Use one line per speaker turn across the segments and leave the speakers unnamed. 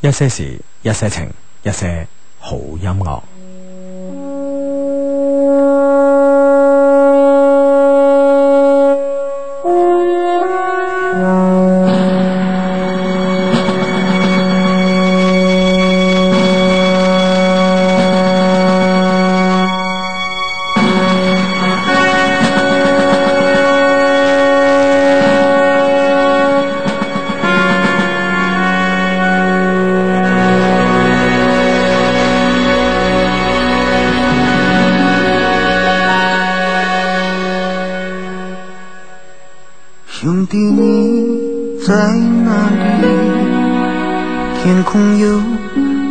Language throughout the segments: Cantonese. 一些事，一些情，一些好音樂。
兄弟你在哪里？天空又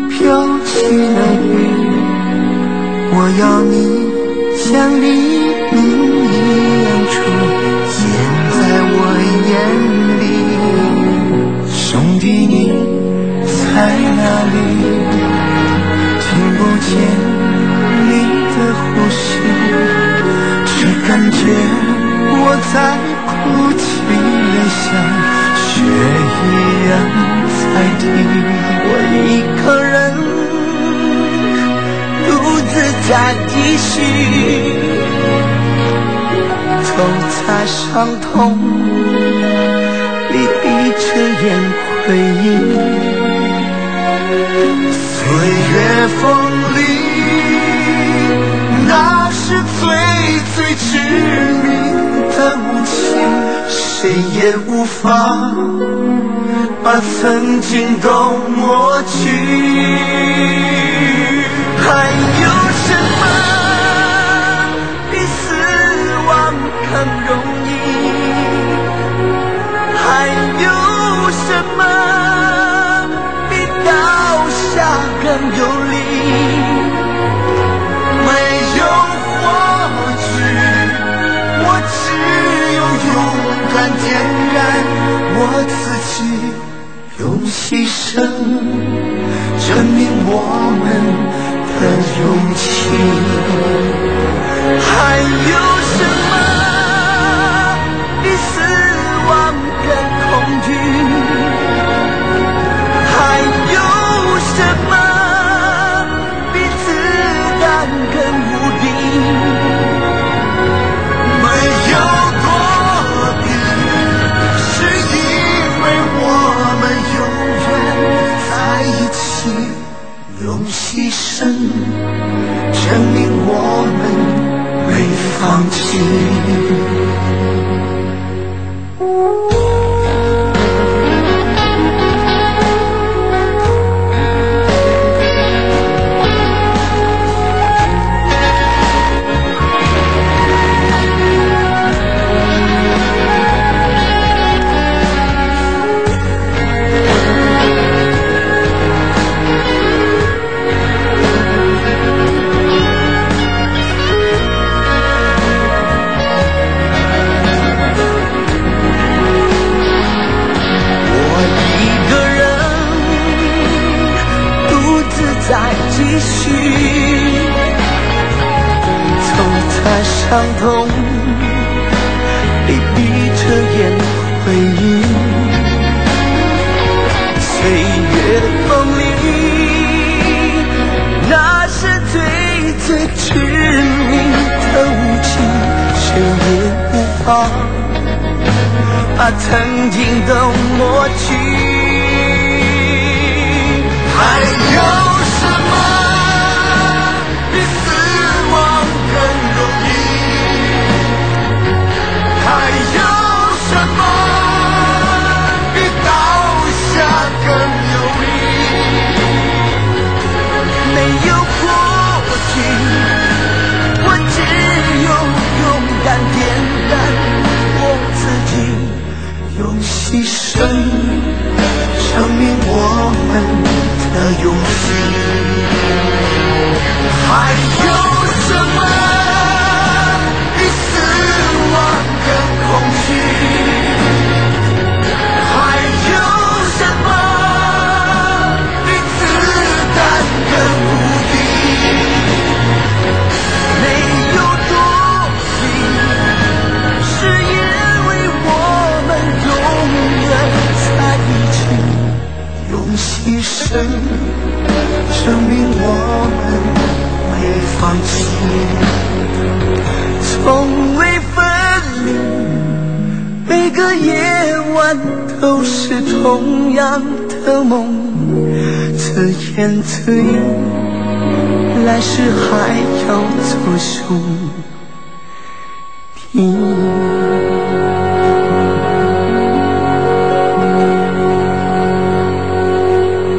飘起了雨，我要你像黎明一样出现在我眼里。兄弟你在哪里？听不见你的呼吸。只感觉我在哭泣，也像雪一样在滴。我一个人独自在继续，头擦伤痛里闭着眼回忆，岁月风里。那是最最致命的武器，谁也无法把曾经都抹去。还有什么比死亡更容易？还有什么比倒下更有力？没有或许，我只有勇敢坚然，我自己用牺牲证明我们的勇气。还有什么比死亡更恐惧？还有什么比子弹更无敌？没有躲避，是因为我们永远在一起，用牺牲证明我们没放弃。我一个人独自在继续，走在伤痛里闭着眼回忆，岁月风里，那是最最致命的武器，谁也无法。把曾经都抹去。还有什么比死亡更容易？还有什么比倒下更有力？没有过去。我只有勇敢点燃我自己，用牺牲生，上面我们未放弃，从未分离。每个夜晚都是同样的梦，自言自语，来世还要做兄弟。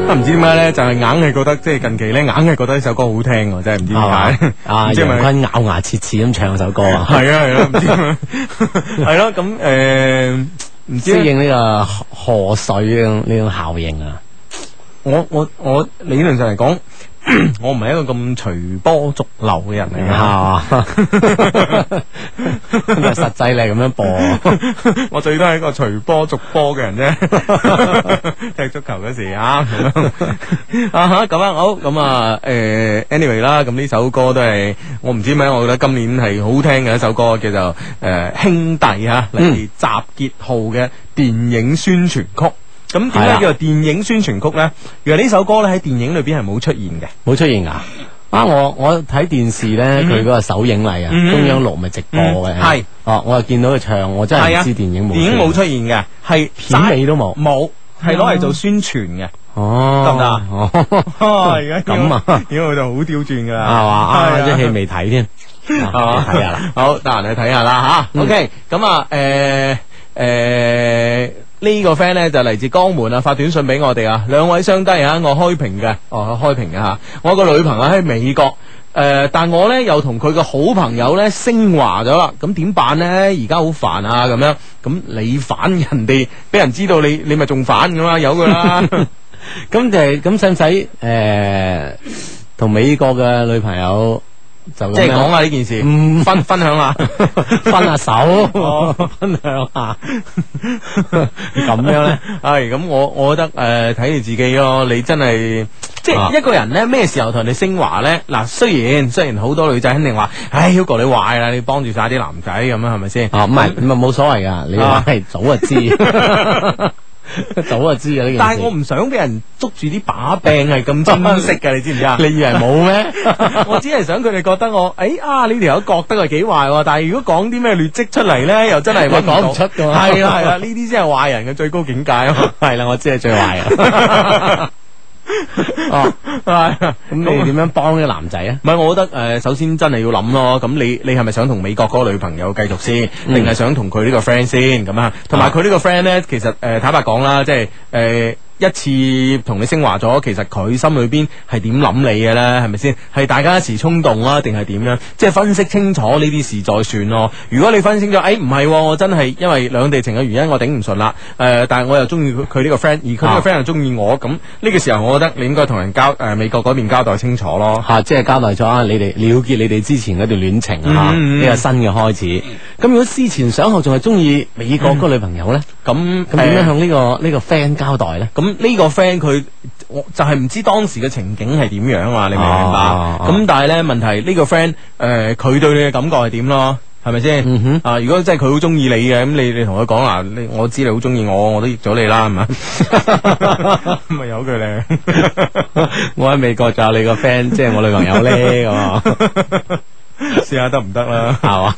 啊唔知點解咧，就係硬係覺得即係近期咧，硬係覺得呢首歌好聽喎，真係唔知點解
嘛。 啊，
唔知係
楊
咪
坤咬牙切齒咁唱首歌
係
啊，
啊係啊，唔知點解係咯咁诶，誒 唔知
適
呢
應呢個河水呢種呢種效應啊。
我我我理論上嚟講， 我唔係一個咁隨波逐流嘅人嚟嘅。
啊， 但係實際你係咁樣 播，
我最多系一个隨波逐波嘅人啫， 踢足球嗰時啊， 咁樣啊哈咁啊好，咁啊诶，anyway 啦，咁呢首歌都係我唔知咩，我覺得今年係好聽嘅一首歌，叫做诶兄弟啊，嚟
嗯
自集結號嘅電影宣傳曲。咁點
係啊
解
啦
叫做電影宣傳曲呢？原來呢首歌咧喺電影裏邊係冇出現嘅。
冇出現㗎。啊！我我睇電視咧，佢嗰個首映禮啊，
嗯
中央六咪直播嘅，
嗯係
哦，我又見到佢唱，我真係唔知電影冇，
啊電影冇，出現嘅，係
片尾嗯都冇，
冇，係攞嚟做宣傳嘅。
哦，
得唔得啊
哦，
哦，而家
咁啊，
而家佢就好刁轉噶
係
啦，
嘛，啊，
係
啲戲未睇 添，係
啊
睇下啦，
好，得閒去睇下啦吓。
嗯
OK，咁啊，诶诶。呢個 friend 咧就嚟自江門啊，發短信俾我哋啊，兩位相低啊，我開屏嘅，哦開屏嘅吓，我個女朋友喺美國，誒、但我咧又同佢個好朋友咧升華咗啦，咁點辦咧？而家好煩啊，咁樣，咁你反人哋，俾人知道你，你咪仲反噶嘛，有噶 啦，
咁就係咁使唔使誒同美國嘅女朋友就咁
即係
樣
講下呢件事，
嗯
分 分享下。
分下
哦
手，分享下，咁樣咧？
系咁，我我覺得呃诶，睇、你自己咯。你真係即
啊
係一個人咧，咩時候同人哋升華咧？嗱，雖然雖然好多女仔肯定話，唉，Hugo 你壞啦，你幫住晒啲男仔咁樣係咪先？
啊，唔係唔係冇所謂噶，你
啊
話係早就 知， 早就知嘅呢件事。
但係我唔想俾人捉住啲把柄係 咁清晰嘅，你知唔知啊？
你以為冇咩？
我只係想佢哋覺得我，诶、啊呢條友覺得佢幾壞喎，但係如果講啲咩劣迹出嚟咧，又真係搵
你講唔出㗎嘛
係啦係啦，呢啲先係壞人嘅最高境界啊 嘛！
係啦，我知係最壞嘅。 哦，
係啊
咁你點樣幫呢個男仔啊？
唔係，我覺得誒、呃首先真係要諗咯。咁你你係咪想同美國嗰個女朋友繼續先，
嗯
定係想同佢呢個 friend 先咁啊？同埋佢呢個 friend 咧，其實誒、呃坦白講啦，即係誒。呃一次同你升華咗，其實佢心裏邊係點諗你嘅咧？係咪先？係大家一時衝動啊，定係點樣？即係分析清楚呢啲事再算咯。如果你分析咗，哎誒唔係喎，我真係因為兩地情嘅原因，我頂唔順啦。誒、但係我又中意佢佢呢個 friend，而佢呢個 friend 又中意我，咁呢個時候我覺得你應該同人交誒、呃美國嗰邊交代清楚咯。
吓、即係交代咗啊！你哋了結你哋之前嗰段戀情啊，嚇
嗯嗯
呢個新嘅開始。咁如果思前想後仲係中意美國嗰個女朋友咧，
咁
嗯咁點樣向呢、個呢、個 friend 交代咧？
咁呢個 friend 佢我就係唔知當時嘅情景係點樣啊？你明唔明白？
哦
咁、但係咧問題呢個 friend 誒佢對你嘅感覺係點咯？係咪先？
嗯哼
啊，如果真係佢好中意你嘅，咁你你同佢講嗱，你我知你好中意我，我都益咗你啦，係 咪？咪由佢咧。
我喺美國仲有你個 friend，即係我女朋友咧咁啊，
試下得唔得啦？
係 嘛？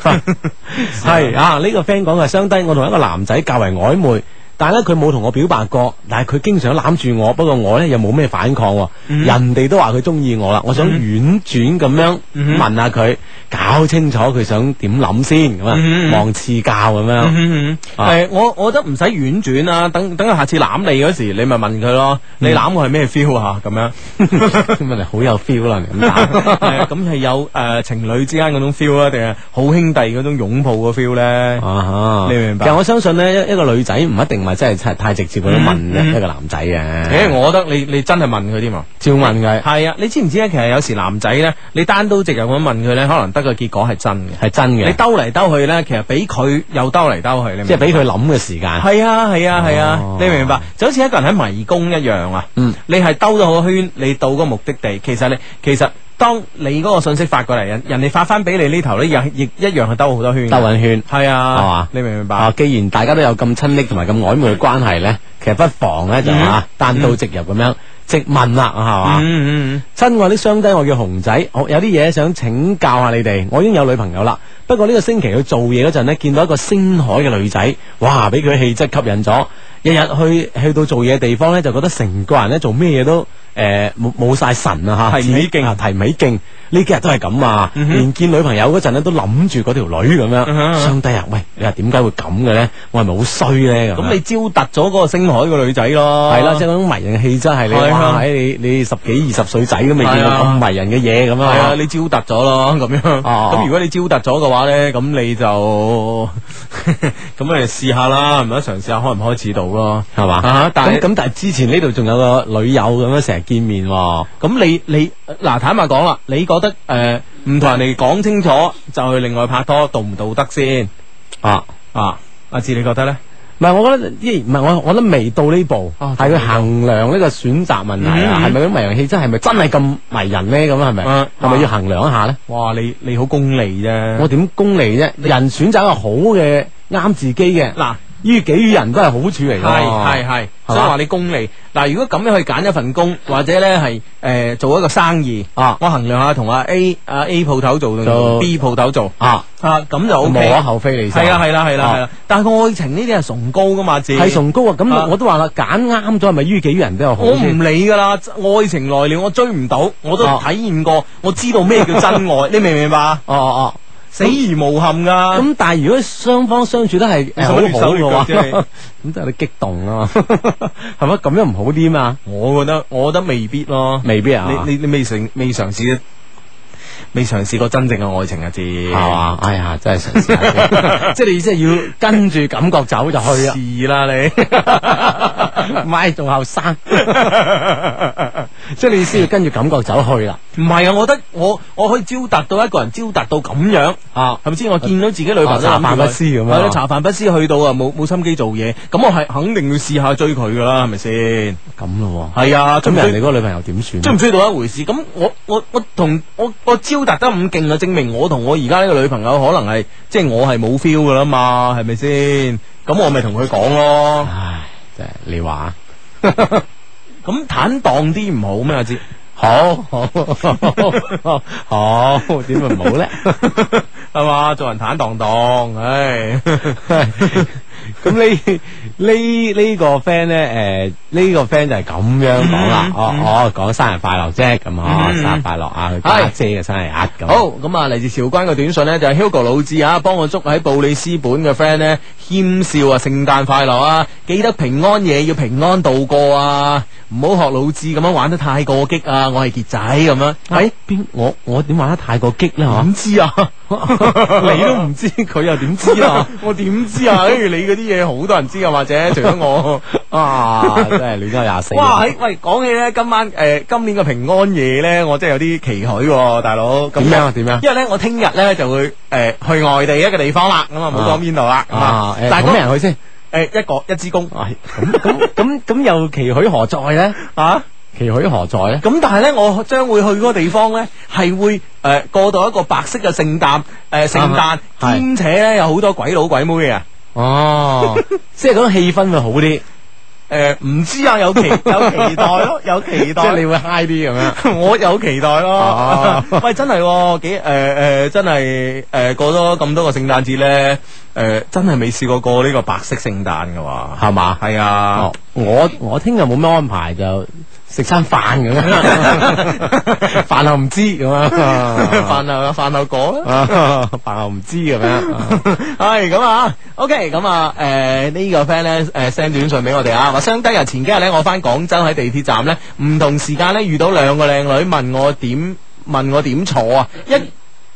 係啊，呢、個 friend 講嘅相低，我同一個男仔較為曖昧。但係咧，佢冇同我表白過，但係佢經常攬住我，不過我咧又冇咩反抗喎。人哋都話佢中意我啦，我想婉轉咁樣
嗯
問下佢，搞清楚佢想點諗先咁
嗯
啊，望賜教咁樣。
嗯
啊
誒，我我覺得唔使婉轉啊，等等佢下次攬你嗰時，你咪問佢咯，你攬我係咩 feel 啊？ 咁樣。
咁咪好有 feel 啦，咁打
係啊，咁係有誒情侶之間嗰種 feel 啊，定係好兄弟嗰種擁抱嘅 feel 咧？
啊哈
你明白
其實我相信咧，一一個女仔唔一定話真係太直接咁樣問一個男仔嘅，
誒，嗯我覺得你你真係問佢添啊！
照問佢
係啊，你知唔知咧？其實有時男仔咧，你單刀直入咁問佢咧，可能得個結果係真嘅。
係真
你
嘅，
兜嚟兜去咧，其實俾佢又兜嚟兜去，你明唔明
即係俾佢諗嘅時間。
係啊係啊係啊
哦，
你明唔明白？就好似一個人喺迷宮一樣啊！
嗯
你係兜咗個圈，你到個目的地，其實你其實當你嗰個信息發過嚟，人人哋發翻俾你呢頭咧，又亦一樣係兜好多圈嘅。
兜緊圈
係啊，
係嘛
你明唔明白？
啊！既然大家都有咁親昵同埋咁曖昧嘅關係咧，其實不妨咧就啊
嗯
嚇單刀直入咁樣直問啦，係嘛？
嗯嗯
親愛的雙低，我叫熊仔，我有啲嘢想請教下你哋。我已經有女朋友啦，不過呢個星期去做嘢嗰陣呢，見到一個星海嘅女仔，哇！俾佢氣質吸引咗，日日去去到做嘢地方呢，就覺得成個人呢做咩嘢都誒冇冇晒神啊嚇，
提唔起勁
啊提唔起勁。呢幾日都係咁啊，
嗯哼
連見女朋友嗰陣呢，都諗住嗰條女咁
嗯哼
樣。雙低啊，喂，你話點解會咁嘅呢？我係咪好衰呢？
嗯，
咁
咁
樣
你招突咗嗰個星海嘅女仔咯，
系啦，即系嗰種迷人嘅氣質係你，
啊係啊
哇！你你十幾二十歲仔都未見
係啊
過咁迷人嘅嘢咁
系啊，
啊！
你招突咗咯，咁樣。
哦
咁如果你招突咗嘅話咧，咁你就 咁你試下啦，唔咪？嘗試下開唔開始到咯。
係嘛？
啊但係
咁咁，但係之前呢度仲有個女友咁樣成日見面喎，
咁你你嗱坦白講啦，你覺得诶唔同人哋講清楚就去另外拍拖，道唔道德先
啊！
啊？阿志你覺得咧？
唔係，我覺得依唔係我，我覺得未到呢步，
哦
係佢衡量呢個選擇問題啊，
嗯
係咪嗰種迷人氣質係咪真係咁迷人咧？咁係咪？
嗯
係咪要衡量一下咧？
哇！你你好功利啫。
我點功利啫？人選擇一個好嘅啱自己嘅，
嗱。
於己於人都係好處嚟㗎。
係係係，
係嘛
所以話你功利。嗱，如果咁樣去揀一份工，或者咧係誒做一個生意，
啊
我衡量下同阿 A 啊 A 鋪頭做定
就
B 鋪頭做
啊，
啊，咁就 O
無
K
可。厚非你
係啦係啦係啦
啊
係啦，但係愛情呢啲係崇高噶嘛，自
係崇高啊！
啊
咁我都話啦，揀啱咗係咪於己於人都有好
我
先
唔理噶啦，愛情來了我追唔到，我都
嗯啊
體驗過，我知道咩叫真 愛，你明唔明白？
哦哦
死而無憾
哦，
噶。
咁但係如果雙方相處得係
你
誒
使
好
乜亂
好
手亂
嘅
腳
話，
啫
咁就有啲激動啊嘛， 係咪咁樣唔好啲嘛？
我覺得我覺得未必咯，
未必啊，
你你你未嘗未嘗試，未嘗試過真正嘅愛情啊，知係
係？嘛？哎呀，真係嘗試下 先即係你意思係要跟住感覺走就去啊？
試啦你，
唔係仲後生，即係你意思要跟住感覺走去啦？
唔係啊！我覺得我我可以招達到一個人招達到咁樣，
啊，
係咪先？我見到自己女朋友
啊茶飯不思咁樣
係咯，茶飯不思去到啊，冇冇心機做嘢，咁我係肯定要試下追佢噶啦，係咪先？
咁咯喎，
係啊，
咁
追唔追
人哋嗰個女朋友點算啊？
追唔追到一回事。咁我我我同我我招達得咁勁啊，證明我同我而家呢個女朋友可能係即係我係冇 feel 噶啦嘛，係咪先？咁我咪同佢講咯。
唉，真係你話啊。
咁坦蕩啲唔好咩？阿志，
好好好，點會唔好咧？
係嘛？做人坦蕩蕩， 唉，
咁呢呢呢個 friend 咧，诶、呢、個 friend 就係咁樣講啦
嗯，
哦哦，講生日快樂啫，咁啊，
嗯
生日快樂啊，佢家姐嘅生日啊，咁
好咁啊！嚟自韶關嘅短信呢，就係 Hugo 老志啊，幫我祝喺布里斯本嘅 friend 呢，謙笑啊，聖誕快樂啊！記得平安夜要平安度過啊，唔好學老志咁樣玩得太過激啊！我係傑仔咁樣，
喺啊邊我我點玩得太過激咧？嗬
點，知啊？
你都唔知，佢又點知 啊？
我點知 啊？跟住你嗰啲嘢好多人知啊，或者除 咗我。
啊，真係亂鳩廿四。
哇！喺喂，講起咧，今晚诶、呃今年嘅平安夜咧，我真係有啲期許喎，大佬。咁
點樣啊點樣啊
因為咧，我聽日咧就會诶、呃去外地一個地方啦，咁啊，唔好講邊度啦。咁
啊，誒
但係
咁咩
嗰
人去先？
诶、一個一支公
唉 咁咁咁咁又期許何在咧？
啊。
期許何在咧？
咁但係咧，我將會去嗰個地方咧，係會诶、過到一個白色嘅聖誕诶聖誕
啊，係
兼且咧有好多鬼佬鬼妹啊嘅。
哦， 即係嗰種氣氛會好啲。
诶、唔知啊，有期有期待咯，有期待。
即係你會 high 啲咁樣。
我有期待咯
哦。
喂，真係喎，幾诶诶，真係诶過咗咁多個聖誕節咧，诶真係未試過過呢個白色聖誕嘅喎。
係嘛
係啊
哦，，我我聽日冇咩安排，就食餐飯咁樣， 飯後唔知咁樣，
飯後飯後過啦。
啊飯後唔知咁樣。
系咁啊，OK，咁啊，诶、呢、個 friend 咧，诶 send 短信俾我哋啊，話相低日前幾日咧，我翻廣州喺地鐵站咧，唔同時間咧遇到兩個靚女，問我點問我點坐啊，一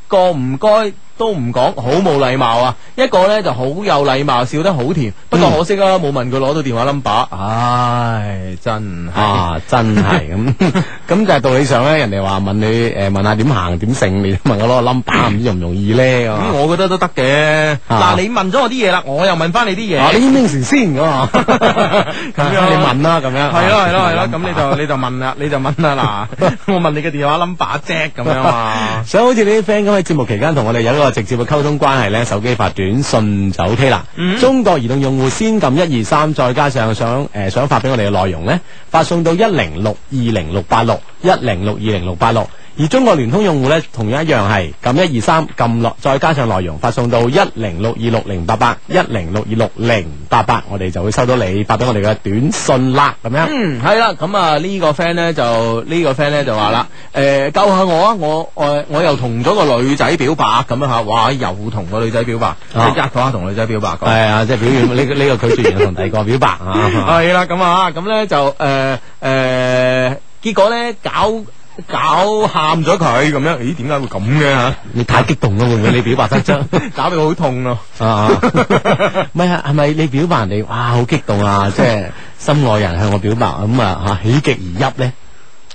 個唔該都唔講，好冇禮貌啊，一個咧就好有禮貌，笑得好甜，不過可惜啊，冇問佢攞到電話 number，唉，真係。
啊，真係咁， 咁就係道理上咧，人哋話問你誒問下點行點勝，你問我攞個 number 唔知容唔容易咧咁
咁
啊。
我覺得都得嘅，
啊
嗱你問咗我啲嘢啦，我又問翻你啲
啊
嘢，
你應唔應承先咁 啊？咁
樣
你問啦，咁樣啊
係咯係咯係咯，咁你就你 就問啦，你就問 啦嗱，我問你嘅電話 number 啫咁樣嘛。啊
想好似你啲 friend 咁喺節目期間同我哋有一個個直接嘅溝通關係呢，手機發短信就 OK 啦。中國移動用戶先撳一二三，再加上想誒、呃想發俾我哋嘅內容呢，發送到一零六二零六八六一零六二零六八六。而中國聯通用戶呢，同樣一樣係撳一二三，撳落再加上內容發送到一零六二六零八八一零六二六零八八，我哋就會收到你發俾我哋嘅短信啦。咁樣。
嗯，系啦，咁啊呢個 friend 咧就呢個 friend 咧就話啦，诶、救下我啊，我我我又同咗個女仔表白咁樣吓，哇，又同個女仔表白，即係一個啊同女仔表白咁。
系啊，即系表現呢 個呢個拒絕完，同第二個表白啊。
系啦，咁啊，咁咧就诶诶，结果咧搞搞喊咗佢咁樣，咦？點解會咁嘅吓？
你太激動啦，會唔會你表白得啫？
搞到佢好痛咯。
啊，唔係啊，係咪你表白人哋？哇，好激動啊！即係心愛人向我表白，咁啊吓喜極而泣咧。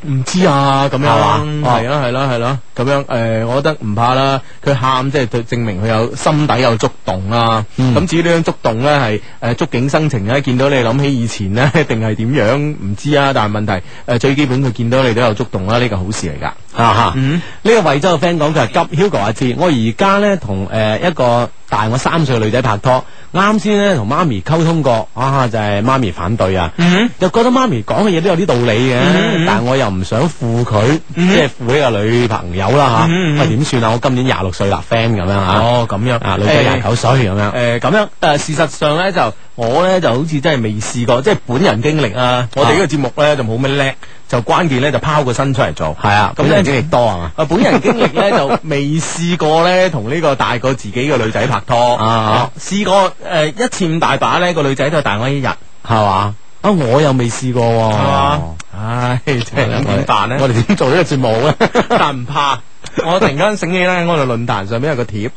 唔知啊，咁
係
樣
嘛
係啦，係啦，係啦，咁樣诶、誒我覺得唔怕啦。佢喊即係對證明佢有心底有觸動啦。
嗯
咁、至於呢種觸動咧係诶 觸景生情咧，啊見到你諗起以前咧， 定係點樣唔知啊。但係問題诶、誒最基本佢見到你都有觸動啦，呢個好事嚟㗎。
啊哈！
嗯
呢個惠州嘅 friend 講佢係急 Hugo 阿志，我而家咧同呃誒一個大我三歲嘅女仔拍拖，啱先咧同媽咪溝通過，啊就係媽咪反對啊，
嗯
又覺得媽咪講嘅嘢都有啲道理嘅
嗯嗯，
但係我又唔想負佢，
嗯
即係負呢個女朋友啦嚇，
嗯嗯
喂點算啊？我今年廿六歲啦，friend 咁樣嚇，
哦，咁樣
啊女仔廿九歲咁樣，
誒呃咁樣，但係事實上咧就我咧就好似真係未試過，即係本人經歷啊。我哋呢個節目咧就冇乜叻，就關鍵咧就拋個身出嚟做。
係啊，咁
咁
人經歷多係嘛？
啊，本人經歷咧就未試過咧，同呢個大過自己嘅女仔拍拖。
啊
試過誒、一次咁大把咧，個女仔都係大我一日，係
係嘛？啊我又未試過喎，
嘛？唉，真係
我哋
咁點辦咧？
我哋點做呢個節目 咧？
但唔怕。我突然間醒起咧，我哋論壇上面有個貼，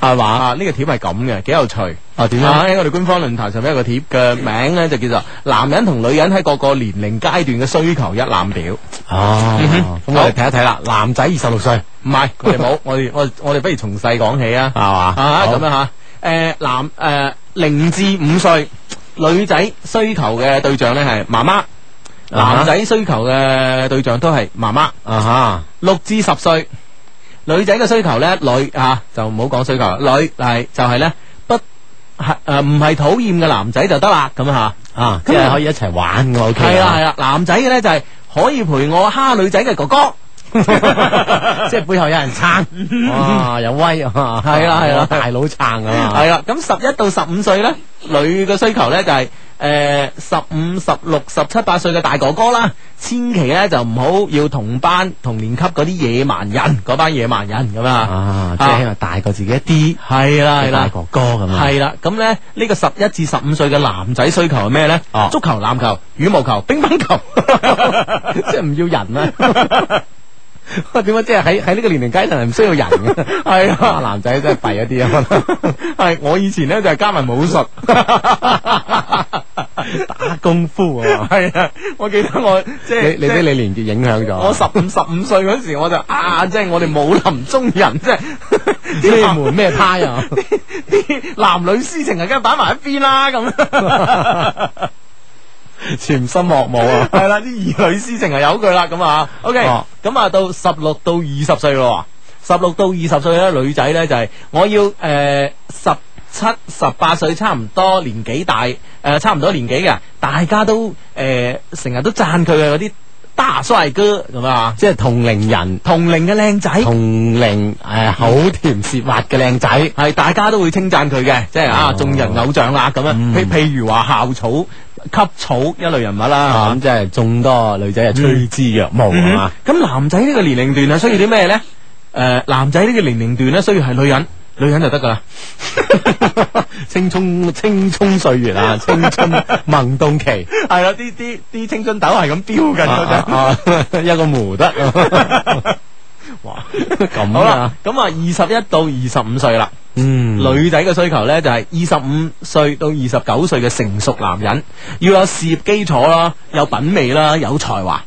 係嘛？啊，呢個貼係咁嘅，幾有趣。
啊點
啊
啊？
喺我哋官方論壇上面有個貼嘅名咧，就叫做《男人同女人喺各個年齡階段嘅需求一覽表》。
哦，咁我哋睇一睇啦，男仔二十六歲，係
唔係，我哋冇，我哋我我哋不如從細講起啊。
嘛？
啊，
好
咁樣吓，诶、男诶零、至五歲女仔需求嘅對象咧係媽媽，
哈
男仔需求嘅對象都係媽媽。
啊哈，
六至十歲女仔嘅需求咧，女啊就唔好講需求啦，女係就係呢，咧不係诶唔係討厭嘅男仔就得啦，咁吓。
啊，即係可以一齊玩嘅，OK
係啦係啦，男仔嘅咧就係可以陪我蝦女仔嘅 哥哥。
即係背後有人撐，哇，有威啊！
係啦係啦
大佬撐啊
系啦，咁十一到十五歲咧，女嘅需求咧就係诶十五、十六、十七、八歲嘅大哥哥啦，千祈咧就唔好要同班同年級嗰啲野蠻人，嗰班野蠻人咁
嘛，啊，
啊，
即係起碼大過自己一啲，
係啦係
係大
啦。
哥哥咁啊，
系啦，咁咧呢個十一至十五歲嘅男仔需求係咩咧？
哦
足球、籃球、羽毛球、乒乓球，
即係唔要人啊！喂點解即係喺喺呢個年齡階層係唔需要人嘅？
係啊
啊，男仔真係弊一啲啊！
係我以前咧就係加埋武術。
打功夫啊！
係啊，我記得我即
你
係
你俾李連杰影響咗，
我十五十五歲嗰時我就啊，即係我哋武林中 人，即係
咩門咩派啊？
啲男女私情啊，梗係擺埋一邊啦咁。
潛心學武啊！
係啦，啲兒女私情係有佢啦咁啊。OK，
哦
咁啊到十六到二十歲咯喎，十六到二十歲咧女仔咧就係、我要誒十。七十八歲差唔多年紀大，誒、差唔多年紀嘅，大家都誒成日都讚佢嘅嗰啲大帥哥咁啊，
即係同齡人、
同呃齡嘅靚仔，
同齡诶口甜舌滑嘅靚仔，
系大家都會稱讚佢嘅，即係啊
哦
眾人偶像啦咁樣。譬譬如話校草、吸草一類人物
啊
啦。
咁即係眾多女仔係趨之若鶩
嗯
係嘛？
咁男仔呢個年齡段啊，需要啲咩咧？诶，男仔呢個年齡段咧，需要係女人，女人就得噶啦。
青葱青葱歲 月啊，青春萌動期，
係啦，啲啲啲青春痘 係咁飆緊
啊啊啊一個模 得，哇咁
好啦
啊，，
咁啊，二十一到二十五歲啦，
嗯
女仔嘅需求咧就係二十五歲到二十九歲嘅成熟男人，要有事業基礎啦，有品味啦，有才華。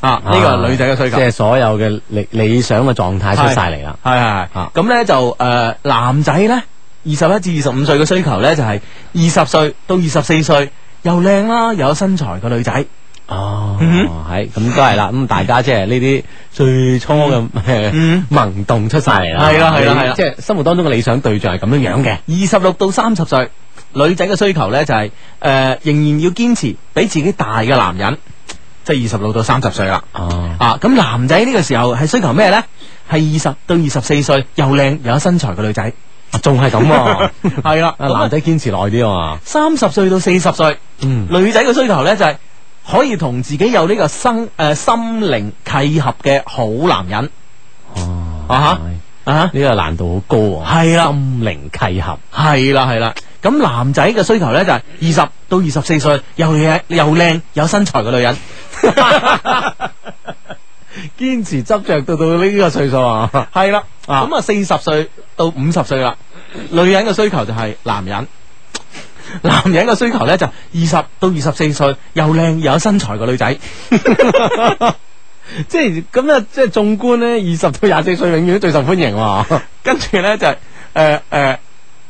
啊，呢個係女仔嘅需求
即。係所有嘅理理想嘅狀態出晒嚟啦，
系系
啊
系，咁咧就诶男仔咧，二十一至二十五歲嘅需求咧就係二十歲到二十四歲，又靚啦，又有身材嘅女仔，嗯
哦，系咁都系啦，咁大家即系呢啲最初嘅 誒萌動出晒嚟啦，
嗯係啦係啦係啦
即係生活當中嘅理想對象係咁樣樣嘅，
二十六到三十歲，女仔嘅需求呢就係呃仍然要堅持比自己大嘅男人，即係二十六到三十歲啦。
哦，
啊，咁男仔呢個時候係需求咩呢？係二十到二十四歲又靚又有身材嘅女仔，
仲係咁喎，
係啦，
啊男仔堅持耐啲啊嘛，
三十歲到四十歲，
嗯
女仔嘅需求呢就係可以同自己有呢個生诶、心靈契合嘅好男人
哦，
啊哈啊
呢個難度好高啊，
哈，系啦，
心靈契合，
係啦，係啦。咁男仔嘅需求呢，就係二十到二十四歲又靚又靚有身材嘅女人，
堅持執着到到呢個歲數啊，
係啦。
啊
咁啊，四十歲到五十歲啦，女人嘅需求就係男人。 男人嘅需求呢，就二十到二十四歲又靚又有身材嘅女仔，
即係咁啊，即係縱觀咧，二十到廿四歲永遠都最受歡迎 喎，
跟住呢，就係诶诶呃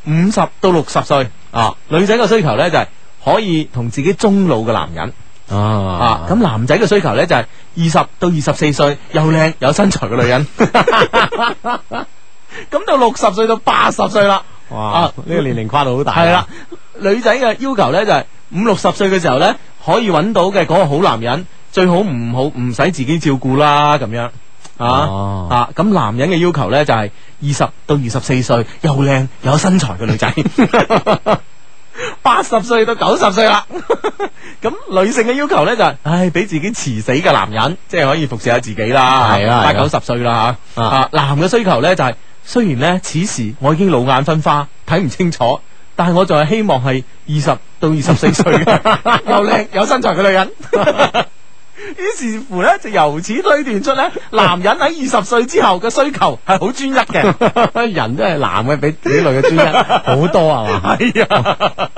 五十到六十歲啊，女仔嘅需求呢，就係可以同自己中老嘅男人啊
啊，
咁男仔嘅需求呢，就係二十到二十四歲又靚有身材嘅女 人，咁到六十歲到八十歲啦，
哇
啊，
呢個年齡跨度好大啊，
係啦，女仔嘅要求呢，就係五六十歲嘅時候呢，可以揾到嘅嗰個好男人，最好唔好唔使自己照顧啦咁樣啊。
哦
啊，咁男人嘅要求呢，就係二十到二十四歲又靚又有身材嘅女仔， 八十歲到九十歲啦。 咁女性嘅要求呢，就係，唉，俾自己遲死嘅男人，即係可以服侍下自己啦，
係啊
八
係啊
九十歲啦吓。
啊
啊，男嘅需求呢，就係，雖然呢，此時我已經老眼昏花，睇唔清楚，但係我仲係希望係二十到二十四歲嘅 又靚有身材嘅女人。 於是乎咧，就由此推斷出咧，男人喺二十歲之後嘅需求係好專一嘅。
人都係男嘅比比女嘅專一好多 係嘛？
係啊，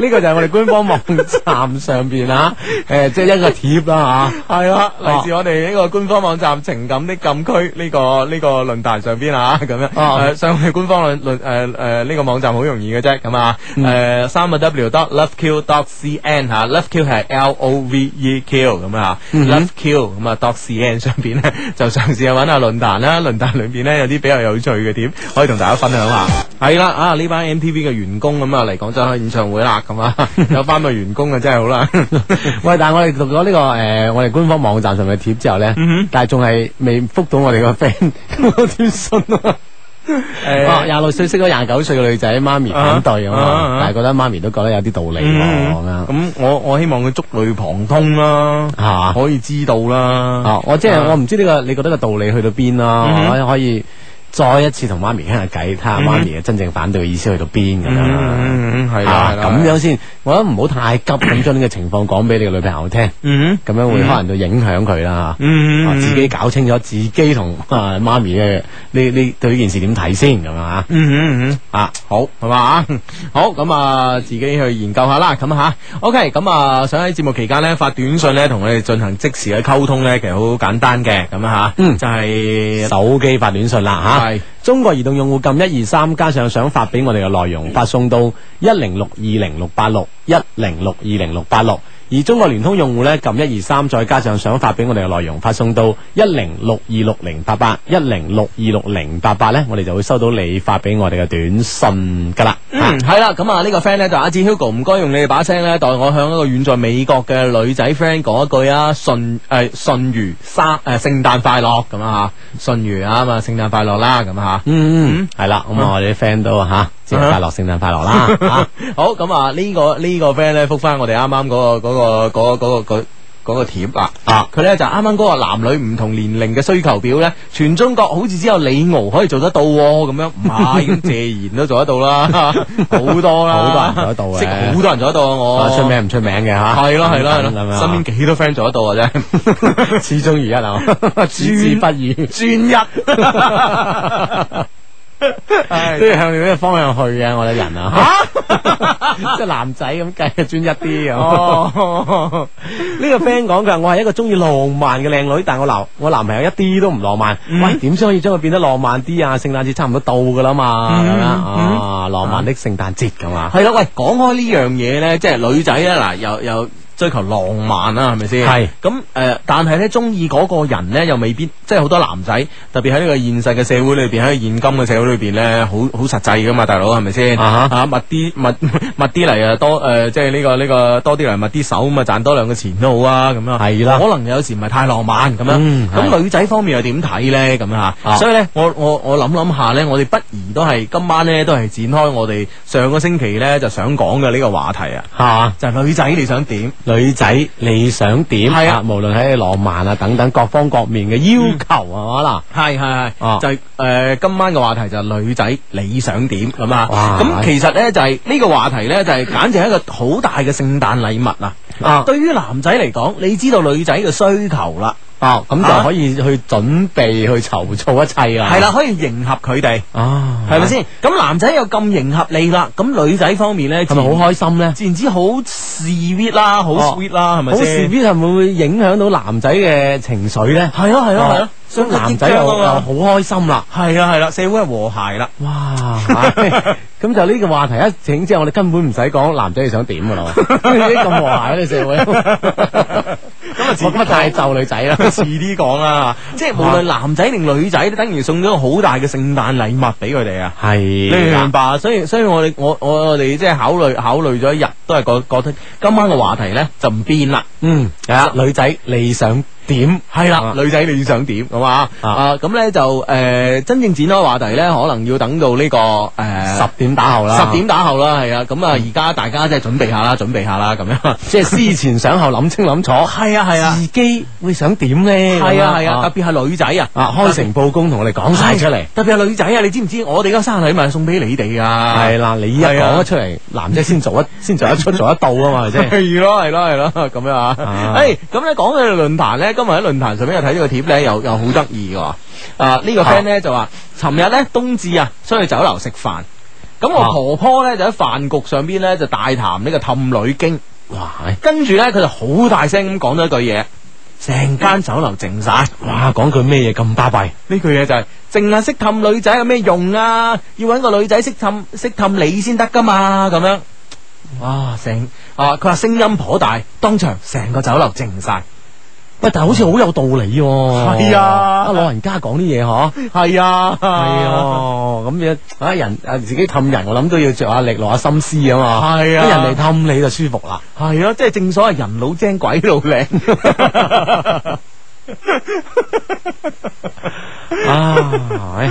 呢個就係我哋官方網站上邊 啊，誒，即係一個貼 啦啊
係啦，啊嚟自我哋呢個官方網站情感的禁區呢、個呢、個論壇上邊啊， 咁樣、
哦
誒上去官方論論誒誒呢個網站好容易嘅啫，咁啊誒三個 W dot loveq dot cn 嚇，loveq 係 L O V E Q 咁啊，loveq 咁啊 dot cn 上邊咧 就嘗試去揾下論壇啦，論壇裏邊咧有啲比較有趣嘅點可以同大家分享下。係啦，啊呢班 MTV 嘅員工咁啊嚟廣州開演唱會啦，咁 啊有班嘅員工啊真係好啦。
嚇。喂，但係我哋讀咗呢個誒，我哋官方網站上面嘅貼之後咧，但係仲係未覆到我哋個 friend，咁 我點信啊？
誒
哦，廿六歲識咗廿九歲嘅女仔，媽咪反對咁
啊啊啊
啊，但係覺得媽咪都覺得有啲道理喎，咁樣
嗯咁我我希望佢觸類旁通啦，
係嘛？
可以知道啦。
啊，我即係
啊
我唔知呢個你覺得個道理去到邊
嗯
啦，
哼
可以可以再一次同媽咪傾下偈，睇下媽咪嘅真正反對嘅意思去到邊咁樣啦。
嗯，係啦
啊，，
係啦
咁，樣先，我覺得唔好太急咁將呢個情況講俾你個女朋友聽，
嗯
咁樣會可能就影響佢啦
嗯
嚇。啊
嗯
自己搞清楚自己同啊媽咪嘅呢呢對呢件事點睇先咁樣啊
嗯嗯嗯。
啊
好係嘛啊， 好咁啊，自己去研究下啦，咁吓，OK，咁啊，想喺節目期間呢，發短信呢，同我哋進行即時嘅溝通呢，其實好簡單嘅，咁啊吓，
嗯
就係
手機發短信啦
係
嚇，中國移動用戶撳一二三，加上想發俾我哋嘅內容，發送到一零六二零六八六一零六二零六八六。而中國聯通用戶呢，撳一二三，再加上想發俾我哋嘅內容，發送到一零六二六零八八一零六二六零八八呢，我哋就會收到你發俾我哋嘅短信噶啦。
嗯，系啦，咁啊呢個 friend 咧就阿志 Hugo 唔該用你哋把聲咧代我向一個遠在美國嘅女仔 friend 講一句啊，順诶順如生诶圣诞快樂咁啊吓，順如啊嘛聖誕快樂啦咁啊吓。
嗯，係啦，咁啊我哋啲 friend 都吓，節日快
嗯
樂，聖誕快樂啦 嚇
好，咁啊呢個呢個 friend 咧复翻我哋啱啱嗰個嗰個嗰個嗰個嗰嗰個貼啊，
啊
佢咧就啱啱嗰個男女唔同年齡嘅需求表咧，全中國好似只有李敖可以做得到 喎，咁樣唔係，咁謝賢都做得到啦，好多啦，
好多人做得到嘅
識好多人做得到啊我
啊，出名唔出名嘅吓，
系咯系咯系
等等咁樣
咯，
啊
身邊幾多 friend 做得到啊 啫，
始終如一啊， 矢志不渝。
專一。
都要向你呢個方向去嘅，我哋人啊， 即係男仔咁計就專一啲咁。
哦，
呢個 friend 講佢話我係一個中意浪漫嘅靚女，但係我男我男朋友一啲都唔浪漫。
嗯
喂，點先可以將佢變得浪漫啲啊？聖誕節差唔多到噶啦嘛，
嗯
咁樣啊，浪漫的聖誕節咁啊。
係啦，喂，講開呢樣嘢咧，即係女仔咧，嗱，又又追求浪漫啦，係咪先？
係
咁誒、呃但係咧，中意嗰個人咧，又未必即係好多男仔，特別喺呢個現實嘅社會裏邊，喺現今嘅社會裏邊咧，好好實際噶嘛，大佬係咪先？
啊哈
啊，密啲密密啲嚟啊，多誒、呃即係呢、個呢、個多啲嚟密啲手咁啊，賺多兩個錢都好啊，咁樣
係啦
可能有時唔係太浪漫咁樣。
嗯
咁、
係
女仔方面又點睇咧？咁啊，
啊
所以咧，我我我諗諗下咧，我哋不如都係今晚咧，都係展開我哋上個星期咧就想講嘅呢個話題啊，
係嘛？
就係、女仔你想點？
女仔你想點
係啊
無論喺浪漫啊等等各方各面嘅要求係嘛
係係係，
啊
就係誒今晚嘅話題就係女仔你想點咁啊
哇！
咁其實咧就係呢個話題咧就係簡直係一個好大嘅聖誕禮物啊！
嗱啊
對於男仔嚟講，你知道女仔嘅需求啦，
啊咁
啊
就可以去準備去籌措一切啦，
係啦，可以迎合佢哋，
啊，
係咪？先？咁男仔又咁迎合你啦，咁女仔方面咧，
係咪好開心咧？
自然之好 sweet 啦，好
哦
sweet 啦，係咪
好事
先？
必係咪會影響到男仔嘅情緒咧？
係咯係咯係咯
啊，所以男仔又
相
又
得益彰啊嘛
好開心啦。
係啊係啦，社會係和諧
啊
啦。
哇！係咁就呢個話題一整之後，我哋根本唔使講男仔你想點噶啦，已經咁和諧呢社會，咁啊大就女仔啦。
遲啲講啦，即係無論男仔定女仔，都等於送咗個好大嘅聖誕禮物俾佢哋啊！你明唔
係
明白啊？所以所以我哋我我我哋即係考慮考慮咗一日，都係覺覺得今晚嘅話題咧就唔變啦。
嗯，係啊，女仔你想點？
係啦
啊，
女仔你想點咁啊？
啊
啊咁咧就誒真正展開話題咧，可能要等到呢個誒
十點打後啦，
十點打後啦，係啊。咁啊，而家大家即係準備下啦，準備下啦，咁 樣。
即係思前想後，諗清諗楚，
係啊係啊
自己會想點咧？
係啊係
咁
啊，特別係女仔啊。
啊，開誠佈公同我哋講晒出嚟。
特別係女仔啊！你知唔知我哋而家生日禮物係送俾你哋啊？
係啦，你一
係啊
講得出嚟，男仔先 做一先做一出做一到啊嘛，係咪先？
係咯，係咯，係咯，咁樣啊！
啊
誒，咁咧講起論壇咧，今日喺論壇上面又睇到個貼咧，又又好得意喎。啊，呢個 friend 咧就話，尋日咧冬至啊，出去酒樓食飯，咁
啊
我婆婆咧就喺飯局上邊咧就大談呢個氹女經，
哇，
跟住咧佢就好大聲咁講咗一句嘢，成間酒樓靜晒。
哇，講句咩嘢咁巴閉？
呢句嘢就係淨係識氹女仔有咩用啊？要揾個女仔識氹識氹你先得噶嘛，咁樣。哇！成啊，佢話聲音頗大，當場成個酒樓靜晒。
喂，但係好似好有道理喎。
係啊
老人家講啲嘢嗬。
係啊，係
係啊，咁樣啊人啊自己氹人，我諗都要着下力，落下心思啊嘛。
係啊
咁人哋氹你就舒服啦。
係啊咯，即係正所謂人老精鬼老靚。
啊，唉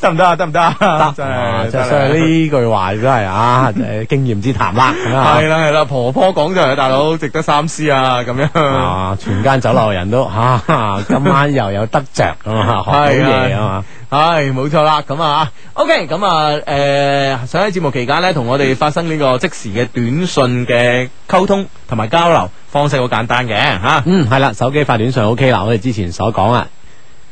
得唔得啊？得唔得啊？
得啊，即係所以呢句話真係 啊，誒經驗之談啦，咁樣啊
係啦係啦，婆婆講就係大佬值得三思啊，咁樣。
啊，全間酒樓人都啊， 今晚又有得着啊嘛，學到嘢啊嘛。
唉，冇錯啦，咁啊，OK，咁啊，誒、想喺節目期間呢，同我哋發生呢個即時嘅短信嘅溝通同埋交流方式好簡單嘅啊嚇。
嗯，係啦，手機發短信 OK 啦，我哋之前所講啊。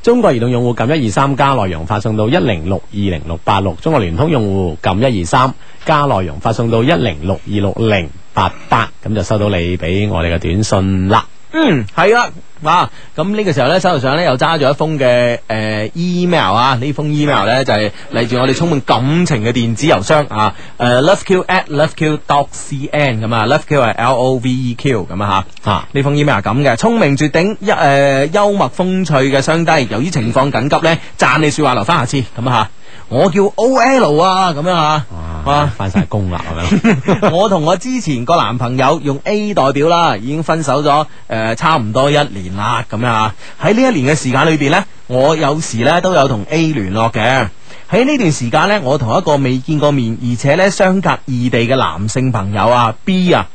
中國移動用戶撳一二三加內容發送到一零六二零六八六，中國聯通用戶撳一二三加內容發送到一零六二六零八八，咁就收到你俾我哋嘅短信啦。
嗯，係啦，啊，咁呢個時候咧，手頭上咧又揸住一封嘅誒、呃 email 啊，呢封 email 咧就係嚟自我哋充滿感情嘅電子郵箱啊，誒、loveq at loveq dot cn 咁啊，loveq 係 L O V E Q 咁啊吓。
啊，
呢封 email 係咁嘅，聰明絕頂，一誒、呃幽默風趣嘅雙低，由於情況緊急咧，讚你説話留翻下次咁啊嚇。我叫 O L 啊，咁樣啊，
哇，翻晒工啦咁樣。
我同我之前個男朋友用 A 代表啦，已經分手咗誒、呃差唔多一年啦，咁樣啊。喺呢一年嘅時間裏邊呢，我有時呢都有同 A 聯絡嘅。喺呢段時間呢，我同一個未見過面，而且呢相隔異地嘅男性朋友啊 B 啊，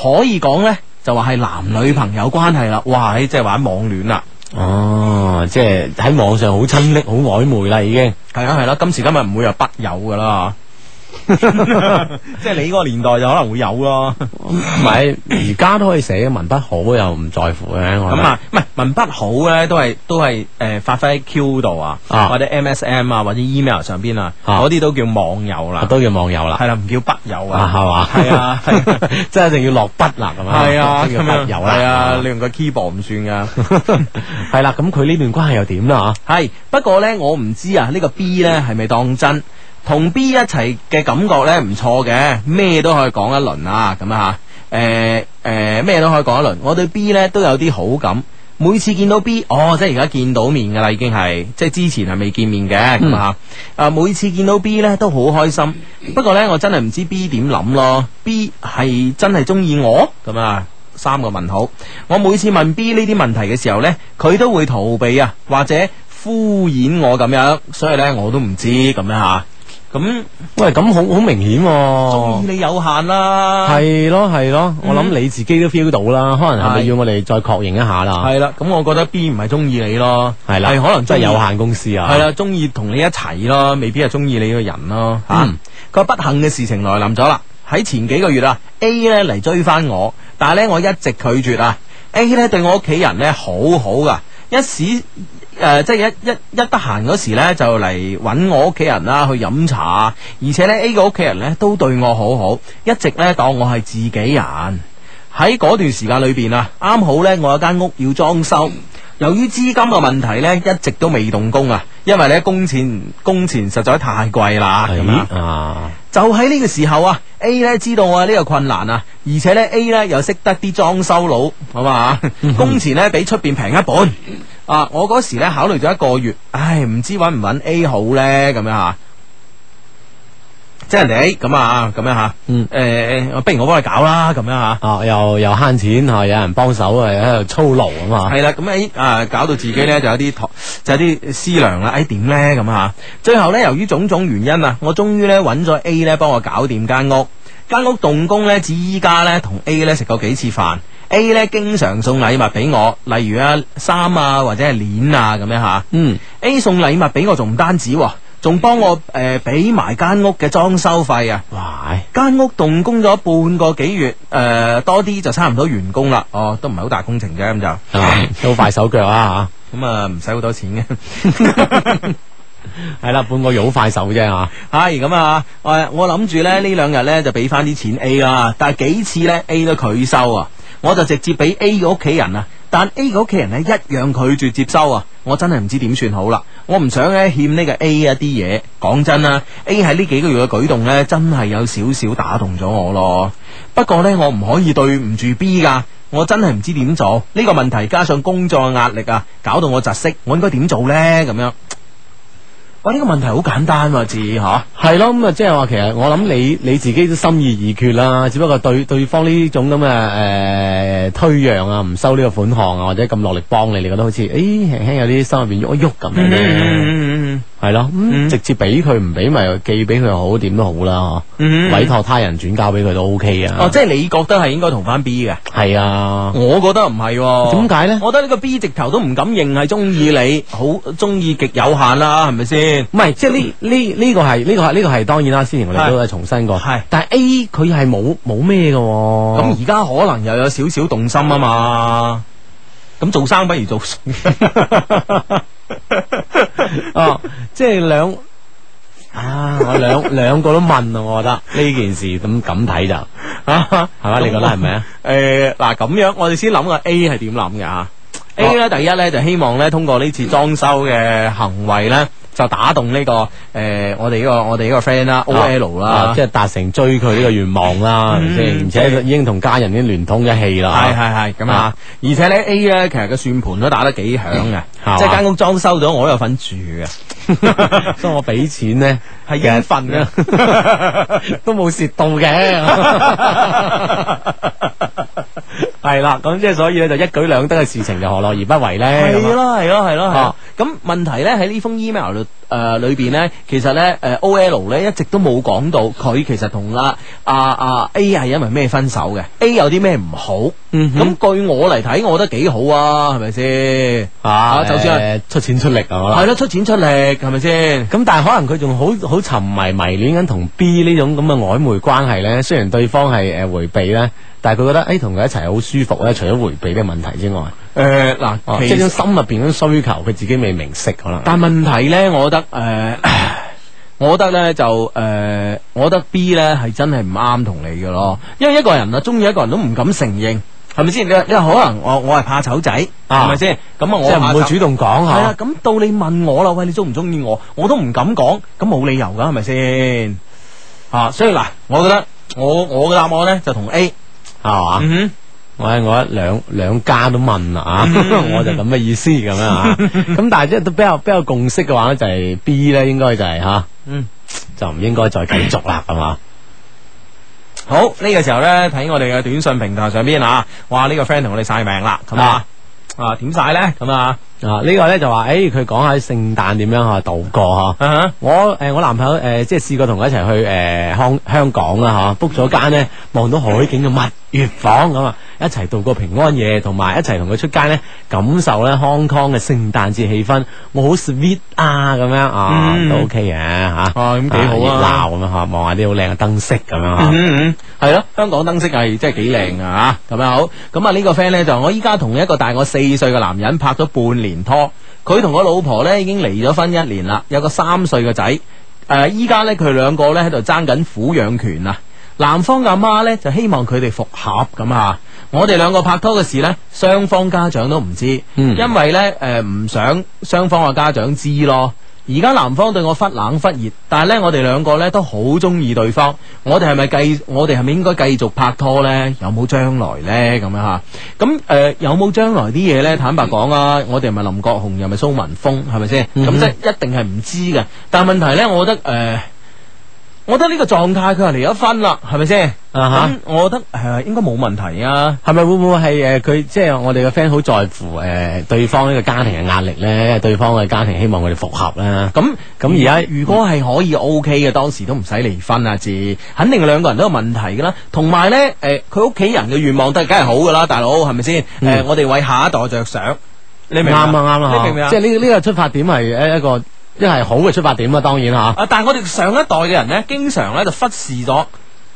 可以講呢就話係男女朋友關係啦。哇！即係玩網戀啦。
哦，即係喺網上好親昵，好曖昧啦已 經。
係啊係啦，今時今日唔會有筆友噶 啦。即係你嗰個年代就可能會有咯。
唔係，而家都可以寫文筆好又唔在乎嘅。我覺
咁
得
啊，唔係文筆好咧，都係都係誒發揮喺 Q 度啊，
啊
或者 MSM 啊，或者 email 上邊啊，
啊
嗰啲都叫網友
啊，
啦，
都叫網友啦
係。啦，唔叫筆友
啊，
啊，
係嘛？
係啊係啊，
即係一定要落筆啦，咁樣。
係啊，
即係要
咁樣
筆友啦，
係啊，你用個 keyboard 唔算噶。
系啦，咁佢呢段關係又點啦？啊
係，不過呢，我唔知啊，呢、個 B 呢係咪當真？同 B 一齊嘅感覺呢唔錯嘅，咩都可以講一輪啊，咁啊吓，誒、诶咩、都可以講一輪。我對 B 呢都有啲好感。每次見到 B，哦，即係而家見到面噶啦，已經係，即係之前係未見面嘅咁啊。啊，每次見到 B 呢都好開心，不過呢，我真係唔知 B 點諗咯。B 係真係中意我咁啊？三個問號。我每次問 B 呢啲問題嘅時候呢，佢都會逃避啊，或者敷衍我咁樣，所以呢，我都唔知咁樣吓。咁
喂，咁好好明顯喎
中意。啊你有限啦，
哦係咯係咯，我諗你自己都 feel 到啦，可能係咪
係
要我哋再確認一下啦？
系啦，咁我覺得 B 唔係中意你咯，
係啦，
係可能
真係有
限。
限公司啊。
系啦，中意同你一齊咯，未必係中意你個人咯吓。嚇
嗯
佢話不幸嘅事情來臨咗啦，喺前幾個月啊，A 呢嚟追翻我，但係呢，我一直拒絕啊。A 呢對我屋企人呢好好噶，一時誒、呃即係一一一得閒嗰時呢，就嚟揾我屋企人啦，去飲茶，而且呢 A 個屋企人呢都對我好好，一直呢當我係自己人。喺嗰段時間裏邊啊，啱好呢，我有間屋要裝修。由於資金嘅問題呢，一直都未動工啊，因為呢工錢工錢實在太貴啦，咁啊
係啊，
就喺呢個時候啊，A 呢知道我呢個困難啊，而且呢 A 呢又識得啲裝修佬，好嘛？工錢呢比出邊平一半。啊，我嗰時呢考慮咗一個月，唉，唔知揾唔揾 A 好呢？咁樣吓。即係人哋咁啊，咁樣吓，
嗯
誒、不如我幫你搞啦，咁樣吓。
啊又又慳錢嚇，有人幫手啊，喺度操勞啊嘛。
系啦，咁喺啊搞到自己咧就有啲托就有啲思量啦，哎點咧咁啊？最後咧由於種種原因啊，我終於咧揾咗 A 咧幫我搞掂間屋，間屋動工咧至依家咧同 A 咧食過幾次飯。A 咧經常送禮物俾我，例如啊衫啊或者係鏈啊咁樣吓。
嗯
A 送禮物俾我仲唔單止喎，仲幫我誒俾埋間屋嘅裝修費啊。
哇！
間屋動工咗半個幾月，誒、呃多啲就差唔多完工啦。哦，都唔係好大工程啫，咁就。
啊，都快手腳啊
咁啊，唔使好多錢嘅。
吓，係啦，半個月好快手啫吓，
係咁啊，我我諗住咧呢兩日咧就俾翻啲錢 A 啦，但係幾次咧 A 都拒收啊，我就直接俾 A 嘅屋企人啊，但 A 嘅屋企人咧一樣拒絕接收啊，我真係唔知點算好啦，我唔想咧欠呢個 A 一啲嘢，講真啦，A 喺呢幾個月嘅舉動咧真係有少少打動咗我咯，不過咧我唔可以對唔住 B 噶。我真係唔知點做呢、個問題，加上工作嘅壓力啊，搞到我窒息。我應該點做呢？咁樣，哇！呢、個問題好簡單喎、啊，志嚇。
係咯，咁啊，即係話其實我諗你你自己都心意已決啦，只不過對對方呢種咁嘅诶推讓啊，唔收呢個款項啊，或者咁落力幫你，你覺得好似诶輕輕有啲心入边喐一喐咁樣嘅，
嗯
係咯，咁
嗯
直接俾佢唔俾咪寄俾佢好，點都好啦，
嗯
嗬，委託他人轉交俾佢都 OK
哦，
啊，
即係你覺得係應該同翻 B 嘅，
係啊，
我覺得唔係喎。
點解咧？
我覺得呢個 B 直頭都唔敢認係中意你，好中意極有限啦，係咪先？
唔係，即係呢呢呢個係呢、個係呢、個係當然啦。之前我哋都係重申過，
係
但係 A 佢係冇冇咩嘅喎。
咁而家可能又有少少動心啊嘛。咁做生不如做熟，
啊，即係兩啊，我兩兩個都問啊，我覺得呢件事咁咁睇就啊係嘛？你覺得係咪啊？
诶，嗱咁樣，我哋先諗下 A 係點諗嘅吓。A 咧，第一咧就希望咧通過呢次裝修嘅行為咧，就打動呢個诶我哋呢個我哋呢個 friend 啦，O
Ờ.
E L
啊
啦
即，係達成追佢呢個願望啦，係咪先？
嗯
而且已經同家人已經聯通一氣啦。
系系系咁啊！而且咧 A 咧，其實個算盤都打得幾響嘅，
嘛
即係間屋裝修咗，我都有份住嘅，
所以我俾錢咧
係應份嘅。
都冇蝕到 嘅。係啦，咁即係所以咧，就一舉兩得嘅事情就何樂而不為咧？咁啊
係咯係咯係咯係
啊
咯。咁問題咧喺呢封 email ờ, 裏誒裏邊咧，其實咧誒 ờ, O E L 咧一直都冇講到佢其實同阿阿阿 à, A 係因為咩分手嘅？A 有啲咩唔好？
嗯
咁據我嚟睇，我覺得幾好啊，係咪先？
啊，
就算係
誒出錢出力啊，我
係
諗。
咯，出錢出力係咪先？
咁但係可能佢仲好好沉迷迷戀緊同 B 呢種咁嘅曖昧關係咧，雖然對方係誒迴避咧，但係佢覺得誒哎同佢一齊好舒服咧，除咗迴避呢個問題之外，
誒呃嗱
哦，
其
即係
實
種心入邊嗰種需求，佢自己未明晰可能。
但問題咧，我覺得誒、呃 我覺得咧就誒、呃我覺得 B 咧係真係唔啱同你嘅咯，因為一個人啊，中意一個人都唔敢承認，係咪先？你你可能我我係怕醜仔，
啊
係咪先？咁
即
啊，我
係唔會
怕醜
主動講
係啦
嚇。，
咁到你問我啦，喂，你中唔中意我？我都唔敢講，咁冇理由噶，係咪先？啊，所以嗱，我覺得我我嘅答案咧就同 A，
係嘛？
嗯
我我一兩兩家都問啦啊， 我就咁嘅意思咁樣啊。咁但係即係都比較比較共識嘅話咧，就係 B 咧應該就係吓，
嗯，
就唔應該再繼續啦，係嘛？
好呢、個時候呢，睇我哋嘅短信平台上邊啊，哇！呢、個 friend 同我哋晒命啦，咁啊啊點晒呢？咁啊
啊，呢個咧就話，誒佢講下聖誕點樣嚇度過嚇。
啊哈
我誒、呃我男朋友誒、即係試過同佢一齊去誒、呃香香港啦嚇，book 咗間咧望到海景嘅蜜月房咁啊，一齊度過平安夜，同埋一齊同佢出街咧，感受咧 Hong Kong 嘅聖誕節氣氛，我好 sweet 啊咁樣啊，
嗯
都 OK 嘅嚇，
哦咁幾好啊
熱鬧咁樣嚇，望下啲好靚嘅燈飾咁樣啊嚇。
嗯嗯，系咯，香港燈飾係真係幾靚啊咁樣好，咁啊呢個 friend 咧就我依家同一個大我四歲嘅男人拍咗半年拖，佢同我老婆咧已經離咗婚一年啦，有個三歲嘅仔，诶、依家咧佢兩個咧喺度爭緊撫養權啊。男方嘅阿媽呢，就希望佢哋復合咁啊！我哋兩個拍拖嘅事呢，雙方家長都唔知，
嗯
因為呢，誒、唔想雙方嘅家長知咯。而家男方對我忽冷忽熱，但係呢，我哋兩個呢都好中意對方。我哋係咪繼？我哋係咪應該繼續拍拖呢？有冇將來呢？咁樣吓，咁誒、呃有冇將來啲嘢呢？坦白講啊，我哋係咪林國雄，又咪蘇文峰，係咪先？咁、
嗯哼
即係一定係唔知嘅。但係問題呢，我覺得誒。呃我覺得呢個狀態佢係離咗婚啦，係咪先？
啊哈
咁我覺得诶、呃、應該冇問題啊。
係咪會唔會係誒佢即係我哋嘅 friend 好在乎誒、對方呢個家庭嘅壓力咧，對方嘅家庭希望佢哋復合啦。
咁
咁而家
如果係可以 O K 嘅，當時都唔使離婚啊，至肯定兩個人都有問題噶啦。同埋呢，诶佢屋企人嘅願望都係梗係好噶啦，大佬係咪先？诶、呃
嗯
我哋為下一代着想，你明唔
啱
明
啊啱啊，
你明唔明啊？
即係呢呢個出發點係一一個一係好嘅出發點啊，當然吓。
啊，但係我哋上一代嘅人呢，經常呢就忽視咗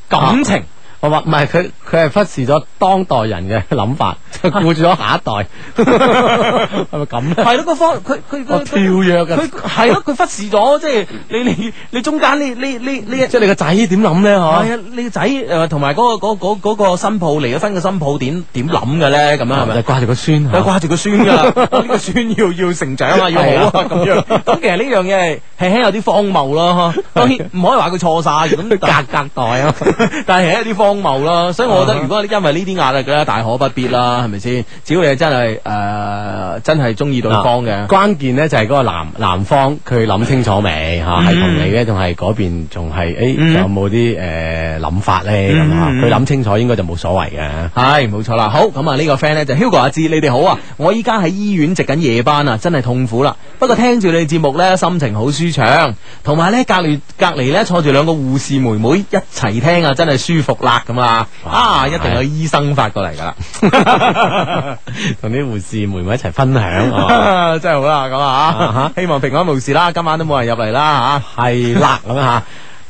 感情。
我話唔係佢佢係忽視咗當代人嘅諗法，就顧住咗下一代， 係咪咁咧？
啊係咯，嗰方佢佢
啊我
佢
跳躍啊
佢
嘅，
係咯，佢忽視咗，即係你你你中間呢呢呢呢一
即係你個仔點諗咧？
係
嗬，
啊，你個仔誒同埋嗰個嗰嗰嗰個新抱離咗婚嘅新抱點點諗嘅咧？咁樣係咪？
啊就掛住個孫
佢
嚇，
掛住個孫㗎 啦，呢個孫要要成 長啊啊，要好啊咁樣。 咁其實呢樣嘢係輕輕有啲荒謬咯，呵當然唔可以話佢錯晒咁，但
隔隔代啊。
但係有啲荒謬啦，所以我覺得如果你因為呢啲壓力咧，大可不必啦，係咪先？只要你真係誒、呃真係中意對方嘅，
啊關鍵咧就係嗰個男男方佢諗清楚未嚇，係同你咧仲係嗰邊仲係
嗯
誒有冇啲誒諗法咧咁嚇？
嗯
佢諗清楚應該就冇所謂嘅。
係冇錯啦。好咁啊，呢個 friend 咧就 Hugo 阿志，你哋好啊！我依家喺醫院值緊夜班啊，真係痛苦啦。不過聽住你哋節目咧，心情好舒暢，同埋咧隔離隔離咧坐住兩個護士妹妹一齊聽啊，真係舒服啦咁啊！
哇
啊，一定有醫生發過嚟㗎啦。
同啲護士妹妹一齊分享啊，
真係好啦，咁啊
啊，
希望平安無事啦，今晚都冇人入嚟啦
係啦咁 吓。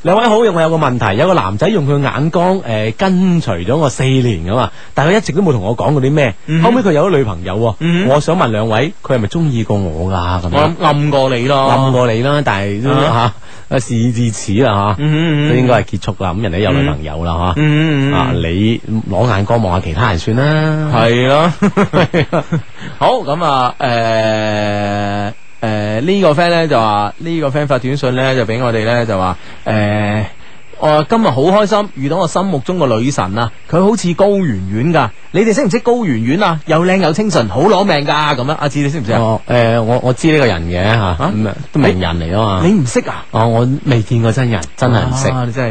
兩位好，我有個問題，有個男仔用佢眼光誒、呃跟隨咗我四年噶嘛，但係佢一直都冇同我講過啲咩。
嗯
後尾佢有咗女朋友喎，
嗯
我想問兩位，佢係咪中意過我㗎咁
吓，我
樣？
諗暗過你咯，
冧過你啦，但係都
啊
嚇啊事至此啦嚇，
嗯，嗯
都
嗯
應該係結束啦。咁人哋有女朋友啦嚇，
嗯嗯嗯
啊你攞眼光望下其他人算啦。
系 咯，啊好咁啊，诶诶呢個 friend 咧就話呢、個 friend 發短信咧就俾我哋咧就話诶。誒我今啊日好開心，遇到我心目中個女神啊！佢好似高圓圓噶，你哋識唔識高圓圓啊？又靚又清純，好攞命噶咁樣。阿志你識唔識啊？
我誒哦呃我我知呢個人嘅嚇，咁啊都名人嚟啊嘛
你。唔識啊？
哦，我未見過真人，真係唔識。
啊你真係，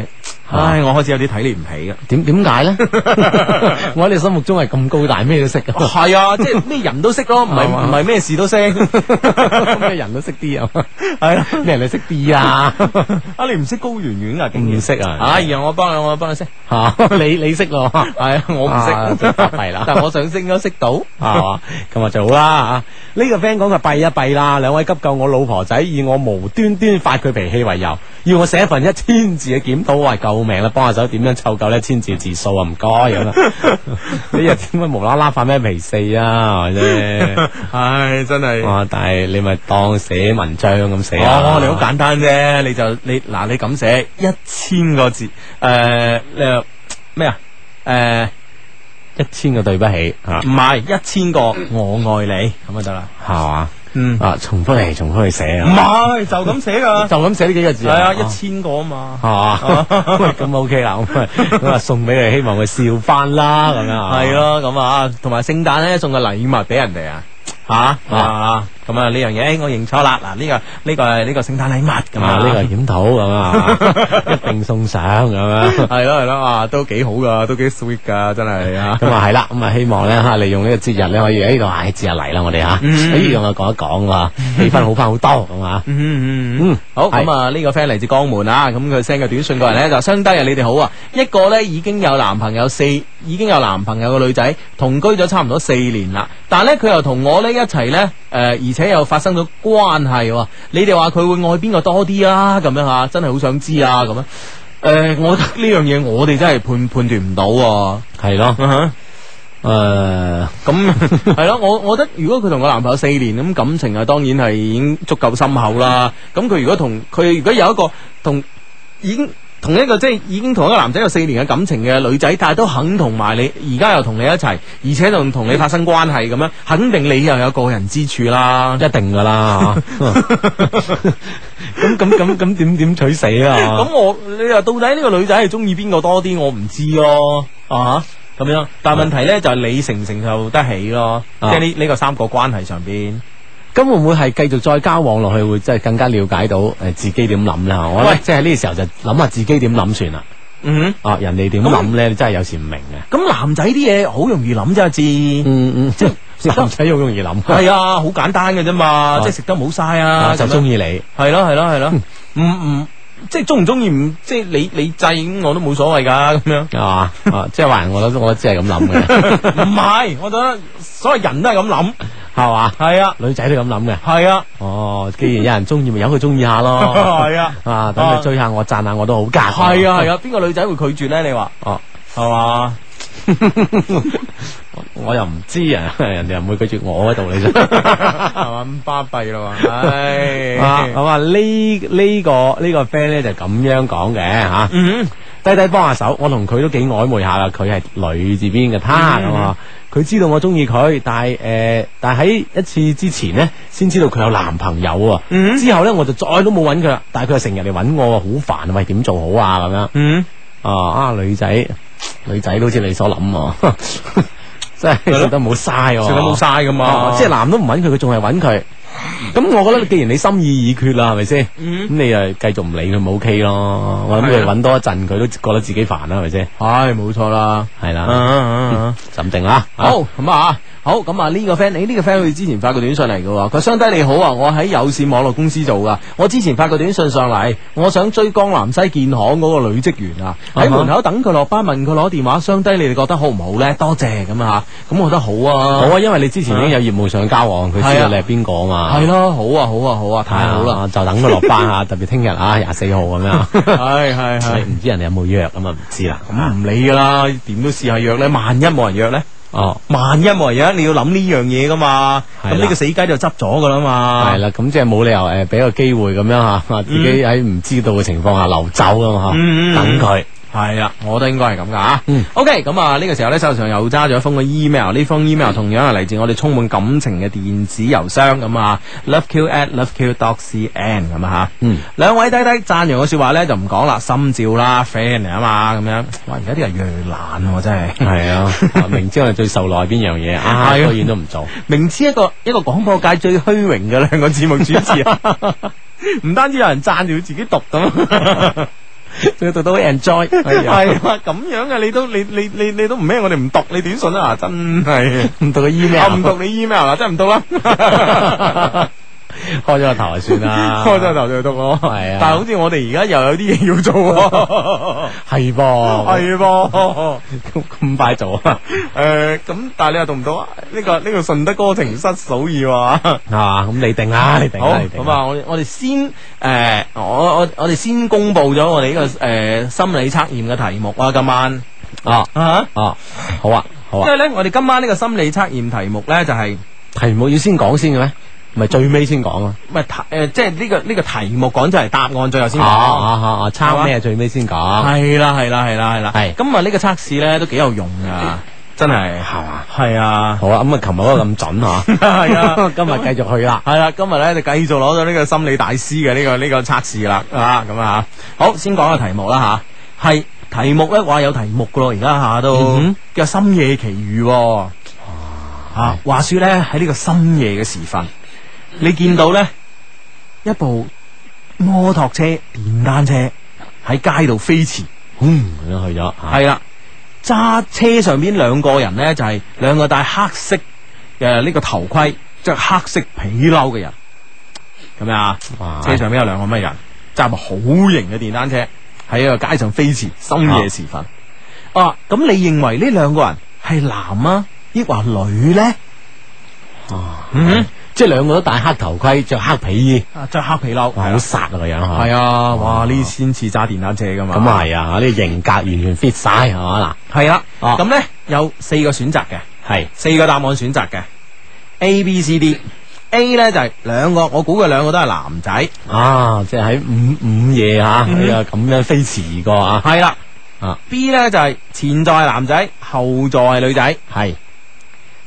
啊
唉，我開始有啲睇你唔起啊！
點點解 咧？ 我喺你心目中係咁高大，咩都識嘅，
係啊，即係咩人都識咯， 唔係唔係咩事都識。
咩人都識啲 啊？係啊，咩人都識啲啊？
啊，你唔識高圓圓啊？竟然
唔識啊
哎呀，我幫你，我幫你識。
嚇 你你識 咯？
系啊，我唔
啊
识
真，係弊啦
但我上升都识到。
啊嘛，咁啊最好啦吓。呢、個 friend 講佢閉一閉啦，兩位急救我老婆仔，以我無端端發佢脾氣為由，要我寫一份一千字嘅檢討，喂救命啦，幫下手點樣湊夠呢一千字字數啊，唔該咁啊。你又點解無啦啦發咩脾氣啊？係咪啫，
唉，真系哦，
哇！但係你咪當寫文章咁寫啊
你好簡單啫，你就你嗱，你咁寫一千個字，诶，你又咩啊？诶，
一千個對不起吓，
唔係一千個我愛你咁就得啦。
係嘛？
嗯
啊，重複嚟重複去寫
唔
啊，
係就咁寫噶，
就咁寫呢幾個字
係啊，一
係
千個啊嘛。
嘛，喂咁 OK 啦，咁啊咁啊送俾佢，希望佢笑翻啦，咁樣啊
系，咯，咁啊，同埋聖誕咧送個禮物俾人哋啊，吓啊，咁啊呢樣嘢，哎我認錯啦，嗱呢個呢個係呢個聖誕禮物咁
咁啊
啊，
呢個檢討咁 啊，一定送上咁樣。
係咯係咯，啊都幾好噶，都幾 sweet 噶，真係啊。
咁啊係啦，咁啊希望咧吓利用呢個節日咧可以喺度唉節日嚟啦，我哋吓，咦咁啊講一講啊，氣氛好翻好多咁啊。
嗯嗯嗯
嗯，
好
係
咁啊！呢個 friend 嚟自江門啊，咁佢 send 個短信過嚟咧，就相低啊！你哋好啊！一個咧已經有男朋友四，已經有男朋友嘅女仔同居咗差唔多四年啦，但係咧佢又同我咧一齊咧，誒、呃而且又發生咗關係喎。你哋話佢會愛邊個多啲啊？咁樣吓，真係好想知啊！咁樣，誒、我覺得呢樣嘢我哋真係判判斷唔到喎。
係咯，誒，
咁係咯，我我覺得如果佢同個男朋友四年咁感情啊，當然係已經足夠深厚啦。咁佢如果同佢如果有一個同已經同一個即係已經同一個男仔有四年嘅感情嘅女仔，但係都肯同埋你而家又同你一齊，而且仲同你發生關係咁樣，肯定你又有個人之處啦。
一定噶啦， 嚇咁咁咁咁點點取死啊？
咁我你話到底呢個女仔係中意邊個多啲，我唔知咯，啊咁樣。但係問題咧就係你承唔承受得起咯，即
啊
係呢呢個三角關係上邊。
咁會唔會係繼續再交往落去，會真係更加了解到誒自己點諗啦？我覺
喂
得即係呢時候就諗下自己點諗算啦。
嗯。
啊，人哋點諗咧，真係有時唔明嘅。
咁男仔啲嘢好容易諗啫，阿志。係
嗯嗯，即係男仔好容易諗，
啊，好簡單嘅啫嘛，
哦
即係食得冇晒啊，
就
咁樣
中意你。
係咯係咯係咯，唔唔即係中唔中意唔即係你你制咁我都冇所謂㗎咁 樣。
係嘛？啊，即係話人我諗，我只係咁諗嘅，
唔係，我覺得所有人都係咁諗。
係嘛？
係啊
女仔都咁諗嘅。
係啊
哦，既然有人中意，咪由佢中意下 咯。
係啊
啊，等佢追下我，讚下我都好夾。
係啊係啊，邊個女仔會拒絕咧？你話
哦，
係嘛？
我又唔知啊，人哋又唔會拒絕我嘅道理啫。
係嘛咁巴閉啦嘛，唉
啊，咁啊呢呢個呢個 friend 咧就咁樣講嘅吓，
嗯
低低幫下手，我同佢都幾曖昧下啦，佢係女字邊嘅
嗯
他咁啊，佢知道我中意佢，但係誒，但係喺一次之前呢，先知道佢有男朋友啊，
嗯
之後呢，我就再都冇揾佢啦，但係佢又成日嚟揾我，好煩啊，喂點做好啊咁樣
嗯。
啊啊女仔女仔都好似你所諗啊， 真係食得冇嘥喎，
食得冇晒啊噶嘛，
啊即係男都唔揾佢，佢仲係揾佢。咁我覺得既然你心意已決啦，係咪先？咁、
嗯
你又繼續唔理佢咪 OK 咯？我諗佢揾多一陣，佢都覺得自己煩啦，係咪先？
唉，冇錯啦。
係
啊
啦，
啊啊啊
沉定啦。
好咁啊，好咁啊，呢個 friend，誒呢個 friend 佢之前發個短信嚟嘅喎，佢相低你好啊，我喺有線網絡公司做噶，我之前發個短信上嚟，我想追江南西建行嗰個女職員啊，喺
啊哈
門口等佢落班，問佢攞電話，相低你哋覺得好唔好呢？多謝咁啊，咁我覺得好
好
啊，
啊，因為你之前已經有業務上交往，佢知道你係邊個啊嘛。
係咯，好啊，好啊，好啊，太好啦，
啊，就等佢落班啊，特別聽日啊，廿四號咁樣。
係係哦係，
唔知人哋有冇約咁啊？唔知啦。
咁唔理噶啦，點都試下約呢？萬一冇人約呢？
哦，
萬一冇人約，你要諗呢樣嘢噶嘛，
係
咁
啦
呢個死雞就執咗噶啦嘛，
係啦，咁即係冇理由誒，俾個機會咁樣吓，自己喺唔知道嘅情況下流走咁嘛
嗯嗯嗯嗯
等佢。
系啦，我都應該係咁噶吓。
嗯
OK，咁啊呢個時候呢，手上又揸咗一封嘅 email，呢封 email 同樣係嚟自我哋充滿感情嘅電子郵箱咁啊，loveq at loveq dot cn 咁啊吓。
嗯，
兩位低低讚揚嘅说話呢，就唔講啦，心照啦，friend 嚟啊嘛，咁樣。哇，而家啲人越嚟越懶喎，真係。
係啊， 啊明知我哋最受耐邊樣嘢
係啊
啊，居然都唔 做。
明知一個一個廣播界最虛榮嘅兩個節目主 持，唔單止有人讚住自己讀咁，仲要讀到 enjoy，係
哎
啊，咁樣嘅你都你你你你都唔咩？我哋唔讀你短信啊，真係
唔讀個
我
email，
唔讀你 email 啦，真係唔讀啦，
開咗個頭就算啦。
開咗頭就讀咯，
係啊
但係好似我哋而家又有啲嘢要 做
係
喎，
噃，
係噃。
咁咁快做啊？
誒咁，但係你又讀唔到啊？呢個呢個順德歌情失數意喎。
係嘛？啊咁你定啦，你定
好
啦，你定
咁
啦。
啊！我哋我哋先誒、呃我我我哋先公布咗我哋呢、個誒、呃心理測驗嘅題目啊！今晚
哦
啊，
哦，好啊好
因
啊。
為咧，我哋今晚呢個心理測驗題目咧就係
題目要先講先嘅咩？唔係最尾先講啊！
唔係題誒，即係呢個呢、個題目講就係答案，最後先
哦
講。
哦哦，
係嘛
抄咩最尾先講？
係啦係啦係啦係啦，
啊係
咁啊呢個測試咧都幾有用噶，真系
係嘛？
系啊。
好啦，咁啊，琴日嗰個咁準 吓，
系啊，
今日繼續去啦。
系啦，今日咧就繼續攞咗呢個心理大師嘅呢、個呢、個測試啦，啊咁啊，好先講個題目啦吓，係題目咧話有題目噶咯，而家下都
嗯
叫深夜奇遇喎、啊，話說咧喺呢個深夜嘅時分，你見到咧一部摩托車、電單車喺街度飛馳。
嗯，咁樣去咗嚇，
系啦，揸车上边两个人呢，就系、两个戴黑色嘅呃呢个头盔，着黑色皮褛嘅人，咁样啊，
哇
车上边有两个咩人揸部好型嘅电单车喺個街上飞驰，深夜时分。啊，咁、你认为呢两个人系男啊，抑或女呢？
啊
嗯，
即係兩個都戴黑頭盔，着黑皮衣，
啊，着黑皮褛，
哇好殺啊個樣嚇。
系啊，哇！呢先似揸電單車噶嘛，
咁啊係啊，呢個型格完全 fit 晒係嘛
係啦。
啊
咁呢，有四個選擇嘅，
嗱，係
四個答案選擇嘅 A、B、C、D。A 呢就係兩個，我估佢兩個都係男仔，
啊，即係喺午午夜嚇，
嗯
你又咁樣飛馳而過啊，
係啦。
啊
B 呢就係前座係男仔，後座係女仔。
係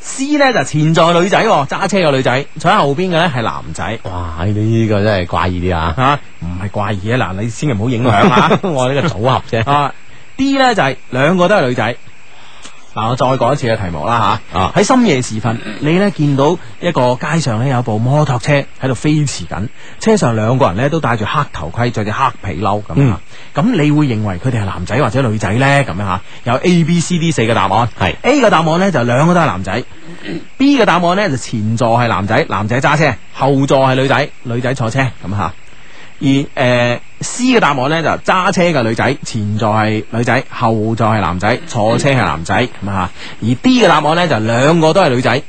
C 呢就係前座係女仔喎，揸車嘅女仔，坐喺後邊嘅呢係男仔。
哇！呢個真係怪異啲啊，！
吓，唔係怪異啊！嗱，你千祈唔好影響啊
我呢個組合啫。
啊，D 呢就係兩個都係女仔。嗱，我再講一次嘅題目啦吓，
啊
喺深夜時分，你呢見到一個街上呢有部摩托車喺度飛馳緊，車上兩個人呢都戴住黑頭盔，着住黑皮褸咁啊，咁、你會認為佢哋係男仔或者女仔呢？咁樣吓，有 A、B、C、D 四個答案，
係
A 嘅答案呢就兩個都係男仔，B 嘅答案呢就前座係男仔，男仔揸車，後座係女仔，女仔坐車咁啊吓。而誒、呃 C 嘅答案呢，就揸車嘅女仔，前座係女仔，後座係男仔，坐車係男仔咁啊。而 D 嘅答案呢，就兩個都係女仔，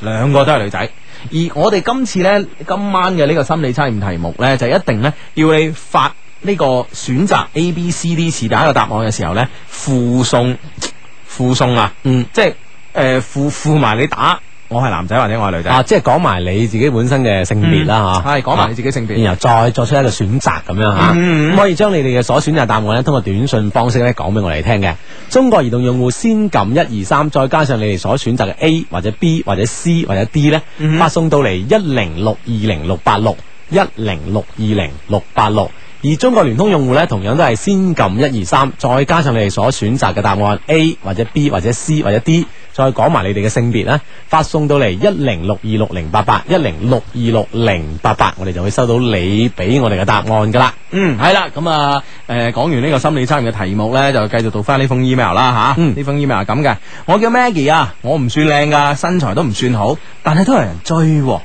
兩個都係女仔。而我哋今次呢，今晚嘅呢個心理測驗題目呢，就一定呢，要你發呢個選擇 A、B、C、D 是但一個答案嘅時候呢，附送附送啊，
嗯，
即係誒、呃附附埋你打，我係男仔或者我係女仔。
啊，即係講埋你自己本身嘅性別啦吓，
嗯係講埋你自己性別
然後再作出一個選擇咁樣吓，
嗯嗯
啊咁可以將你哋嘅所選擇答案咧，通過短信方式咧講俾我哋聽嘅。中國移動用戶先撳一二三，再加上你哋所選擇嘅 A 或者 B 或者 C 或者 D 咧，
嗯
發送到嚟一零六二零六八六一零六二零六八六。而中國聯通用戶咧，同樣都係先撳一二三，再加上你哋所選擇嘅答案 A 或者 B 或者 C 或者 D，再講埋你哋嘅性別咧，發送到嚟一零六二六零八八一零六二六零八八，我哋就會收到你俾我哋嘅答案噶啦。
嗯，系啦，咁啊，诶、講完呢個心理測驗嘅題目呢，就繼續讀翻呢封 email 啦吓。呢、
嗯
封 email 係咁嘅，我叫 Maggie 啊，我唔算靚噶，身材都唔算好，但係都有人追、喎。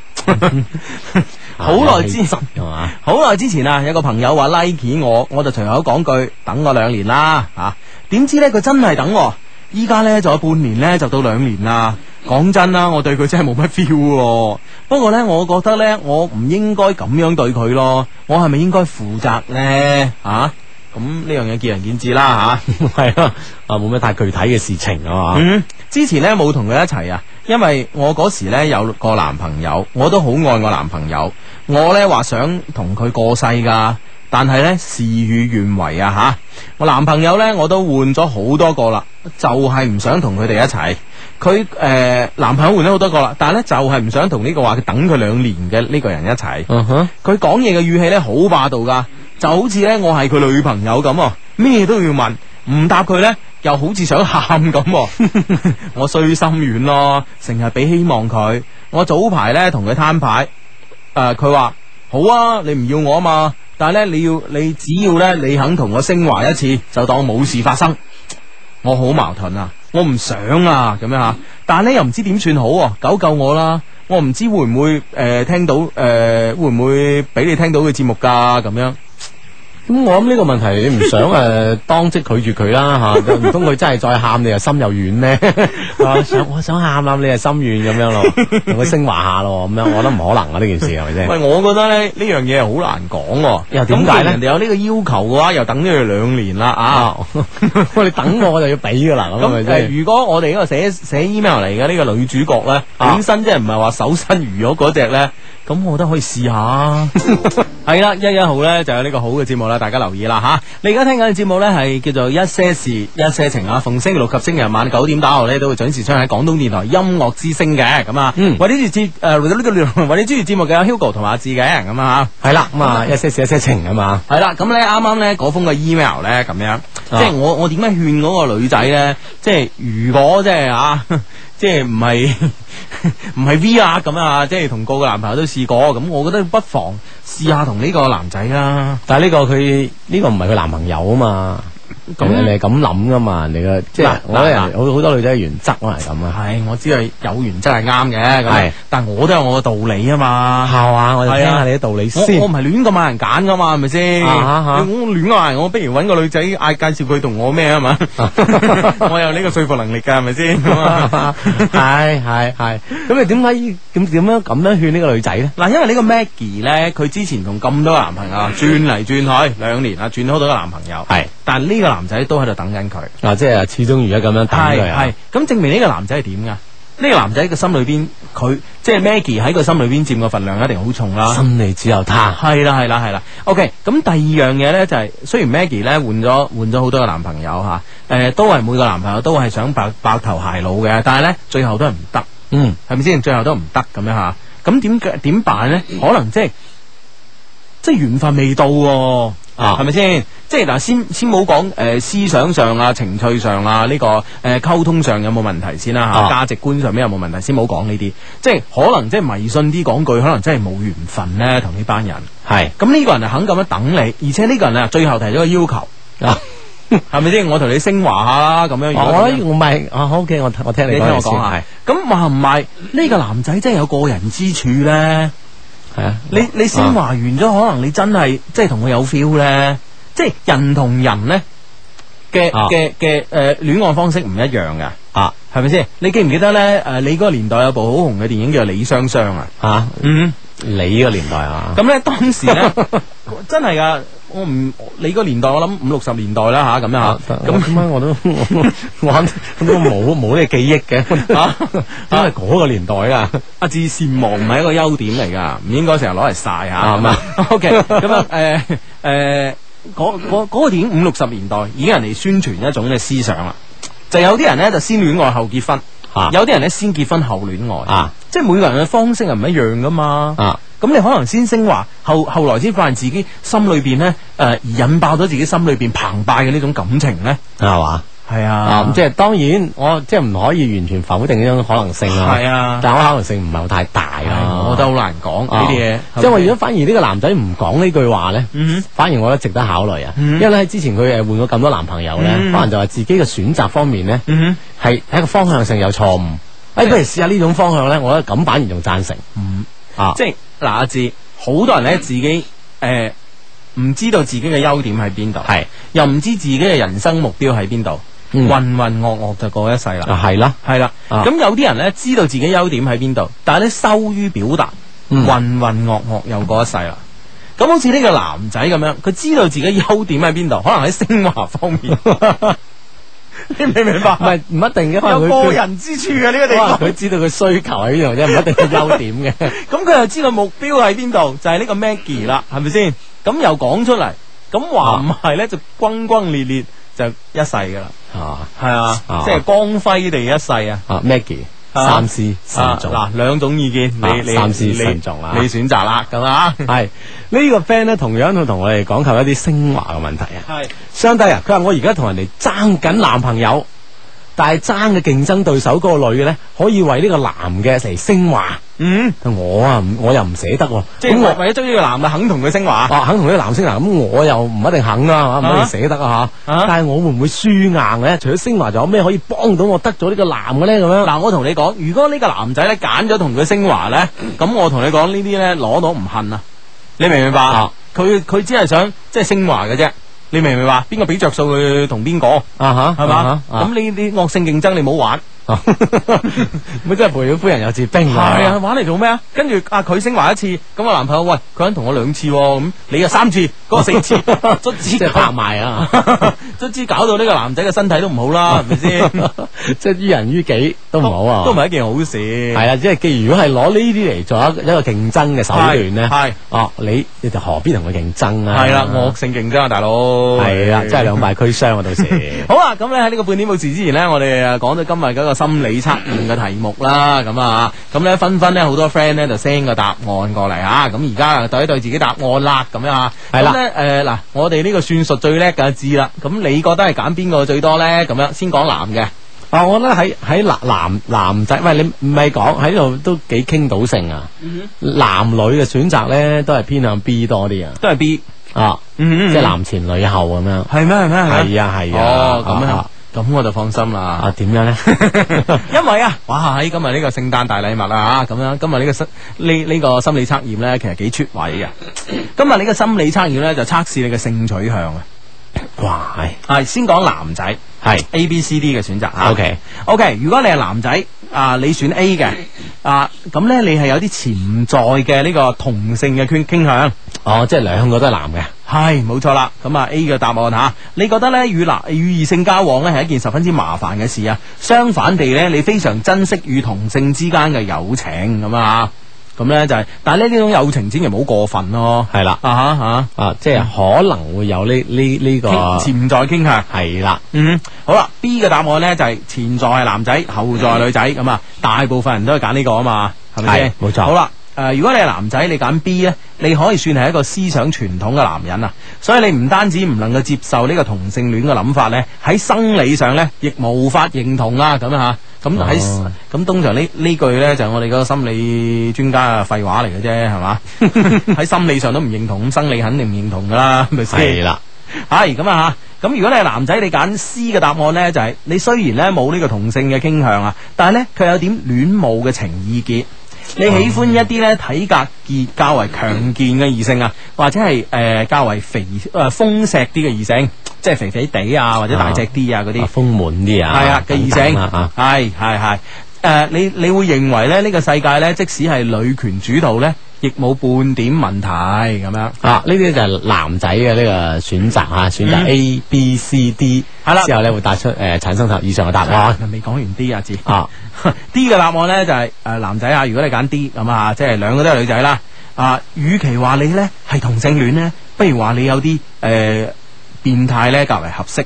好耐之
啊係嘛？
好耐之前啊，有個朋友話 like 我，我就隨口講句等我兩年啦啊！點知呢，佢真係等我，依家呢，仲有半年呢，就到兩年啦。講真啦，我對佢真係冇乜 feel 喎。不過呢，我覺得呢，我唔應該咁樣對佢咯。我係咪應該負責呢？啊，咁呢樣嘢見仁見智啦吓。
係咯，啊冇咩太具體嘅事情啊嘛。
嗯，之前呢冇同佢一齊啊，因為我嗰時呢有個男朋友，我都好愛我男朋友，我呢話想同佢過世噶。但係呢，事與願違啊吓！我男朋友呢，我都換咗好多個啦，就係唔想同佢哋一齊。佢誒、呃男朋友換咗好多個啦，但係呢，就係唔想同呢個話佢等佢兩年嘅呢個人一齊。
嗯哼，
佢講嘢嘅語氣咧好霸道噶，就好似咧我係佢女朋友咁喎，咩都要問，唔答佢咧又好似想喊咁 喎。我衰心軟咯，成日俾希望佢。我早排咧同佢攤牌，诶佢話好啊，你唔要我啊嘛，但係咧你要你只要咧你肯同我升華一次，就當冇事發生。我好矛盾啊，我唔想啊，咁樣吓，但係咧又唔知點算好啊，救救我啦！我唔知會唔會诶、呃、听到诶、呃、会唔會俾你聽到嘅節目㗎咁樣。
咁我諗呢個問題你唔想 誒、呃、當即拒絕佢啦嚇，唔通佢真係再喊你又心又軟咩？ 啊想我想喊喊你又心軟咁樣 咯，同佢升華下咯咁樣，我覺得唔可能啊呢件事係咪
喂，
先？
我覺得咧呢樣嘢係好難講喎、
又點解呢
咁既然人哋有呢個要求嘅話，又等咗佢兩年啦啊！
喂，你等 我我就要俾噶啦，咁係咪
咁誒、
先？
如果我哋呢個寫寫 email 嚟嘅呢個女主角咧，
啊
本身即係唔係話守 身如玉嗰只咧，咁我覺得可以試下。係啦，一一號咧就有呢個好嘅節目啦，啊，大家留意啦吓。你而家聽緊嘅節目呢，係叫做一些事一些情啊，逢星期六及星期日晚九點打後啊呢，都會準時出現喺廣東電台音樂之聲嘅咁啊。
嗯
為呢節誒為呢主持節目嘅有 Hugo 同埋阿志嘅咁啊。
系啦，咁啊一些事一些情啊嘛，
系啦，咁咧啱啱咧嗰封嘅 email 咧咁樣，即
啊
係我我點解勸嗰個女仔咧？即係如果即係啊， 即係唔係 唔係 V 啊咁啊，即係同個個男朋友都試過，咁我覺得不妨試下同呢個男仔啦。
但系呢個佢呢個唔係佢男朋友啊嘛，
咁
人哋係咁諗噶嘛，人哋嘅即係
嗱
我覺得人
嗱
哋好好多女仔嘅原則可能係咁啊，
係，我知道有原則係啱嘅，
係
咁啊但我都有我嘅道理啊嘛。
係嘛，我就聽
係啊
下你啲道理
我
先
我唔。係亂咁嗌人揀噶嘛，係咪先？
啊哈哈
我亂嗌，我不如揾個女仔嗌介紹佢同我咩 啊嘛？我有呢個說服能力㗎，係咪先？咁 啊
係係係，咁你點解要咁點樣咁樣勸呢個女仔咧？
嗱，因為呢個 Maggie 咧，佢之前同咁多個男朋友轉嚟轉去兩年啊，轉咗好多個男朋友，
係
但呢個男仔都喺度等緊佢，
啊，即係始終而家咁樣等佢啊
係，咁證明呢個男仔係點噶？呢個男仔嘅心裏邊，佢即係 Maggie 喺個心裏邊佔嘅份量一定好重啦。
心裏只有他。
係啦係啦係啦，OK。咁第二樣嘢咧就係、雖然 Maggie 咧換咗換咗好多個男朋友吓，誒、都係每個男朋友都係想白白頭偕老嘅，但係咧最後都係唔得。
嗯，
系咪先？最後都唔得咁樣吓，咁點解點辦咧？
嗯
可能即係即係緣分未到喎、
啊
係咪先？即係嗱，先先冇講诶思想上啊、情趣上啊、呢、個个诶沟通上有冇問題先啦吓，
啊
價值觀上面有冇問題先，冇講呢啲。即係可能即係迷信啲講句，可能真係冇緣分咧，同呢班人。
係
咁呢個人啊肯咁樣等你，而且呢個人啊最後提咗個要求，
啊。哦
係咪先？我同你升華下啦，咁樣。如
我
果咁樣
覺得我唔係啊，OK，我我聽你
你聽
講啊
我
嘢先
講下
係，
咁話唔埋呢個男仔真係有過人之處咧。
係啊，
你你升華完咗，可能你真係即係同佢有 feel 咧，即係人同人咧嘅
啊
嘅嘅誒戀愛方式唔一樣噶，
啊
係咪先？你記唔記得咧？誒、你嗰個年代有部好紅嘅電影叫《李雙雙》啊，
啊，
嗯，
你個年代啊，
咁咧當 時咧真係噶，我唔你個年代我諗五六十年代啦吓，咁樣
啊
嚇，
咁點解我都我我我都冇冇呢個記憶嘅？
啊
因為嗰個年代啊，
阿志善忘唔係一個優點嚟㗎，唔應該成日攞嚟晒嚇。
啱啊
OK，咁啊 誒誒，嗰嗰嗰個電影五六十年代已經人哋宣傳一種嘅思想啦，就有啲人咧就先戀愛後結婚，
啊
有啲人咧先結婚後戀愛，
啊
即係每個人嘅方式係唔一樣㗎嘛。
啊
咁你可能先升華，後後來先發現自己心裏邊咧誒引爆咗自己心裏邊澎湃嘅呢種感情咧，
係嘛
係
啊，咁
啊，
即係當然，我即係唔可以完全否定呢種可能性啊。
係啊
但我可能性唔係太大啊。
我覺得好難講呢啲嘢，
即係我如果反而呢個男仔唔講呢句話咧，
嗯哼
反而我覺得值得考慮啊。
嗯
因為咧之前佢誒呃換過咁多男朋友咧，
嗯
可能就係自己嘅選擇方面咧
嗯哼。
係喺個方向性有錯誤。誒，不如試下呢種方向咧，我覺得咁反而仲贊成。啊，
嗯即係嗱，阿志，好多人咧自己诶唔、知道自己嘅優點喺邊度，
係
又唔知自己嘅人生目標喺邊度，
嗯
混混噩噩就過一世啦。
啊係啦，
係啦，
啊
咁有啲人咧知道自己優點喺邊度，但係咧羞於表達，
嗯
混混噩噩又過一世啦。咁好似呢個男仔咁樣，佢知道自己優點喺邊度，可能喺升華方面， 你明唔明
唔
白？
係唔一定嘅，可
有
能
個
佢
人之處嘅呢個地
佢
方
可。能佢知道佢需求喺邊度啫，唔一定係優點 嘅。
咁佢又知道目標喺邊度，就係、呢個 Maggie 啦，係咪先？咁又講出嚟，咁話唔係咧就轟轟烈烈就一世噶啦，
啊
係啊，
啊
即係光輝地一世啊！
啊，Maggie
啊
三思慎重。
啊嗱，兩種意見，
啊
你你
三思
你
慎重啊
你選擇啦，咁啊，
係呢個 friend 咧，同樣都同我哋講求一啲升華嘅問題啊。
係
相低啊，佢話我而家同人哋爭緊男朋友，但係爭嘅競爭對手嗰個女嘅咧，可以為呢個男嘅嚟升華。
嗯，
我啊，唔我又唔捨得喎。
即係
咁
為
我
為咗追呢個男嘅肯同佢升華，
啊肯同呢個男升華，咁我又唔一定肯啦，唔一定
啊
捨得啊吓。
啊
但係我會唔會輸硬咧？除咗升華，仲有咩可以幫到我得咗呢個男嘅咧？咁樣
嗱，我同你講，如果呢個男仔咧揀咗同佢升華咧，咁我同你講呢啲咧攞到唔恨啊！你明唔明白
啊？
佢佢只係想即係升華嘅啫，你明唔明白？邊個俾着數佢同邊個
啊吓
係嘛？咁
咁
呢啲惡性競爭你唔好玩，
咪真係培養夫人有志兵
係啊，玩嚟做咩啊？跟住啊，佢升華一次，咁我男朋友喂，佢肯同我兩次喎，咁你啊三次，嗰 個四次，卒
即
之
係拍
搞
埋啊！
卒之搞到呢個男仔嘅身體都唔好啦，係咪先？
即係於人於己都唔好啊，
都唔係一件好事。
系啦，即系既如果係攞呢啲嚟做一一个竞争嘅手段咧，
係係
哦，你你就何必同佢競爭啊？
係啦，惡性競爭啊，大佬。
係啦，真係兩敗俱傷啊！到時
好啦，咁咧喺呢個半點報時之前呢，我哋啊講到今日嗰個心理測驗嘅題目啦，咁啊，咁咧紛紛咧好多 friend 咧就 send 個答案過嚟啊，咁而家啊對一對自己答案啦，咁樣啊，
係啦
咁咧誒嗱，我哋呢個算術最叻嘅知啦，咁你覺得係揀邊個最多咧？咁樣先講男嘅，
啊，我覺得喺喺男男男仔，喂，你唔係講喺度都幾傾到性啊！
嗯
男女嘅選擇咧，都係偏向 B 多啲啊，
都係 B，
啊，
嗯
即係男前女後咁樣。
係咩係咩
係啊係啊，
哦咁樣
啊，
咁我就放心啦。
啊點樣咧？
因為啊，哇！喺今日呢個聖誕大禮物啊，咁樣今日呢個心呢呢個心理測驗呢，其實幾出位嘅。今日呢個心理測驗呢，就測試你嘅性取向啊。
哇，係
係啊先講男仔
係
A、B、C、D 嘅選擇吓。
OK
OK，如果你係男仔啊，你選 A 嘅啊，咁呢，你係有啲潛在嘅呢個同性嘅傾傾向。
哦，即係兩個都係男嘅。
係冇錯啦，咁啊 A 嘅答案吓，你覺得呢？與男與異性交往呢係一件十分之麻煩嘅事啊？相反地呢，你非常珍惜與同性之間嘅友情咁啊，咁呢就係，但係呢呢種友情千祈唔好過分咯，
係啦
啊哈啊
啊，即係可能會有呢呢呢個
哈，傾潛在傾向。
係啦，
嗯，好啦，B 嘅答案呢就係前在係男仔，後在係女仔咁啊，大部分人都係揀呢個啊嘛，係咪先？
係冇錯
好啦。誒、如果你係男仔，你揀 B 呢，你可以算係一個思想傳統嘅男人啊，所以你唔單止唔能夠接受呢個同性戀嘅諗法呢，喺生理上呢，亦無法認同啦，咁啊嚇，咁喺
哦
咁通常呢呢句呢，就係我哋嗰個心理專家嘅廢話嚟嘅啫，係嘛？ 喺心理上都唔認同，咁生理肯定唔認同噶啦，係咪先？
係啦。
系咁啊吓，咁如果你係男仔，你揀 C 嘅答案呢，就係你雖然呢冇呢個同性嘅傾向啊，但係呢，佢有點戀慕嘅情意結。你喜歡一啲呢體格健較為強健嘅異性啊，或者係誒、呃、較為肥誒、呃、豐碩啲嘅異性，即係肥肥地啊，或者大隻啲啊嗰啲
啊。豐滿啲啊，
系啊嘅異
等
性，
等啊
係係係誒，你你會認為咧呢、個世界呢，即使係女權主導呢，亦冇半點問題咁樣。
啊！呢啲就係男仔嘅呢個選擇啊，選擇
嗯
A、B、C、D，
係啦
之後咧會帶出誒產生以上嘅答 案
未講完 D 啊，字。
啊，
D 嘅答案呢，就係、呃男仔啊，如果你揀 D 咁啊，即係兩個都係女仔啦。啊，與其話你呢係同性戀呢，不如話你有啲誒、呃、變態呢較為合適。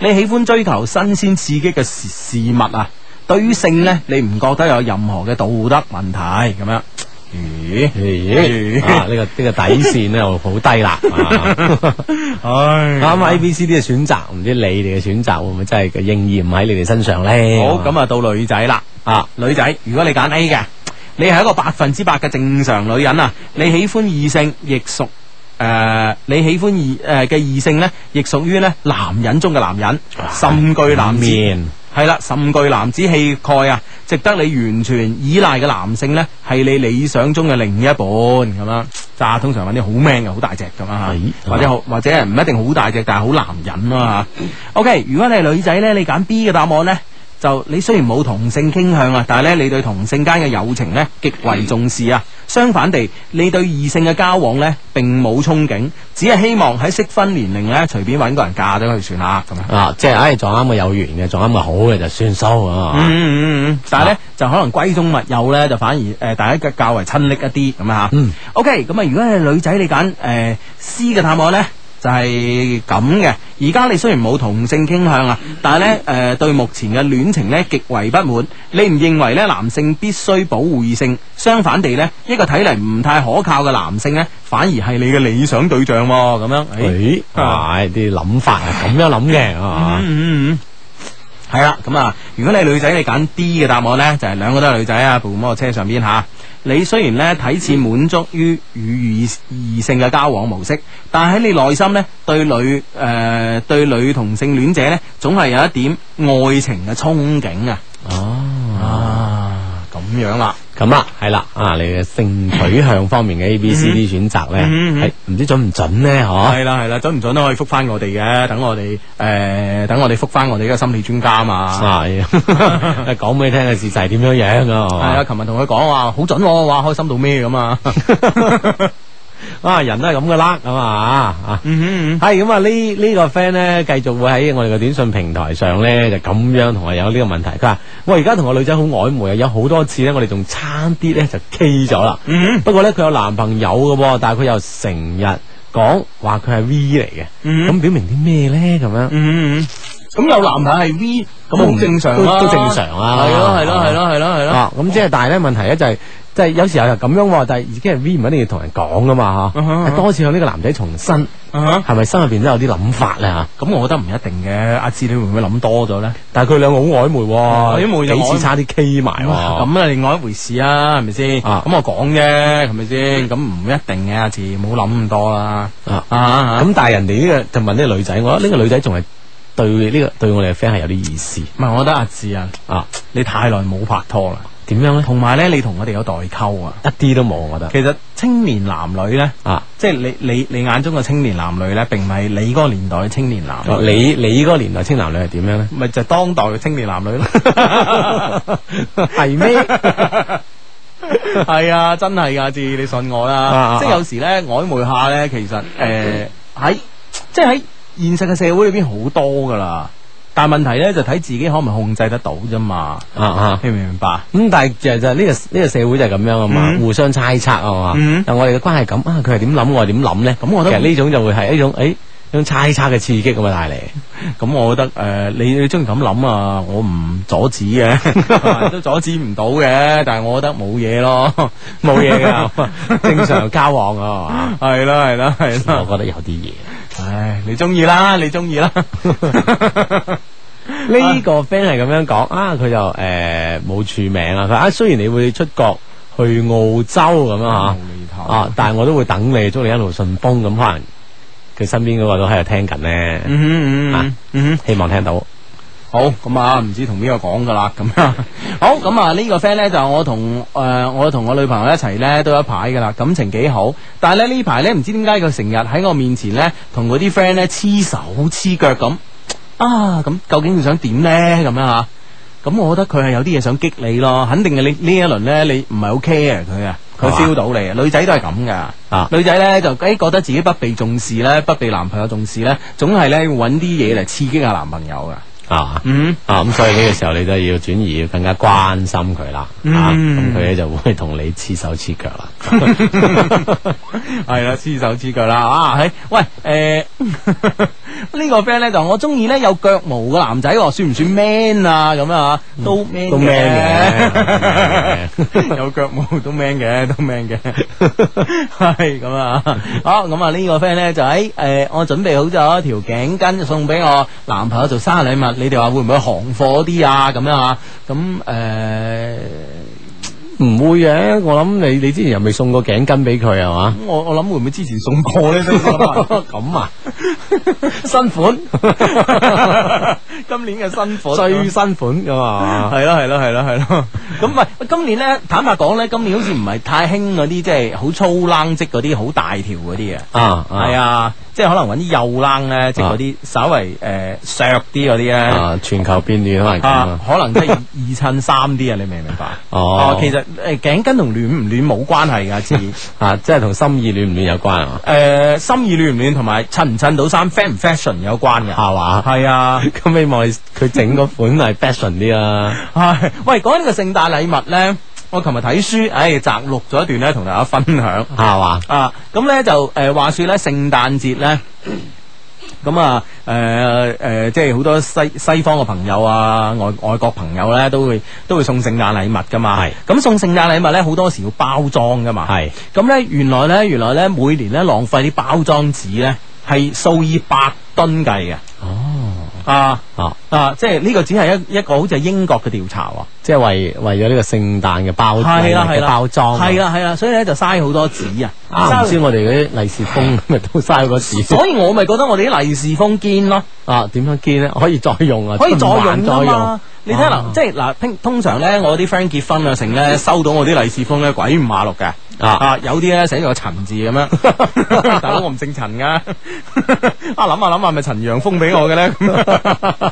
你喜歡追求新鮮刺激嘅事事物啊，對於性呢，你唔覺得有任何嘅道德問題咁樣？咦
咦啊呢個呢個底線咧好低啦。 啊啱
唉
啱 A、B、C、D 嘅選擇，唔知你哋嘅選擇會唔會真係應驗喺你哋身上咧？
好，咁啊到女仔啦，啊女仔，如果你揀 A 嘅，你係一個百分之百嘅正常女人啊，你喜歡異性亦屬诶、呃你喜歡異诶嘅異性呢，亦屬於呢男人中嘅男人，甚具男子
啊面
係啦，甚具男子氣概啊，值得你完全依賴嘅男性呢，係你理想中嘅另一半咁樣。咋通常揾啲好 man 嘅，好大隻咁啊
咦，
或者好或者唔一定好大隻，但係好男人啊嚇。OK，如果你係女仔呢，你揀 B 嘅答案呢。就你雖然冇同性傾向啊，但係咧你對同性間嘅友情呢極為重視啊。相反地，你對異性嘅交往呢並冇憧憬，只係希望喺適婚年齡呢隨便揾個人嫁咗佢算啦咁樣。
啊，即係唉撞啱個有緣嘅，撞啱個好嘅就算數啊。
嗯嗯嗯嗯，但系咧、就可能闺中密友咧，就反而誒、呃大家較為親昵一啲咁啊嚇。
嗯
，OK，咁啊，如果係女仔你揀誒、呃 C 嘅探案咧。就係咁嘅，而家你雖然冇同性傾向啊，
嗯
但係咧，誒、對目前嘅戀情咧極為不滿。你唔認為咧男性必須保護異性，相反地咧，一個睇嚟唔太可靠嘅男性咧，反而係你嘅理想對象喎、咁樣。哎
誒，係啊啲諗法係咁樣諗嘅啊。
嗯嗯嗯，系啦，咁啊，如果你係女仔，你揀 D 嘅答案呢，就係兩個都係女仔啊，部摩托車上邊吓。你雖然呢睇似滿足於與異異性嘅交往模式，但喺你內心呢，對女誒、呃、對女同性戀者呢，總係有一點愛情嘅憧憬啊！
哦。
啊，咁樣啦，
咁啦，系啦，啊，你嘅性取向方面嘅 A、B、C、D 選擇咧，
嗯嗯嗯
係唔知準唔準咧？嗬，
係啦係啦，準唔準都可以覆翻我哋嘅，等我哋誒、呃等我哋覆翻我哋嘅心理專家嘛。
係啊 講俾你聽嘅事就係點樣樣噶，係
系啊，
嘛
琴日同佢講話好準喎，話開心到咩咁啊！
啊，人都係咁噶啦，咁啊啊。
嗯
系咁啊！呢呢個 friend 咧，繼續會喺我哋嘅短信平台上咧，就咁樣同我有呢個問題。佢話我而家同個女仔好曖昧啊，有好多次咧，我哋仲差啲咧就 K 咗啦。
嗯
不過咧，佢有男朋友嘅喎，但係佢又成日講話佢係 V 嚟嘅，咁、
嗯
表明啲咩咧？咁樣
嗯，咁有男朋友係 V，咁啊好嗯正常啦，
都都正常啊
係咯係咯係咯係咯係咯。
啊，咁即係但係咧問題咧就係、即係有時候又咁樣喎，但係已經係 V 唔一定要同人講噶嘛嚇
嗯哼嗯哼
多次向呢個男仔重申，
啊哈
係咪心入邊都有啲諗法咧嚇？
咁我覺得唔一定嘅，阿志你會唔會諗多咗咧？
但係佢兩個好曖昧喎，
曖昧就
幾
曖昧
次差啲 K 埋喎。
咁啊，另外一回事啊，係咪先？
啊
咁我講啫，係咪先？咁唔一定嘅，阿志冇諗咁多啦。
啊
啊咁
咁但係人哋呢個就問呢個女仔，我覺得呢個女仔仲係對呢個對我哋嘅 friend 係有啲意思
唔係，我覺得阿志啊，
啊？
你太耐冇拍拖啦，
點樣咧？
同埋咧，你同我哋有代溝啊。
一啲都冇，我覺得
其實青年男女咧，
啊！
即係你你你眼中嘅青年男女咧，並唔係你嗰個年代嘅青年男女，
你你嗰個年代青男女係點樣咧？
咪就係當代嘅青年男女咯。
係咩？
系啊，真系噶，志，你信我
啊
啦。
啊嗯
即系有時咧，曖昧下咧，其實诶喺即係喺現實嘅社會裏邊好多噶啦。但系問題咧就睇自己可唔可以控制得到啫嘛。
啊啊！
你明唔明白？
咁但係就係就係呢個呢個社會就係咁樣啊嘛，
嗯
互相猜測啊
嗯
嘛。但我哋嘅關係咁啊，佢係點諗，我係點諗咧？
咁我覺
其
得
實呢種就會係一種誒一種猜測嘅刺激咁啊帶嚟。
咁我覺得誒、呃你你中意咁諗啊，我唔阻止嘅， 都阻止唔到嘅。但係我覺得冇嘢咯，
冇嘢 㗎，正常交往啊
係啦係啦係
嘛。
啦。
我覺得有啲嘢。
唉，你中意啦，你中意啦。
呢個 friend 係咁樣講啊，佢就誒冇署名啊。佢話啊，雖然你會出國去澳洲咁樣嚇
無厘頭
啊，但係我都會等你，祝你一路順風咁。可能佢身邊嗰個都喺度聽緊咧，
嗯哼嗯哼
啊
嗯哼。
希望聽到。
好咁啊，唔知同邊個講噶啦，咁啊， 好咁啊，呢個 friend 咧就我同誒、呃我同我女朋友一齊咧都有一排噶啦，感情幾好，但係咧呢排咧唔知點解佢成日喺我面前咧同嗰啲 friend 咧黐手黐腳咁啊，咁究竟佢想點咧咁樣啊？咁我覺得佢係有啲嘢想激你咯，肯定係你呢一輪咧你唔係好 care 佢啊，佢
係嘛
feel 到你啊，女仔都係咁噶。
啊
女仔咧就誒覺得自己不被重視咧，不被男朋友重視咧，總係咧揾啲嘢嚟刺激下男朋友噶。
啊
嗯。
啊！咁所以呢個時候你都要轉移，更加關心佢啦。啊，
嗯
咁佢咧就會同你黐手黐腳啦。
系啦，黐手黐腳啦啊！係喂，诶、呢個 friend 咧就我中意咧有腳毛嘅男仔喎，算唔算 man 啊？咁啊， 都 man
嗯都 man 嘅
嘅， 有腳毛都 man 嘅，都 man 嘅，係咁啊！好咁啊，呢個 friend 咧就喺诶、誒我準備好咗條頸巾送俾我男朋友做生日禮物，你哋話會唔會行貨啲啊？咁樣啊？咁诶。
唔會嘅，我諗你你之前又未送過頸巾俾佢係 嘛？
咁我我諗會唔會之前送過咧？咁啊，新款，今年嘅新款
最新款噶嘛？
係咯係咯係咯係咯，咁唔係今年咧，坦白講咧，今年好似唔係太興嗰啲即係好粗冷織嗰啲好大條嗰啲嘅，
啊，
係
啊。
啊，即係可能揾啲幼冷咧，即係嗰啲稍微誒削啲嗰啲咧。
啊！全球變暖可能咁
啊
啊，，
可能即係二襯三啲啊，你明唔明白？啊
哦
其實誒頸巾同暖唔暖冇關係㗎，自
啊，即係同心意暖唔暖有關啊，
誒、心意亂唔亂同埋襯唔襯到衫 fashion 唔 fashion 有關嘅。
係嘛？
係啊，
咁希望你佢整嗰款係 fashion 啲啊 啦，
係啊喂，講緊呢個聖誕禮物咧，我琴日睇書，唉、摘錄咗一段咧，同大家分享
係嘛？
啊。咁咧就誒、呃、話説咧，聖誕節咧。咁啊，誒、誒、即係好多西西方嘅朋友啊，外外國朋友咧，都會都會送聖誕禮物噶嘛。
係
咁送聖誕禮物咧，好多時要包裝噶嘛。
係
咁咧，原來咧，原來咧，每年咧浪費啲包裝紙咧，係數以百噸計嘅。
哦，
啊
啊，
啊，即係呢個只係一一個好似係英國嘅調查喎。
即係為為咗呢個聖誕嘅包
係啦
禮物
係
嘅
啦，
包裝，
係，啦係啦，所以咧就嘥好多紙啊，
啊，唔
嘥
知我哋嗰啲利是封 咪都嘥嗰紙
所以我咪覺得我哋啲利是封 堅咯，
啊？點樣堅咧？可以再用啊，
可以再
循環
用啊
再
嘛
用。
你睇下
啊
嗱，即係嗱，通通常咧，我啲 friend 結婚啊，成咧收到我啲利是封咧，鬼五馬六嘅，
啊
啊，有啲咧寫咗個陳字咁 樣，大佬我唔姓陳噶， 啊諗下諗下，咪陳陽峰俾我嘅咧，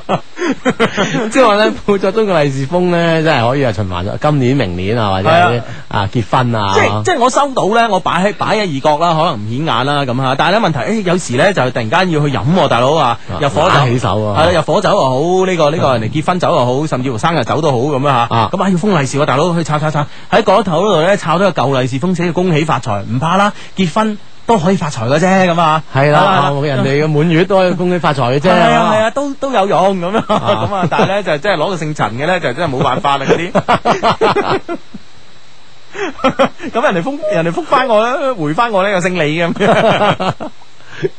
即系话咧，配作中國利是封咧，真係可以係循環咗，今年、明年啊，或者
係啊
啊結婚
即係
啊，
即係我收到咧，我擺喺擺喺二角啦，可能唔顯眼啦咁吓，但係咧問題，誒有時咧就突然間要去飲喎，大佬啊，入伙
拉
酒
起手啊
係啦，入伙酒又好，呢個呢個人哋結婚酒又好，甚至乎生日酒都好咁啊
啊
咁啊要封利是喎，大佬去抄抄抄，喺嗰頭嗰度咧抄到個舊利是封寫嘅恭喜發財，唔怕啦，結婚都可以發財嘅啫，咁啊，
係啦，啊
係
人哋嘅滿月都可以恭喜發財嘅啫，
係啊係
啊
啊，都都有用咁樣
啊
咁啊，但係咧就真係攞個姓陳嘅咧就真係冇辦法啦嗰啲。 咁人哋覆人哋覆翻我咧，回翻我呢個姓李咁樣。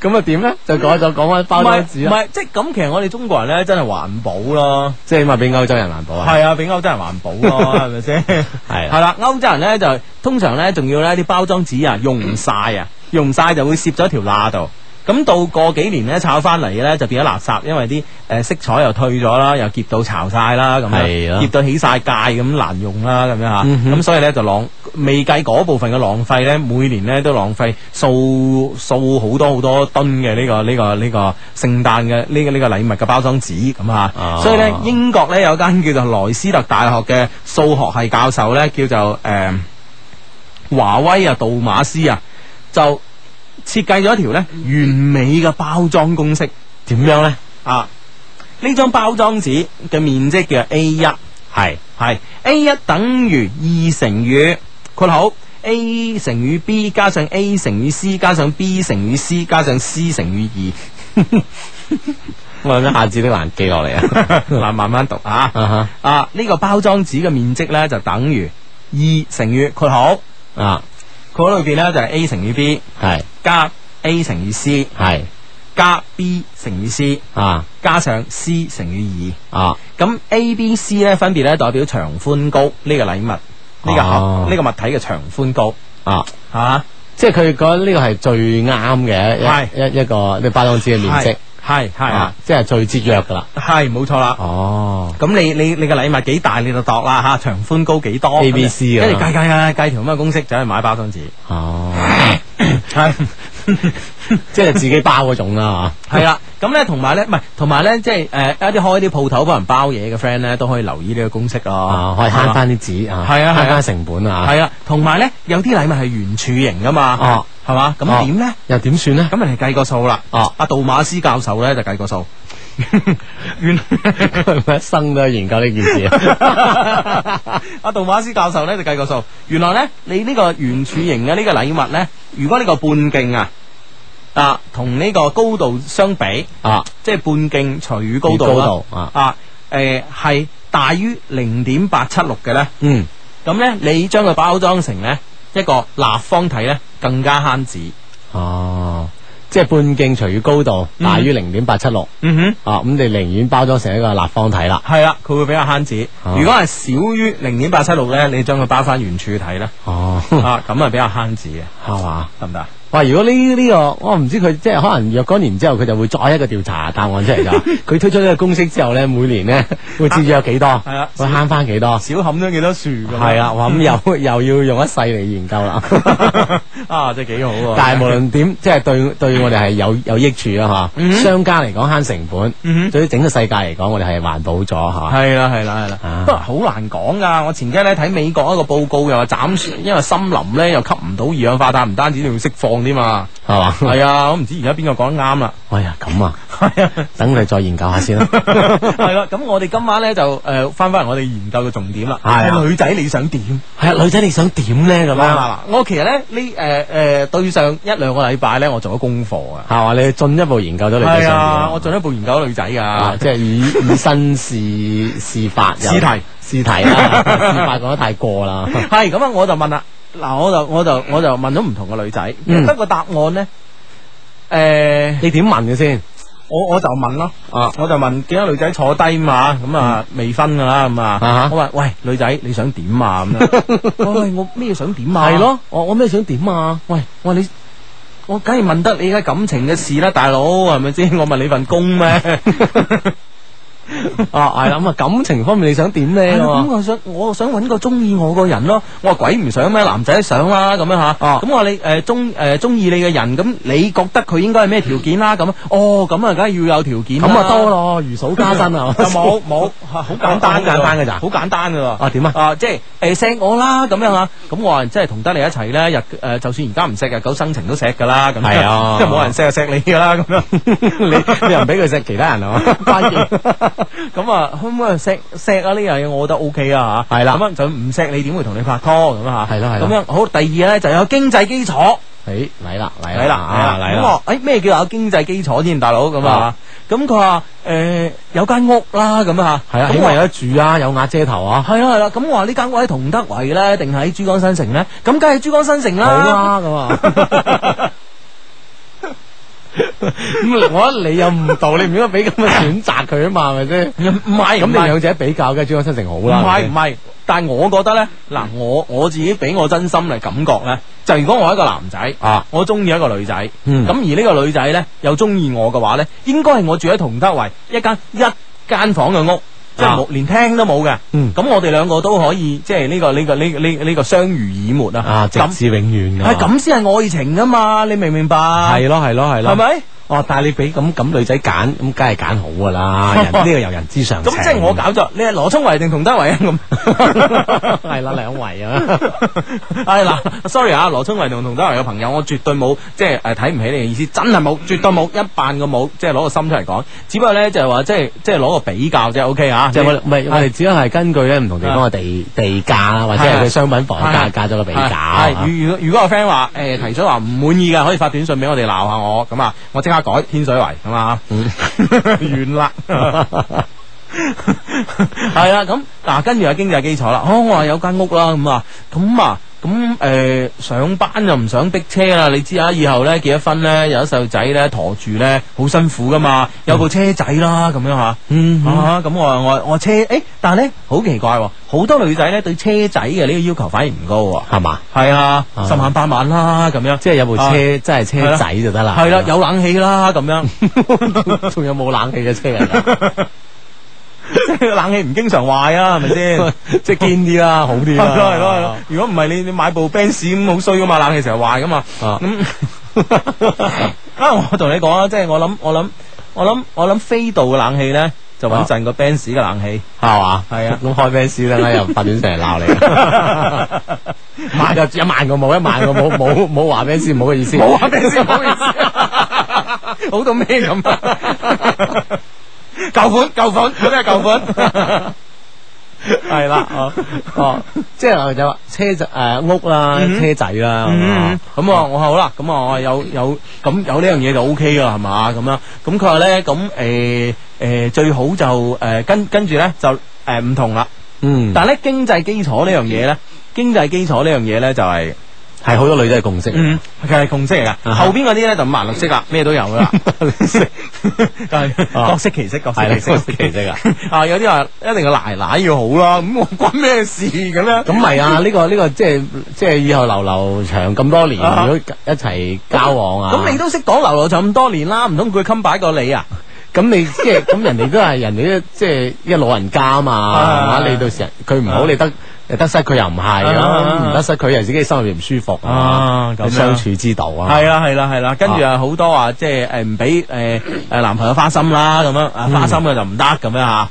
咁啊點咧？就講就講翻包
唔係
裝
唔
紙啦，
係，即係咁，其實我哋中國人咧真係環保咯，
即係起碼比歐洲人環保啊，
係啊，比歐洲人環保咯，係咪先？
係
係啦，歐洲人咧就通常咧仲要咧啲包裝紙啊用唔晒啊，用唔晒就會攝咗條罅度。咁到過幾年咧炒翻嚟咧就變咗垃圾，因為啲誒、呃色彩又退咗啦，又澀到潮晒啦，咁
係
樣
啊
澀到起晒界咁難用啦，咁樣嚇。咁、
嗯哼
所以咧就浪未計嗰部分嘅浪費咧，每年咧都浪費數數好多好多噸嘅呢、個呢、個呢、個聖誕嘅呢、個呢、個禮物嘅包裝紙咁啊。
哦
所以咧英國咧有間叫做萊斯特大學嘅數學系教授咧，叫做誒、呃、華威啊杜馬斯啊，就設計咗一條咧完美嘅包裝公式。
點樣咧？
啊，呢張包裝紙嘅面積叫 A 一，係係 A 一等於二乘以括號 A 乘以 B 加上 A 乘以 C 加上 B 乘以 C 加上 C 乘以
我諗一下子都難記落嚟啊，
二， 嗱慢慢讀啊
啊
啊！呢、個包裝紙嘅面積呢，就等於二乘以括號
哈啊
括號裏邊呢，就係 A 乘以 B
係
加 A 乘以 C
係
加 B 乘以 C
啊
加上 C 乘以二。
啊
咁 A、B、C 咧分別咧代表長寬高呢個禮物，呢、個盒
哦
呢、個物體嘅長寬高
啊！
嚇，
即係佢覺得呢個係最啱
係
嘅一一一個呢包裝紙嘅面積
係。係係
啊
啊，，
即係最節約噶啦。
係冇錯啦。
哦，
咁你你你個禮物幾大你就度啦嚇，長寬高幾多
A B C
咁
啊
就跟住計計計計條咁嘅公式走去買 包裝紙，
哦，
係
即係自己包嗰種啦，
係啦。咁咧同埋咧唔係同埋咧即係誒一啲開啲鋪頭幫人包嘢嘅 friend 咧都可以留意呢個公式
嚇啊
咯，，
可以
係
慳
嘛
翻啲紙啊，
係啊係啊
慳翻成本啊，
係啦，同埋咧有啲禮物係圓柱形噶嘛，
哦
係嘛？咁
哦
點咧？
又點算咧？
咁人哋計個數啦。
哦
阿杜馬斯教授咧就計 個數，原
佢一生都係研究呢件事啊，
阿杜馬斯教授咧就計個數。原來咧，你呢個圓柱形嘅呢個禮物咧，如果呢個半徑啊啊同呢個高度相比，
啊，
即係半徑除以高度
與高
啦
度啊
啊誒係、大於零點八七六嘅咧，
嗯，
咁咧你將佢包裝成咧一個立方體咧，更加慳紙。
哦，即係半徑除以高度
嗯
大於零點八七六
嗯哼。
啊，咁你寧願包裝成一個立方體啦。
系啦，佢會比較慳紙。
啊
如果係少於零點八七六咧，你將佢包翻原柱睇啦。
哦，
啊，咁啊比較慳紙嘅，
係嘛？
得唔得啊？
哇！如果呢呢、個，我唔知佢即係可能若干年之後，佢就會再一個調查答案出嚟就話 佢推出呢個公式之後咧，每年咧會節約幾多，
係啊
會慳翻幾多，
少冚咗幾多樹咁樣？
係啊啦， 哇咁
嗯
又又要用一世嚟研究啦。
啊，真係幾好喎！
但係無論點，即係對對我哋係有有益處啊！
嗯
嚇，商家嚟講慳成本，
嗯
對於整個世界嚟講，我哋係環保咗
哼，
嚇。
係啦係啦係啦
啊，
不過好難講噶。我前幾日咧睇美國一個報告，又話斬樹，因為森林咧又吸唔到二氧化碳，唔單止仲要釋放 添嘛。
係嘛？
係啊，我唔知而家邊個講得 啱啦。
哎呀，咁 啊，
係啊。
等你再研究下 先啦。
係啦，咁我哋今晚咧就誒翻返嚟我哋研究嘅重點啦。
係啊
女仔你想點？
係啊，女仔你想點咧咁
嗱嗱
樣？
嗱，我其實咧呢誒誒對上一兩個禮拜咧，我做咗功課啊。
係嘛？你進一步研究咗你嘅
係
想
啊，
點
我。進一步研究女仔
啊，
噶。
即係以以身試試 法又，
試題
試題啦，試法講得太過啦，
係咁啊，我就問啦，嗱，我就我就我就問咗唔同嘅女仔，
嗯
不過答案咧，誒，
你點問嘅先？
我我就問咯，
啊
我就問幾多女仔坐低嘛，咁啊未婚噶啦，咁啊
啊哈，
我話喂女仔你想點 啊咁樣，我話喂我咩想點啊？
係咯，我我咩想點啊？
喂，我話你，我梗 係問得你而家感情嘅事啦，大佬係咪先？我問你份工咩？
啊，系啦，咁啊感情方面你想點咧？
係啦
咁
哎咁
啊
我想我想揾個中意我個人咯。我話鬼唔想咩，男仔想啦咁樣吓。
哦
咁我話你诶中诶中意你嘅人，咁你覺得佢應該係咩條件啦？咁哦，咁啊，梗係要有條件啦。
咁啊多咯，如數家珍 啊，
就冇 冇，好簡單
好簡單㗎咋
好簡單噶喎。
啊點 啊？
啊，即系诶錫我啦咁樣啊，咁我話真係同得你一齊咧，日诶就算而家唔錫日久生情都錫噶啦，咁
係啊
即係冇人錫就錫你噶啦，咁樣
你你又唔俾佢錫其他人啊？
咁啊，咁啊錫錫啊呢樣嘢，我覺得 O K 啊吓，
係啦
咁樣就唔錫你點會同你拍拖咁啊吓，
係咯係咯
咁樣好，第二咧就有經濟基礎。
诶，哎嚟啦嚟
嚟啦，
啊嚟
咁
啦，
我誒咩叫有經濟基礎先，大佬咁啊
啊？
咁佢話誒有間屋啦，咁啊，
係啊，
咁
起
我
碼有得住啊，有瓦遮頭啊，
係啦係啦，咁我話呢間屋喺同德圍咧，定喺珠江新城咧？咁梗係珠江新城
好
啦。
啦咁啊。 咁我覺得你又誤導，你唔應該俾咁嘅選擇佢啊嘛，係咪先？
哎唔
咁
係，
你
咁你兩
兩者比較，梗係珠江新城好
唔
啦。嗯
係唔係，但係我覺得咧，嗱，我我自己俾我真心嚟感覺咧，就如果我係一個男仔，
啊，
我中意一個女仔，咁、
嗯
而呢個女仔咧又中意我嘅話咧，應該係我住喺同德圍一間一間房嘅屋，即係冇連廳都冇嘅。
啊嗯
咁我哋兩個都可以，即係呢、個呢、個呢、呢呢個相濡以沫啊！
啊，直
咁
至永遠
係咁先係愛情啊嘛，你明唔明白？
係咯係咯係咯，
係咪？
哦，但係你俾咁咁女仔揀，咁梗係揀好噶 啦，人呢個有人之常情。
咁即係我搞咗，你係羅聰維定同德維啊？咁
係啦，兩位 啊，
唉嗱，sorry 啊，羅春維同同德維嘅朋友，我絕對冇即係誒睇唔起你嘅意思，真係冇，絕對冇一扮個冇，即係攞個心出嚟講。只不過咧就係話即係即係攞個比較啫，OK 啊，
即係我哋唔係我哋只係根據咧唔同地方嘅地地價啦，或者
啊
係佢商品房價加咗個比較。啊
係如如如果個 friend 話誒提出話唔滿意嘅，可以發短信俾我哋鬧下我，咁啊，我即刻改天水圍咁啊，完啦。係啦，咁嗱，跟住有經濟基礎啦。哦，我話有間屋啦，咁啊，咁啊，咁诶、呃上班就唔想逼車啦。你知啊，以後咧結咗婚咧，有咗細路仔咧，陀住咧，好辛苦噶嘛。有部車仔啦，咁樣吓。
嗯哼
啊，咁我話我我車，诶、但係咧好奇怪、喎，好多女仔咧對車仔嘅呢個要求反而唔高、喎。
係嘛？
係啊，
啊
十萬八萬啦，咁樣。
即係有部
啊
車，即係車仔就得啦。
係啦，有冷氣啦，咁 樣。
有 仲有冇冷氣嘅車嚟？
冷氣唔經常壞 啊，係咪先？
即係堅啲啦，好啲
係
啦。
咯係咯係咯，如果唔係你你買部 Benz 咁好衰噶嘛，冷氣成日壞噶嘛。
啊
咁 啊，我同你講啊，即係我諗我諗我諗我諗飛度嘅冷氣咧，就穩陣過 Benz 嘅冷氣。
係嘛？
係啊
咁開 fans 啦，又發短信嚟鬧你。 萬個一萬個冇，一萬個冇，冇冇話 fans 冇嘅意思。
冇 話 Benz 唔好意思， 好到咩咁啊？ 舊款舊款，嗰啲係舊款。 係啦，哦
哦，即係就話車仔誒屋啦，
嗯哼
車仔啦，
嗯，咁啊，我話好啦，咁啊，我話有有咁有呢樣嘢就 O K 噶啦，係嘛咁樣。咁佢話咧，咁誒誒最好就誒、呃跟跟住咧就誒唔、同啦。
嗯，
但係咧經濟基礎呢樣嘢咧，經濟基礎呢樣嘢咧就係、
係好多女仔嘅共識。
嗯，佢係共識嚟噶。
啊
後邊嗰啲咧就五顏六色啦，咩都有 噶啦， 係
啊
各色其色，各色
係啦
其色，
各色其色啊！
啊，有啲話一定個奶奶要好啦，咁我關咩事咁樣？
咁咪啊？呢個呢個即係即係以後流流長咁多年，如
啊
果一齊交往啊，
咁你都識講流流就咁多年啦，唔通佢襟擺過你啊？
咁你即係咁人哋都係人哋都即係一老人家嘛，
啊
係嘛？你到時佢唔好，
啊
你得得失佢又唔係
啊
咁唔得失佢又自己心入邊唔舒服
啊咁樣
相處之道啊，
系啦系啦系啦，跟住啊好多話即係诶唔俾诶诶男朋友花心啦，咁樣啊花心嘅就唔得咁樣吓。咁
嗯
樣
啊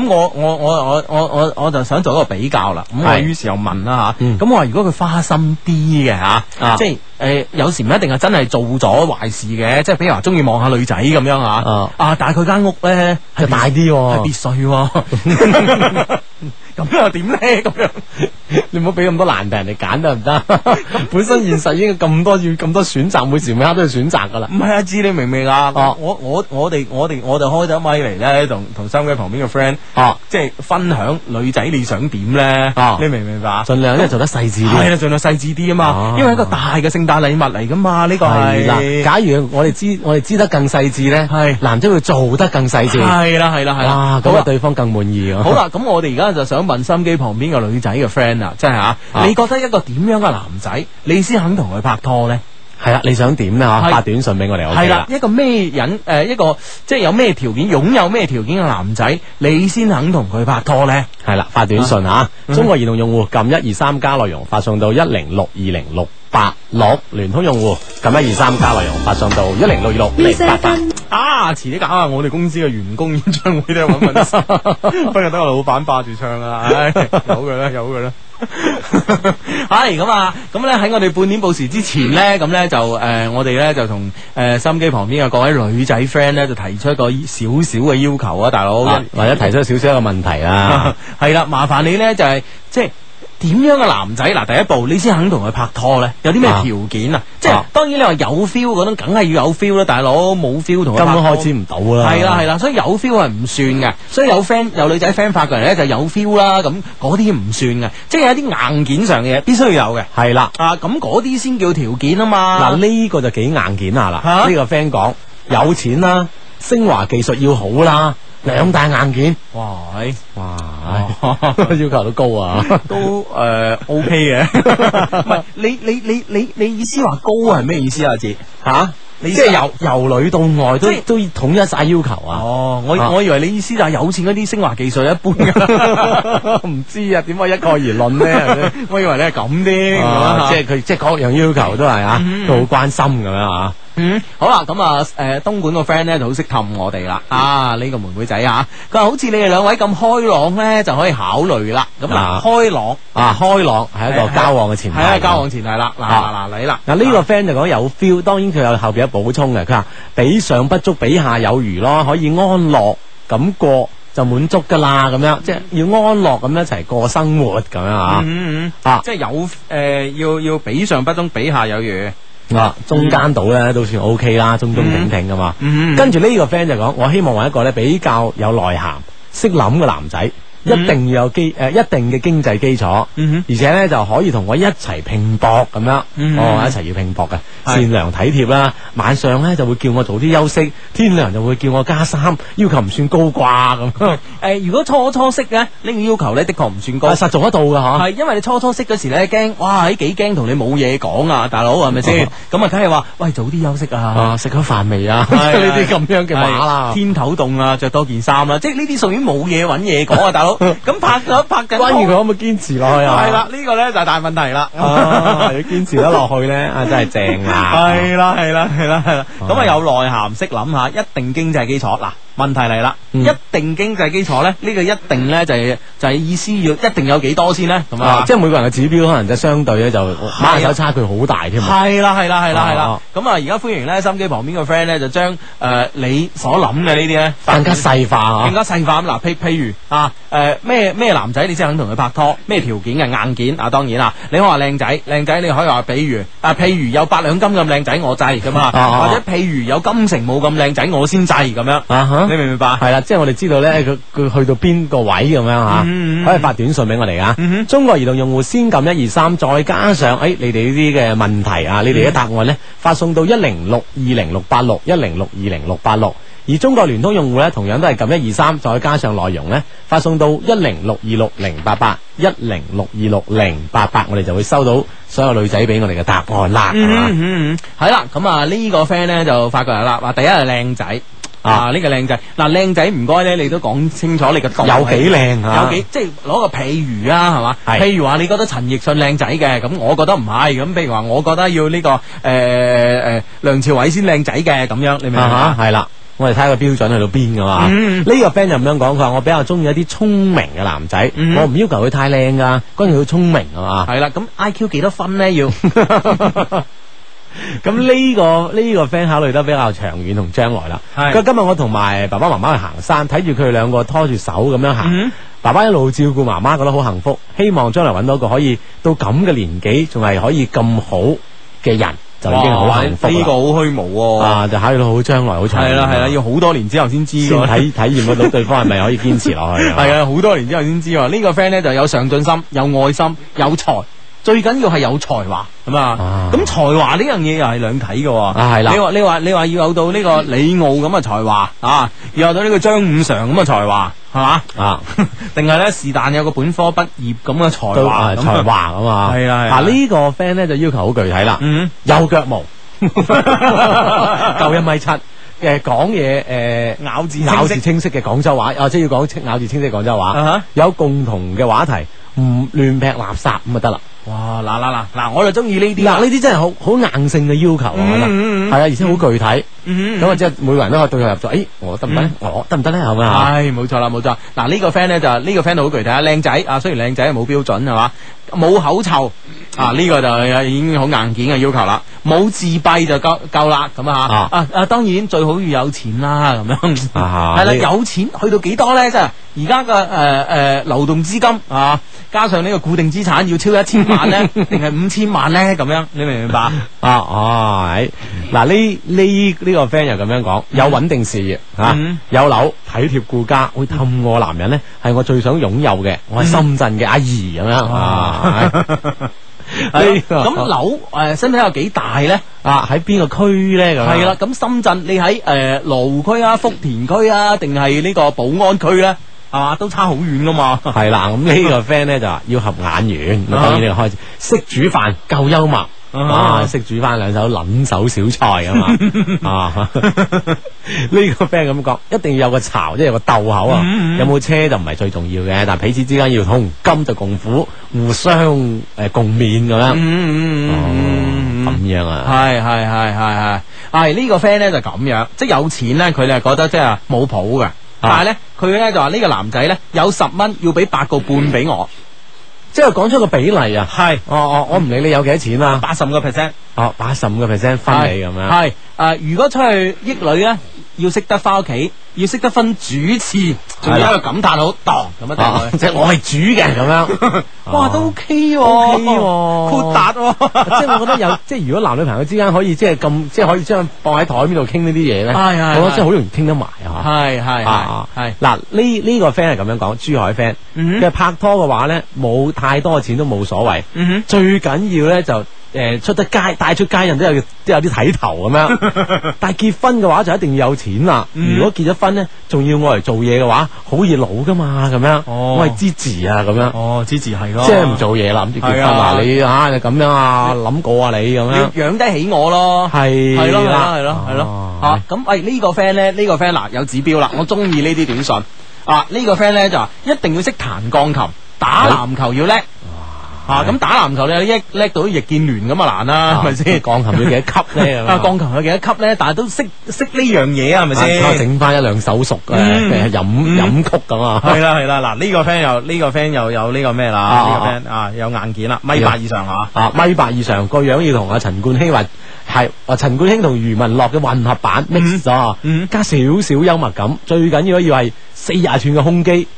咁我我我我我我我就想做一個比較啦，咁我
係
於是又問啦吓，
嗯
咁我話如果佢花心啲嘅吓，
啊
即係誒有時唔一定係真係做咗壞事嘅，即係比如話中意望下女仔咁樣吓
啊，
啊但係佢間屋咧係
就大啲
係
喎
別，墅 喎， 咁又點咧咁樣？
你唔好俾咁多難題人哋揀得唔 得？ 本身現實已經咁多要咁多選擇，每時每刻都要選擇噶啦。
唔係啊，知你明唔明啊？
哦
我我我哋我哋我哋開咗咪嚟咧，同同收音機旁邊嘅 friend，
哦，
即係分享女仔你想點咧？
哦
你明唔明白啊？
盡量咧做得細緻啲
係。啦，盡量細緻啲啊嘛
哦，
因為一個大嘅聖誕禮物嚟噶嘛，呢個
係啦，
係。
假如我哋知我哋知得更細緻咧，
係
男仔會做得更細緻，
係啦，係啦，
哇
係啦，，
咁
好
啊
啦
對方更滿意啊！
好，啦，咁我哋而家就想問心機旁邊個女仔嘅 friend 啊啦，即係吓，
啊
你覺得一個點樣嘅男仔，你先肯同佢拍拖咧？
係系啦，你想點啦吓？
係
發短信俾我哋 O
系
K
啦
啦，。
一個咩人诶、一個即係有咩條件，擁有咩條件嘅男仔，你先肯同佢拍拖咧？
系啦，發短信吓，
嗯
中國移動用戶撳一二三加內容發送到一零六二零六八六，聯通用戶撳一二三加內容發送到一零六二六零八八。
啊，遲啲搞下我哋公司嘅員工演唱會都有揾 份，不過得我老闆霸住唱啦，唉，有嘅啦，有嘅啦。 系咁啊，咁咧喺我哋半點報時之前咧，咁咧就誒、呃我哋咧就同誒、呃心機旁邊嘅各位女仔 friend 咧，就提出一個少少嘅要求啊，大佬、啊
啊或者提出少少一個問題啦，
系啦，麻煩你咧就係即係點樣嘅男仔嗱，第一步你先肯同佢拍拖咧， 有啲咩
啊
條件啊？即係
啊
當然你話有 feel 嗰種，梗係要有 feel 啦，大佬冇 feel 同佢
根本
拍拖
開支唔到啦。
係啦係啦，所以有 feel 係唔算嘅，所以有 friend 有女仔 friend 發過嚟咧就有 feel 啦，咁嗰啲唔算嘅，即係有啲硬件上嘅嘢必須要有嘅，
係啦，
啊咁嗰啲先叫條件啊嘛。
嗱呢個就幾硬件下啦。
嚇
呢個 friend 講有錢啦，升華技術要好啦，兩大硬件。
哇，哎係
哇，哎 要求都高啊！
都
呃
誒 OK 嘅，唔係你你你你你意思話高係咩意思啊？姐
吓，
你
即
意思
係由由女到外都
即係
都統一晒要求啊！
哦，我
啊
我以為你意思就係有錢嗰啲升華技術一 般㗎，
唔知啊，點解一概而 論咧？
我以為你係咁添，
啊即
即係
係佢即係各樣要求都係啊
嗯，
都好關心咁樣啊。
嗯好啦，咁啊誒東莞個 friend 咧就好識氹我哋啦，啊呢個妹妹仔啊，佢話好似你哋兩位咁開朗咧就可以考慮啦，咁嗱
啊
開朗
啊，開朗係一
係
個
係
交往嘅前提。
係啊交往前提啦，嗱
啊
嗱嗱你啦，
嗱呢個 friend 就講有 feel，當然佢有後邊有補充嘅，佢話比上不足，比下有餘咯，可以安樂咁過就滿足噶啦，咁樣即係要安樂咁樣一齊過生活咁樣啊
嗯嗯嗯
啊，
即係有誒要要比上不足，比下有餘，
啊中間到咧都算 OK 啦，中中挺挺噶嘛。
嗯跟
跟住呢個 friend 就講，我希望揾一個咧比較有內涵、識諗嘅男仔，一
嗯
定要有基誒、一定嘅經濟基礎。
嗯
而且咧就可以同我一齊拼搏咁樣，
嗯
哦一齊要拼搏嘅，
係
善良體貼啦。晚上咧就會叫我早啲休息，天涼就會叫我加衫，要求唔算高啩 咁。
誒如果初初識咧呢個要求咧的確唔算高
但。實做得到嘅嗬，
系，因為你初初識嗰時咧，驚哇，喺幾驚同你冇嘢講啊，大佬係咪先？咁啊，梗係話喂，早啲休息啊，
啊食咗飯未啊？
係
呢啲咁樣嘅話
係
啦，
天頭凍啊，着多件衫啦，即係呢啲屬於冇嘢揾嘢講啊，大 佬。咁拍咗拍緊拖，
關於佢可唔可以堅持落去啊？
係啦，呢個咧就係大問 題啦。
啊，要堅持得落去咧，啊真係正啊！
係啦，係啦，係啦，係啦。咁啊，
啊
有內涵，識諗下，一定經濟基礎嗱。問題嚟啦，
嗯
一定經濟基礎咧，呢個一定咧就係就係意思要一定有幾多先咧，咁啊
啊，。即係每個人嘅指標可能就相對咧就馬人手差距好大添啊。
系啦，系啦，系啦，系啦
啊。
咁啊，而家歡迎咧，心機旁邊個 friend 咧，就將诶你所諗嘅呢啲咧，
更加細化啊
更！加細化咁。嗱，譬譬如啊，诶咩咩男仔你先肯同佢拍拖，咩條件嘅硬件啊？當然啦，你可以話靚仔，靚仔你可以話，比如啊，譬如有八兩金咁靚仔我制咁
啊
啊，
啊
或者譬如有金城武咁靚仔我先制咁樣，
啊哈
你明唔明白？
系啦，即係我哋知道咧，佢佢去到邊個位咁樣吓
嗯嗯嗯嗯，
可以發短信俾我哋啊
嗯哼。
中國移動用戶先撳一二三，再加上诶你哋呢啲嘅問題啊，你哋嘅答案
嗯
咧發送到一零六二零六八六一零六二零六八六。而中國聯通用戶咧，同樣都係撳一二三，再加上內容咧，發送到一零六二六零八八一零六二六零八八，我哋就會收到所有女仔俾我哋嘅答案啦。啊係嘛
嗯嗯嗯，系啦，咁啊呢個 friend 咧就發過嚟啦，話第一係靚仔。啊！呢個靚仔，嗱靚仔唔該咧，你都講清楚你個度
有幾靚啊
有幾即係攞個譬如啊，係嘛？
係
譬如話你覺得陳奕迅靚仔嘅，咁我覺得唔係，咁譬如話我覺得要呢個誒誒梁朝偉先靚仔嘅咁樣，你明唔明
啊
啊？
哈，系啦。我哋睇下個標準去到邊噶嘛？
嗯
呢個 friend 就咁樣講，佢話我比較中意一啲聰明嘅男仔，
嗯
我唔要求佢太靚噶，關鍵佢聰明啊嘛。
係啦，咁 I Q 幾多分咧？ 要
咁呢個呢個 friend 考慮得比較長遠同將來啦。
係
佢今日我同埋爸爸媽媽去行山，睇住佢哋兩個拖住手咁樣行，
嗯
爸爸一路照顧媽媽，覺得好幸福。希望將來揾到一個可以到咁嘅年紀，仲係可以咁好嘅人，就已經好幸福
哇呢個
啦。
好虛無喎。
啊，就考慮到好將來，好長遠啊。
係啦係啦，要好多年之後先知㗎
先體 體驗得到對方係咪可以堅持落去。
系啊，好多年之後先知喎。呢、個 friend 咧就有上進心、有愛心、有才，最緊要係有才華咁啊
啊。
咁才華呢樣嘢又係兩睇嘅喎。
啊係啦
你話你話你話要有到呢個李敖咁嘅才華啊，要有到呢個張五常咁嘅才華，係嘛？
啊，
定係咧是但有個本科畢業咁嘅才
都
華
啊
咁
才華啊嘛，
係啦係啦
啊呢個 friend 咧就要求好具體啦，
嗯，
有腳毛，夠一米七。誒講嘢誒
咬字
咬
清
字
晰
清晰嘅廣州話，或者要講清咬字清晰嘅廣州話，
啊哈
有共同嘅話題，唔亂劈垃圾咁就得啦。
哇！嗱嗱嗱嗱，我就中意呢啲啦
嗱，呢啲真係好好硬性嘅要求，我覺得
嗯嗯嗯
係啊，而且好具體。
嗯
咁啊，即係每個人都可以對號入座。誒，我得唔得咧？我得唔得咧？係咪啊？
唉，冇錯啦，冇錯。嗱，呢個 friend 咧就呢個 friend 好具體啊，靚仔啊，雖然靚仔冇標準係嘛，冇口臭啊，呢個就已經好硬件嘅要求啦。冇自閉就夠夠啦，咁啊
啊
啊啊，當然最好要有錢啦，咁樣
啊
係啦，
呢個
有錢去到幾多咧？即係而家嘅誒誒流動資金啊，加上呢個固定資產要超一千 萬咧，定係五千萬咧？咁樣你明唔明白？
啊哦，係嗱呢呢呢個 friend 又咁樣講，有穩定事業嚇
嗯，
有樓，體貼顧家，會氹我男人咧，係我最想擁有嘅。我係深圳嘅阿姨咁樣 啊。係呢個
咁樓誒身體有幾大咧？
啊喺邊個區咧咁樣？
系啦，咁深圳你喺诶羅湖區啊、福田區啊，定係呢個寶安區咧，系嘛都差好遠噶嘛。
係啦，咁呢個 friend 咧就話要合眼緣，咁當然呢個開始識煮飯，夠幽默。
啊
啊！識煮翻兩手撚手小菜啊 嘛啊！呢個 friend 咁講，一定要有個巢，即係有個竇口啊！
嗯
有冇車就唔係最重要嘅，但彼此之間要同甘就共苦，互相誒、呃共勉咁樣。
嗯
哦，咁樣啊！
係係係係係，系呢個 friend 咧就咁樣，即系有錢咧，佢哋係覺得即係冇譜嘅，但係咧佢咧就話呢個男仔咧有十蚊要俾八個半俾我，
即係講出個比例啊！
係
哦哦，我唔理你有幾多錢啦，
八十五個 percent
哦，八十五個 percent 分你咁樣。
係诶，誒如果出去益女咧，要識得翻屋企，要識得分主次，仲有一個感嘆號當咁樣掟落
啊
去！
即係我係煮嘅咁樣，
哇，啊都
哦
OK 哦喎
，OK 喎
豁達喎，
即係我覺得有，即係如果男女朋友之間可以即係咁，即係可以將放喺台面度傾呢啲嘢咧，
係係
我覺得真係好容易傾得埋啊！
係係係
啊
係，
嗱呢呢個 friend 係咁樣講，珠海 friend
嗯
嘅拍拖嘅話咧，冇太多錢都冇所謂，
嗯
最緊要咧就誒出得街帶出街，人都有都有啲睇頭咁 樣。但係結婚嘅話就一定要有錢啦。
嗯
如果結咗婚咧，仲要我嚟做嘢嘅話，好易老噶嘛咁樣。
哦
我係支持啊咁樣
哼，。哦，支持係咯，
即係唔，做嘢啦，諗住結婚
係啊
嗱，你啊你咁樣啊，諗過啊你咁
你
樣
要。養得起我咯，
係
係咯係咯
啦
係咯係咯
哦，
啊咁喂呢個 friend 咧呢個 friend 嗱有指標啦，我中意呢啲短信啊呢個 friend 咧就話一定要識彈鋼琴，打籃球要叻。啊，咁打籃球你一叻到易建聯咁啊難啦，係咪先？
鋼琴要幾多級 咧？咁
啊，鋼琴有幾多級咧？但係都識識呢樣嘢啊，係咪
先
先？
整翻一兩首熟嘅
嗯
誒飲飲曲咁啊。
系啦系啦，嗱呢個 friend 又呢個 friend 又有呢個咩啦？
啊
呢個 friend 啊有硬件啦，米八以上啊，
啊，米八以上個樣要同阿陳冠希或係啊陳冠希同余文樂嘅混合版 mix 咗啊，
嗯
加少少幽默感，最緊要要係四廿寸嘅胸肌，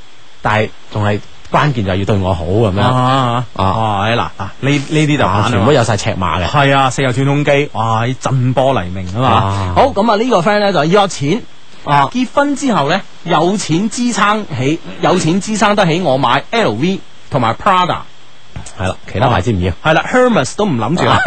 但係仲係關鍵就係要對我好咁樣啊
啊啊嗱嗱呢呢啲就玩，
全部都有晒尺碼嘅。
系啊四又斷胸肌，哇震波黎明啊嘛
啊。
好咁啊呢個 friend 咧就要有錢，
啊
結婚之後咧有錢支撐起，有錢支撐得起我買 LV 同埋 Prada，
係啦，其他牌子唔要。
系啦 Hermes 都唔諗住啦，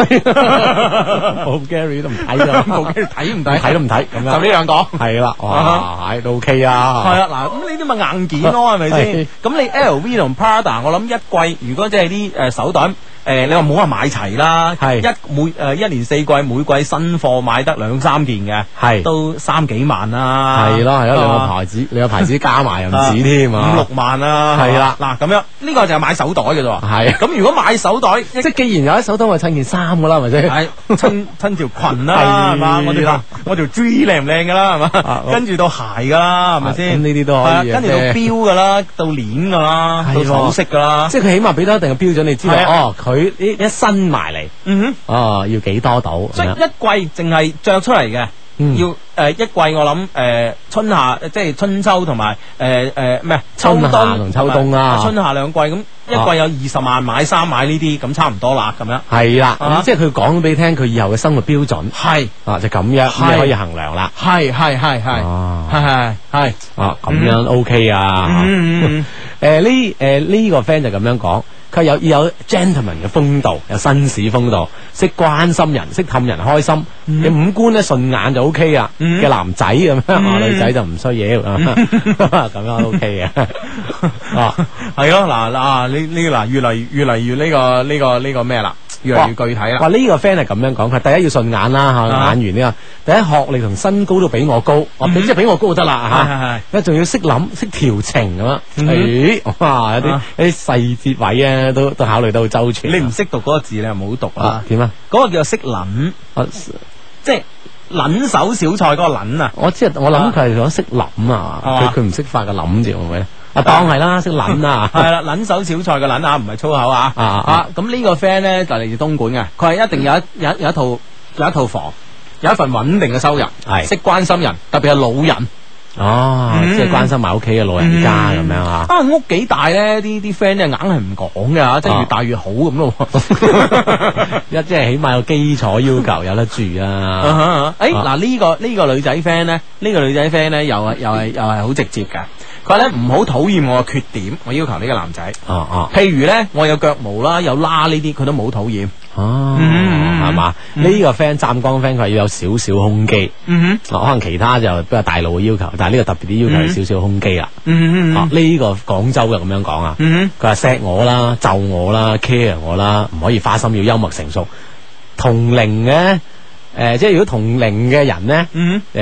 冇 Gary 都唔睇㗎
冇計睇唔睇
睇都唔睇咁
就呢
樣。
兩個。
係啦，哇，係都 OK 啊。
系啊，嗱，咁呢啲咪硬件咯，係咪先
係？
咁你 L V 同 Prada，我諗一季如果即係啲诶手袋，诶你話冇話買齊啦，
係
一每诶一年四季每季新貨買得兩三件嘅，
係
都三幾萬啦，
系咯系咯，兩個
啊
牌子，兩個牌子加埋又唔止添啊！
五六萬啦，
係啦
嗱咁樣呢個就係買手袋嘅啫喎，
係
咁如果買手袋，即
即係既然有一手袋，我就襯件衫噶啦，係咪先？
系親親條裙啦，係嘛？
係
我條
啦
我條 G 靚唔靚噶啦，係嘛
啊？
跟住到鞋噶啦，係咪
啊咁
先？
呢啲都可以
係啊跟住到
嘅
錶噶啦，到鏈噶啦，
係
到
喎
首飾噶啦。
即係佢起碼俾到一定嘅標準，你知道
係啊
哦，佢呢一伸埋嚟，
嗯
哦，要幾多度
哼，
咁
所以
樣？
一季淨係着出嚟嘅。
嗯
要诶一季我諗诶春夏即係春秋同埋诶诶唔係秋冬
春夏同秋冬啦
春夏兩季咁一季有二十萬買衫買呢啲咁差唔多啦咁樣
係啦，
啊
咁即係佢講俾你聽，佢以後嘅生活標準
係
啊，就咁樣
係
咁你可以衡量啦。
係係係係
哦
係係
啊，咁樣 OK
Ừ,
啊！
嗯嗯
誒呃呢誒呢個 friend 就咁樣講，佢有要有 gentleman 嘅風度，有紳士風度，識關心人，識氹人開心，你五官咧順眼就 O K 啊
嗯
嘅男仔咁樣，啊
嗯
女仔就唔需要啊， 咁樣 O K 嘅。啊，
à, 系咯，嗱嗱啊呢呢嗱越嚟越嚟越呢個呢個呢個咩啦？越嚟越具體啦。
哇！呢、個 friend 係咁樣講，佢第一要順眼啦
啊
嚇，眼緣呢個。第一學歷同身高都比我高，我
嗯
即係比我高就得啦
係係係
嚇。咁仲要識諗識調情咁樣，
嗯
誒哇！有啲
啊
有啲細節位咧都都考慮得好周全啊。
你唔識讀嗰個字，你又冇讀
啊
啊？
點啊？
嗰個叫做識撚，
我
即係撚手小菜嗰個撚 啊！
我知啊我諗佢係想識諗啊，
係
佢
嘛
佢唔識發個諗字會唔會咧？啊，當係 啦，識諗啊
系。啦，捻手小菜嘅捻啊，唔係粗口啊。
啊啊
啊，咁呢個 friend 咧就嚟自東莞嘅，佢係一定有一有一有一套有一套房，有一份穩定嘅收入，
係
識關心人，特別係老人。
哦，
嗯
即係關心埋屋企嘅老人家咁樣啊。
啊，屋幾大咧？啲啲 friend 咧硬係唔講嘅吓，即係越大越好 咁咯。
啊一即係起碼有基礎要求有得住啊。
诶，
啊
哎嗱呢個呢個女仔 friend 咧，呢個女仔 friend 咧又係又係又係好直接嘅。佢話咧唔好討厭我嘅缺點，我要求呢個男仔。
哦哦
譬如咧，我有腳毛啦，有拉呢啲，佢都冇討厭。
哦，
嗯
係嘛？
嗯
呢個 friend 湛江 friend 佢話要有少少胸肌，
嗯
哦可能其他就比較大路嘅要求，但係呢個特別啲要求係少少胸肌啦。
嗯
哦，呢個廣州嘅咁樣講啊。
嗯
佢話錫我啦、就我啦、care 我啦，唔可以花心，要幽默成熟。同齡嘅，誒、即係如果同齡嘅人咧，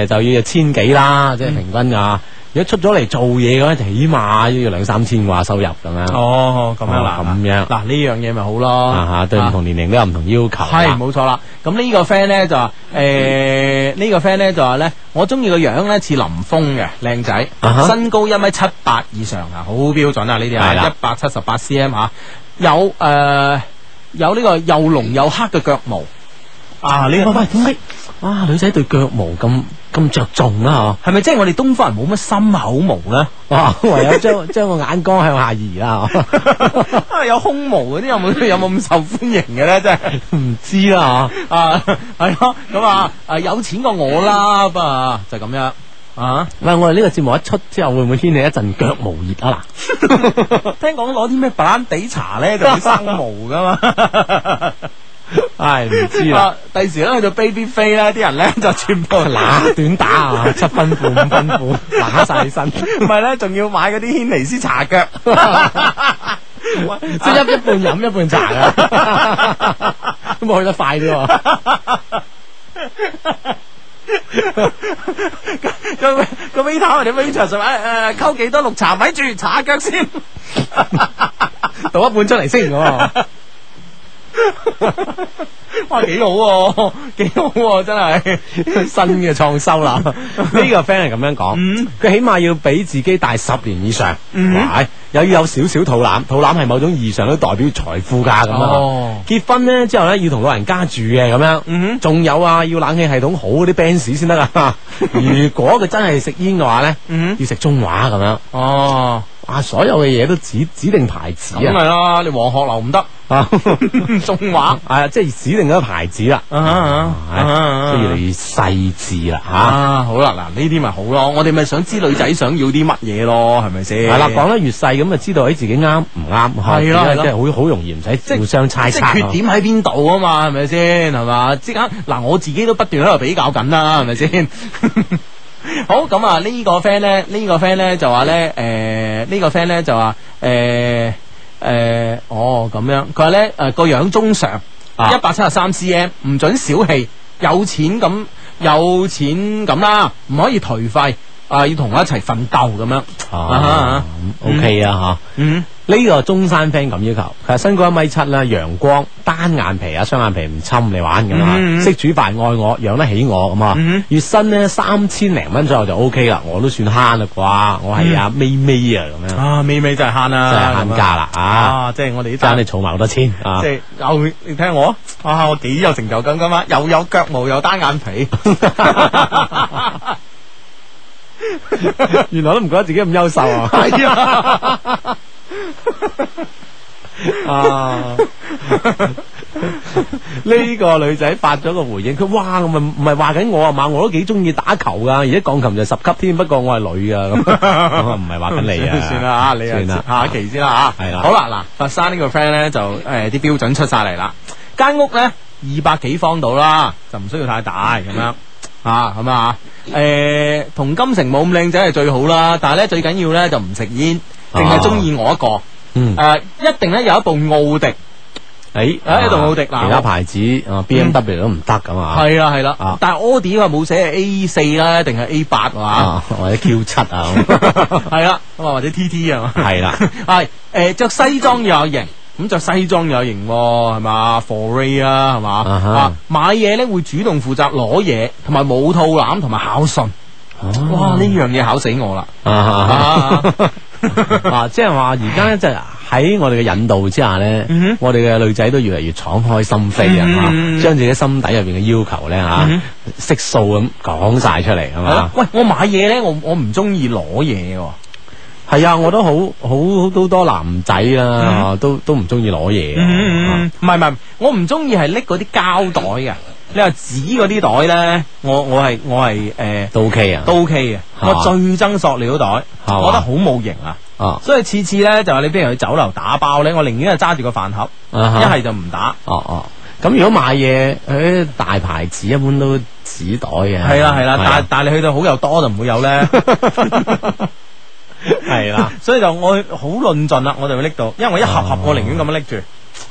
誒、
嗯
就要千幾啦，即係平均啊。如果出咗嚟做嘢嘅話，起碼要兩三千啩收入咁樣。
哦，咁樣啦，
哦咁樣
嗱呢樣嘢咪好咯，
啊嚇，對唔同年齡都有唔同要求啊
係
啦。
冇錯啦。咁呢個 friend 咧就話，誒呢個 friend 咧就話咧，我中意個樣咧似林峰嘅靚仔
啊哈，
身高一米七八以上啊，好標準啊呢啲啊，
係啦
一百七十八 cm 嚇，有誒有呢個又濃又黑嘅腳毛啊！呢
喂
個
喂，點解啊女仔對腳毛咁咁着重啦？
係咪即係我哋東方人冇乜心口毛咧？
嗬，哇，唯有將將個眼光向下移啦， 嗬
啊有胸毛嗰啲有 冇有冇咁受歡迎嘅咧？真係。
唔知啦
啊，系咯，咁啊，啊有錢過我啦，咁啊就咁樣
嗬。
啊。
喂，我哋呢個節目一出之後，會唔會掀起一陣腳毛熱啊？嗱。
聽講攞啲咩白蘭地茶咧就會生毛噶嘛。
唉，唔知啦，
啊，第時咧去到 baby 飛咧，啲人 咧就全
À,
部嗱，
乸短打啊，七分褲五分褲，乸晒起身，
唔係咧，仲要買嗰啲軒尼斯茶腳。
即係一一半飲一半茶 啊，咁咪去得快啲喎。
個個 waiter 或者 waiter 就話誒哎溝幾多綠茶咪住茶腳先，
倒一半出嚟先 喎，
哇幾好喎，幾好喎真係。
新嘅創收啦。 嗯呢個 friend 係咁樣講，佢起碼要比自己大十年以上，係又要有少少肚腩，肚腩係某種異常都代表財富㗎咁
哦
啊。結婚咧之後咧要同老人家住嘅咁樣，
嗯
仲有啊要冷氣系統好嗰啲 Benz 先得 啊。如果佢真係食煙嘅話咧，
嗯
要食中華咁樣。
哦，
啊，所有嘅嘢都指指定牌子
咁
啊，
咪啦，你黃鶴樓唔 得，
啊，
中華。
啊，即係指定嗰個牌子啦，
啊啊
唉
啊
即係越嚟越細緻啦，吓。
啊，好啦，嗱呢啲咪好咯，我哋咪想知女仔想要啲乜嘢咯，係咪先？
係啦，講得越細咁啊，知道喺自己啱唔啱，
係啦
因為
係啦
即係好好容易唔使互相猜
即
測
係缺
啊。
點喺邊度啊嘛，係咪先？係嘛，即刻嗱，我自己都不斷喺度比較緊啦，係咪先？ 好咁啊，呢個 friend 咧，呢個 friend 咧就話咧，誒呢個 friend 咧就話誒誒，哦咁樣，佢話咧誒個樣中上，
啊
一百七十三 cm，唔準小氣，有錢咁有錢咁啦，唔可以頹廢。啊！要同我一齊奮鬥咁樣，
啊
嗯
，OK 啊，
嗯，
吓。呢個中山 friend 咁要求，佢話身高一米七啦，陽光，單眼皮啊，雙眼皮唔侵你玩咁
嗯
啊，
嗯
識煮飯愛我，養得起我咁啊
嗯，
月薪呢，三千零蚊左右就 OK 啦，我都算慳啦啩，我係啊咪咪啊咁樣。
嗯啊，美美真係慳啦，
真係慳家啦啊！
啊！即係我哋啲
爭你儲埋好多錢啊
即！係又你睇下我啊，我幾有成就感噶嘛，又有腳毛又單眼皮，
原來都唔覺得自己咁優秀啊！
係啊，
啊！ 呢個女仔發咗個回應，佢哇，我咪唔係話緊我啊嘛，我都幾中意打球噶，而家鋼琴就十級添，不過我係女噶啊 咁，我唔係話緊你啊！
算啦啊，你
算啦
啊，下一期先啦吓，
係啦
好啦嗱，佛山呢個 friend 咧就誒啲標準出晒嚟啦，間屋咧二百幾方度啦，就唔需要太大咁樣啊，咁啊誒，同金城冇咁靚仔係最好啦，但係咧最緊要咧就唔食煙，淨係中意我一個。
啊嗯
诶、一定咧有一部奧迪
诶
誒杜奧迪嗱
啊
嗯
其他牌子啊 B M W 都唔得噶嘛，
系啦系啦
啊，
但系 Audi 話冇寫 A 四啦，定係 A 八啊？
啊或者 Q 七啊咁，
係啦，咁啊或者 TT 啊，
係啦
係诶着西裝又有型。咁着西裝又有型喎，係嘛？Foray 啊，係嘛？
啊哈
啊，買嘢咧會主動負責攞嘢，同埋冇套攬，同埋考信。
哦
哇！呢樣嘢考死我啦！
啊
啊
啊，即系话而家即系喺我哋嘅引導之下咧
嗯哼，
我哋嘅女仔都越嚟越敞開心扉啊，
嗯
嚇將自己心底入边嘅要求咧吓
嗯，
悉數咁講晒出嚟，係
係啦
嘛，？
喂，我買嘢咧，我我唔中意攞嘢喎。
係啊，我都好好好多男仔
嗯
啦，啊都都唔中意攞嘢啊，
嗯，唔係唔係，我唔中意係拎嗰啲膠袋嘅。你話紙嗰啲袋咧，我我係我係誒
都 OK 啊，
都 OK 嘅。我
係嘛
最憎塑料袋，
係嘛
我覺得好冇型啊。
啊
所以次次咧就話你俾人去酒樓打包咧，我寧願係揸住個飯盒，
啊
一
哈
係就唔打。
哦哦，咁如果買嘢，誒大牌子一般都紙袋嘅，
係啦係啦，但
啊
但係你去到好又多就唔會 有咧。
係啦，
所以就我好論盡啦，我就會拎到，因為我一盒盒我寧願咁樣拎住。啊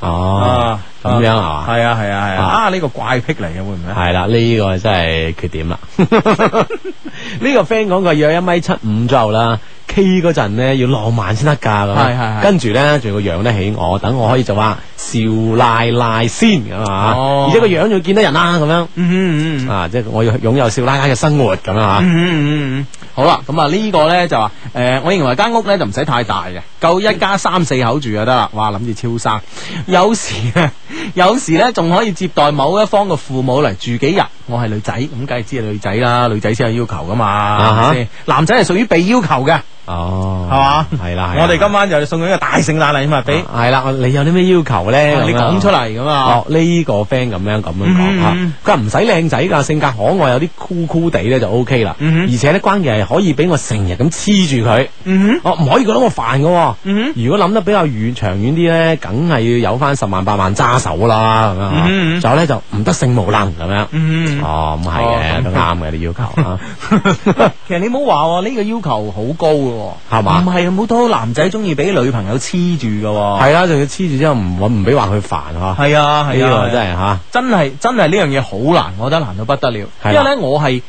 哦，咁樣係嘛？
係啊係啊係啊！
啊
啊呢個怪癖嚟嘅會唔會？啊
系啦，呢、個真係缺點啦。 呢個 friend 講佢約一米七五左右啦，K 嗰陣咧要浪漫先得㗎咁樣。
係係係
跟住咧仲要養得起我，等我可以做下少奶奶先咁啊，
哦
而且個樣要見得人啊啦咁樣。
嗯嗯嗯。
啊！即係我要擁有少奶奶嘅生活咁啊！
嗯嗯嗯，嗯好啦，咁啊呢個咧就話，诶、我認為間屋咧就唔使太大嘅，夠一家三四口住就得啦。哇，諗住超生，有時 有時咧仲可以接待某一方嘅父母嚟住幾日。我係女仔，咁梗係知係女仔啦，女仔先有要求噶嘛，
啊哈
係咪先男仔係屬於被要求嘅，
哦，
係嘛
係啦，啊
我哋今晚就送咗一個大聖誕禮物俾
系啦，我你有啲咩要求咧？
你
咁樣
講出嚟咁啊
哦，，呢個 friend 咁樣咁樣講吓
嗯，
佢話唔使靚仔㗎，性格可愛，有啲酷酷地咧就 O K 啦。
嗯哼
而且咧關鍵係可以俾我成日咁黐住佢，哦
嗯
我唔可以覺得我煩㗎喎。
嗯
如果諗得比較遠長遠啲咧，梗係要有翻十萬八萬揸手啦咁樣啊
嗯嗯
仲有咧就唔得性無能咁樣。
嗯。
哦，咁係
哦
嘅，都啱嘅，你要求啊。
其實你唔好話喎，呢、個要求好高嘅喎，
係嘛
唔係好多男仔中意俾女朋友黐住嘅喎。
哦係啦，仲要黐住之後唔唔俾話佢煩吓，
係啊，係
呢
啊，
個真係吓。
真係真係呢樣嘢好難，我覺得難到不得了。因
係啦
為咧，我係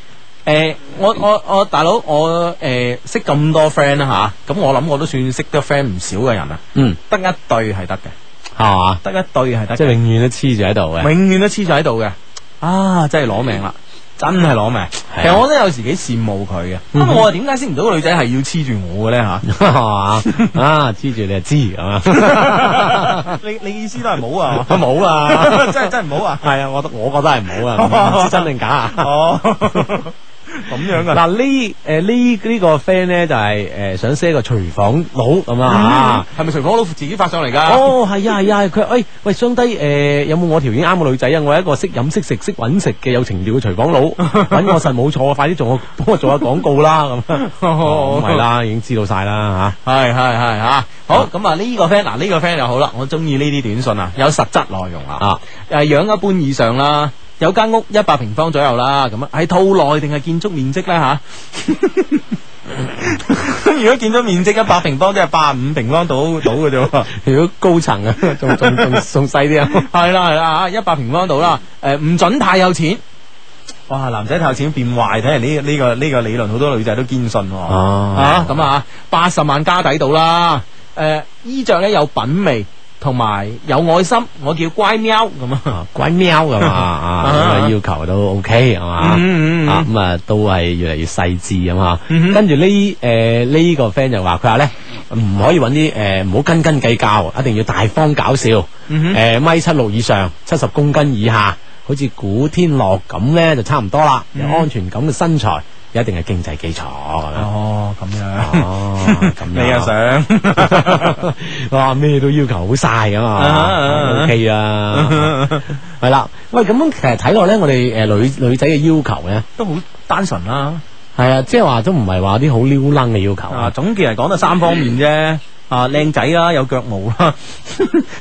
誒、我我我大佬，我誒、識咁多 friend 啦吓，咁我諗我都算識得 friend 唔少嘅人啦，啊
嗯，
得一對係得嘅，
係嘛，
得一對係得
即
嘅，
係永遠都黐住喺度嘅。
永遠都黐咗喺度嘅。啊，真係攞命啦！真係啊攞命。其實我都有時幾羨慕佢嘅，不
嗯
過我話點解識唔到個女仔係要黐住我嘅咧吓？
系嘛 啊，黐住你就知咁啊，？
你你意思都係冇啊
冇啊，
真係真係冇啊！
系啊，我我觉得系冇 啊，唔知真定假啊。
哦，咁樣㗎。
嗱呢诶呢呢个 friend 咧就系诶想 set 个厨房佬咁啊。
系咪徐芳佬自己發上嚟㗎？
哦，系啊，系啊，佢诶喂，相低诶，有冇我條件啱嘅女仔啊？我係一個識飲識食識揾食嘅有情調嘅廚 房佬，揾我實冇錯，快啲做我幫 我做下廣告啦 咁。
哦
哦唔係啦，已經知道晒啦
系系系吓，好咁啊呢個 friend 嗱呢個 friend 就好啦，我中意呢啲短信啊，有實質內容
吓
啊，
啊，
诶养一般以上啦，有間屋一百平方左右啦，咁啊係套內定係建築面積咧吓？ 如果建築面積一百平方，即係八五平方到到嘅啫喎。
如果高層啊，仲仲仲仲細啲啊。
係啦係啦，一百平方到啦，诶唔准太有錢。哇！男仔太有錢變壞，睇嚟呢呢個呢、個理論好多女仔都堅信喎。
哦
啊咁啊，八十萬家底到啦。诶、衣着咧有品味，同埋有愛心，我叫乖喵咁啊。
啊，鬼喵咁啊，啊咁
啊
啊要求都 OK 係嘛，
嗯嗯嗯
啊咁啊都係越嚟越細緻啊嘛。
嗯哼
跟住呢誒呢個 friend 就話佢話咧唔可以揾啲誒唔好斤斤計較，一定要大方搞笑。
嗯
誒米七六以上，七十公斤以下，好似古天樂咁咧就差唔多啦，
嗯
有安全感嘅身材，一定係經濟基礎咁樣。
哦，咁樣，
哦，咁樣
你又想？
哇！咩都要求好晒咁
啊
嘛，OK 啊 啦，系啦。喂，咁樣其實睇落咧，我哋诶女女仔嘅要求啊咧，
都好單純啦。
係啊，即係話都唔係話啲好撩楞嘅要求
啊，
啊。
總結嚟講都三方面啫。啊靚仔啦，有腳毛 啦，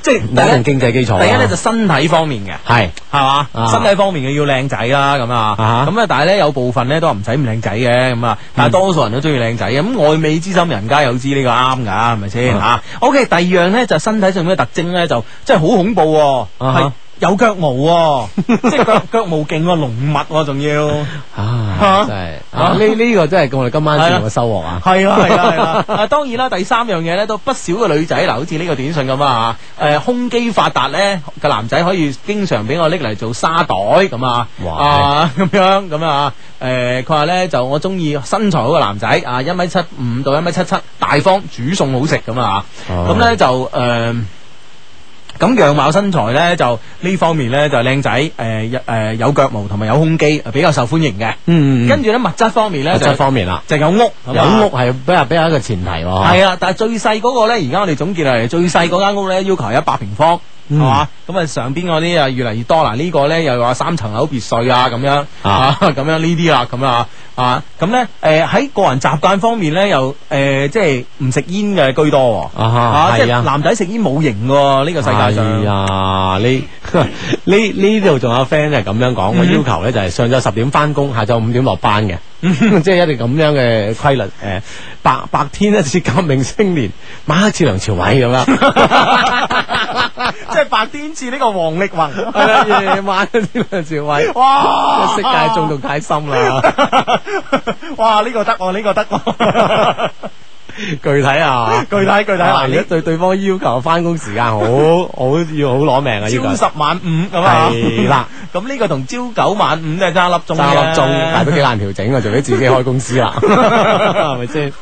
即係
有一定經濟基礎啦
第一咧就身體方面嘅。
係
系嘛，
啊
身體方面嘅要靚仔啦，咁啊
啊，嗯
咁啊，但係咧有部分咧都唔使唔靚仔嘅，咁啊，但係多數人都中意靚仔嘅，咁愛美之心人家有知呢個啱㗎，係咪先
啊
吓？OK，第二樣咧就身體上面嘅特徵咧就真係好恐怖喎，
啊哈
係有腳毛喎，即係腳腳毛勁喎，濃密喎，仲要。
啊，真係啊呢呢個真係我哋今晚節目嘅收穫 啊！
系啦系啦系啦， 啊當然啦，第三樣嘢咧都不少嘅女仔嗱，好似呢個短信咁啊，诶、胸肌發達咧嘅男仔可以經常俾我拎嚟做沙袋咁啊，
哇
啊咁樣咁啊，诶佢話咧就我中意身材好嘅男仔啊，一米七五到一米七七，大方煮餸好食咁啊，
哦
咁咧、就诶。誒咁樣貌身材咧就呢方面咧就靚仔，誒、有誒有腳毛同埋有胸肌，啊比較受歡迎嘅。
嗯
跟住咧物質方面咧
物
就
質方面啦，
就有屋，有
有屋係比較比較一個前提喎。
系啊，但係最細嗰個咧，而家我哋總結嚟，最細嗰間屋咧要求係一百平方，
嗯
係嘛？咁啊上邊嗰啲啊越嚟越多嗱，呢個咧又話三層樓別墅啊咁樣啊
啊
咁樣呢啲啦咁啊啊咁咧誒喺個人習慣方面咧又誒即係唔食煙嘅居多喎
啊哈
即
係
係
啊
男仔食煙冇型喎呢個世界上
係。啊，呢 呢呢度仲有 friend 係咁樣講，我要求咧就係上晝十點翻工，下晝五點落班嘅， 即係一定咁樣嘅規律。誒，白白天一次革命青年，晚黑一次梁朝偉咁 啦。
即係白天似呢個王力宏，
係啦 夜晚一次梁朝 偉，
哇
色戒中毒太深啦。
哇！呢、個得喎，呢、個得喎，
具體啊，
具體具體
嗱，
嗱，
而
呢
家對對方要求翻工時間好好要好攞命啊，要
朝
求
十晚五咁啊，
係啦。
咁呢個同朝九晚五都係爭粒鐘嘅，
三粒鐘， 但係都幾難調整啊，除非自己開公司啦，係 咪先？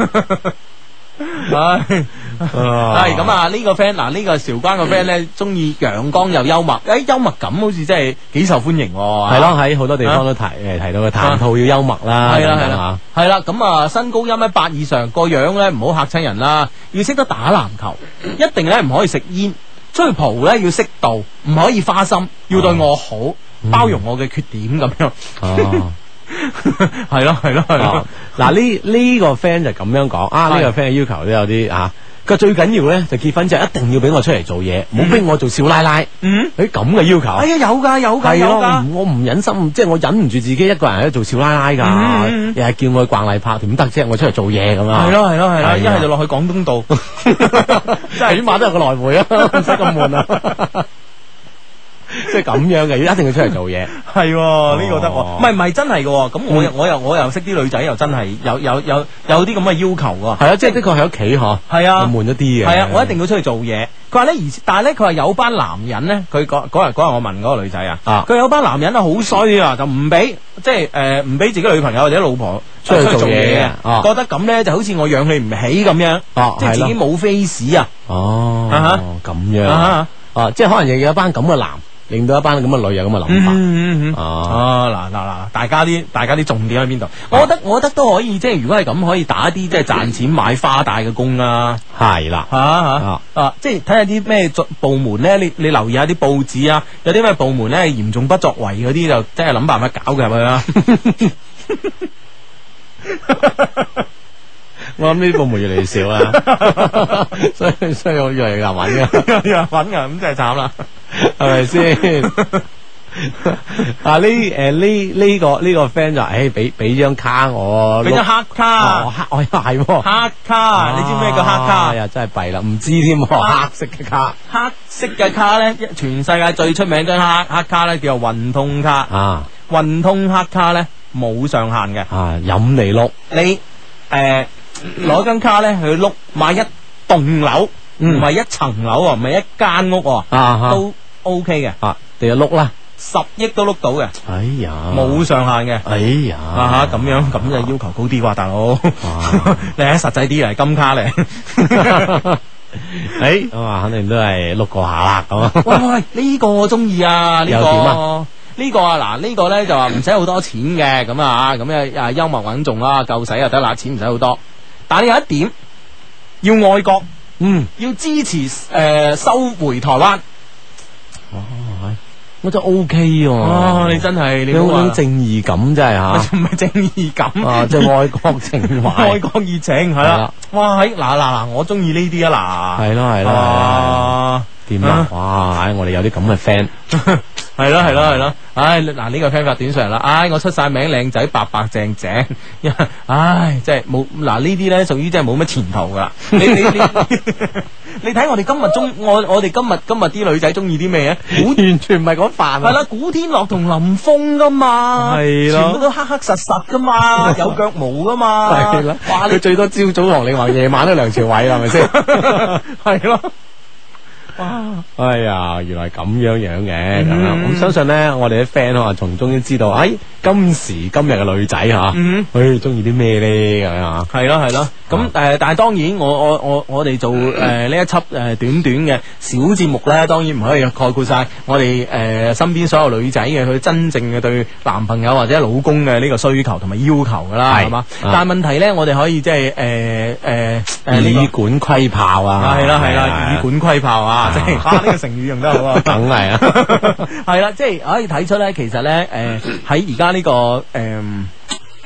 唉係咁
哦
啊！呢個 friend 嗱，呢個韶
嗯
關個 friend 咧，中意陽光又幽默，誒幽默感好似真係幾受歡迎喎。
系咯，。喺好多地方都提誒提到嘅談吐要幽默啦，
啊係
等
啦係
等
啦
啊，
係啦，咁啊身高一米八以上，個樣咧唔好嚇親人啦，要識得打籃球，一定咧唔可以食煙，追蒲咧要適度，唔可以花心，要對我好，
嗯
包容我嘅缺點咁樣，
哦，
係咯係咯係咯
哦。嗱呢呢個 friend 就咁樣講啊，呢個 friend 嘅要求都有啲啊。佢最緊要咧就結婚之後一定要俾我出嚟做嘢，唔好逼我做少奶奶。
嗯，
誒咁嘅要求啊
哎。呀，有噶有噶
係
有
咯
噶，，
我唔忍心，即係我忍唔住自己一個人喺度做少奶奶
嗯嗯嗯
㗎，日日叫我去逛禮拍，點得啫？我出嚟做嘢咁啊，
係，咯係咯係
係
咯，
啊
一係就落去廣 東道，
起碼都有個來回啊， 唔使咁悶啊， 即係咁樣嘅，一定要出嚟做嘢。
係喎呢個得喎，
哦
唔係唔係真係嘅喎，咁我又我又我又識啲女仔又真係有有有有啲咁嘅要求喎，
係啊，即係的確喺屋企嗬，
係啊
會悶咗啲嘅。
係啊，我一定要出去做嘢。佢話咧，而但係咧，佢話有班男人咧，佢嗰嗰日嗰日我問嗰個女仔啊，
啊
佢有班男人啊好衰啊，就唔俾即係誒唔俾自己女朋友或者老婆
出去
出去
做嘢
啊
啊
覺得咁咧就好似我養你唔起咁樣，
哦
即係自己
係
冇 face 啊，啊
哦，咁樣
啊
啊，哦即係可能又有一班咁嘅男，令到一班咁嘅女有咁嘅諗法。
嗯嗯嗯嗯
哦
啊嗱嗱嗱，大家啲大家啲重點喺邊度？我覺得我覺得都可以，即係如果係咁，可以打啲即係賺錢買花帶嘅工啦，
係啦，
吓吓
啊
啊！即係睇下啲咩作部門咧，你你留意下啲報紙啊，有啲咩部門咧嚴重不作為嗰啲，就真係諗辦法搞佢入去啊 啦。
我諗呢啲部門越嚟越少
啊
啦， 所以所以我越嚟越難揾嘅。
有人揾噶，咁真係慘啦。
系咪 先？啊呢诶呢呢個呢、個 friend 就诶俾俾張卡我，
俾咗黑
哦
卡，
黑我又係喎，
黑卡，你知唔知咩叫黑卡
哎？呀真係弊啦，唔知添喎，
啊
黑色嘅卡
黑色嘅卡咧，一全世界最出名張黑黑卡咧叫做運通卡。
啊
運通黑卡咧冇上限嘅，
啊飲你碌，
你誒攞張卡咧去碌買一棟樓，唔
嗯
係一層樓喎，唔係一間屋喎，
啊哈
都 OK 嘅，
啊地下碌啦，
十億都碌到嘅，
哎呀
冇，上限嘅。
哎呀
啊吓，咁樣咁就要求高啲啩，大佬，
哇
你喺實際啲嚟金卡嚟。
诶咁啊肯定都係碌過下啦咁
喂
啊，
喂，呢、個我中意啊，呢、
又點
個
啊
呢個啊，嗱呢個咧就話唔使好多錢嘅，咁啊咁啊啊幽默穩重啦，夠使就啊得啦，錢唔使好多。但係有一點，要愛國，
嗯
要支持誒、呃收回台灣。
哦我真 O K 喎
哦，，你真係你
有
好
種
啊，
正義感真係吓，
唔係正義感，
啊，即係愛國情
愛
懷，
國熱情係
係
啦
啦。
哇，喺嗱嗱嗱，我中意呢啲啊
係咯係
嗱，
咯係咯，
啊。
點啊？哇！唉我哋有啲咁嘅 friend，
系咯系咯系咯，唉嗱呢個 friend 發短信嚟啦，唉我出晒名靚仔白白淨 淨，因為唉真係冇嗱呢啲咧屬於真係冇乜前途噶啦，你你 你你睇我哋今日中我我哋今日今日啲女仔中意啲咩啊？古
完全唔係啊嗰範
係啦，古天樂同林峰噶嘛，
係咯
全部都黑黑實實 噶嘛，有腳毛噶嘛，
係啦，
哇
佢最多朝早同你話，夜晚都梁朝偉啦，係咪 先？
係咯，
哎呀，原來咁樣樣嘅，咁樣
嗯
咁相信咧，我哋啲 friend 可能從中都知道，哎，今時今日嘅女仔吓，佢中意啲咩咧咁樣吓？
係咯係咯，咁
啊
誒、呃但係當然我我我我哋做誒呢、一輯誒、呃短短嘅小節目咧，當然唔可以概括晒我哋誒、呃身邊所有女仔嘅佢真正嘅對男朋友或者老公嘅呢個需求同埋要求㗎啦，
係
係嘛？
啊
但係問題咧，我哋可以即係誒誒誒呢
以
個。
管窺豹啊！
係啦係啦，以管窺豹啊， 即係啊呢個成語用得好啊。
梗係 啊，
系啦，即 係可以睇出咧，其實咧，诶喺而家呢個诶、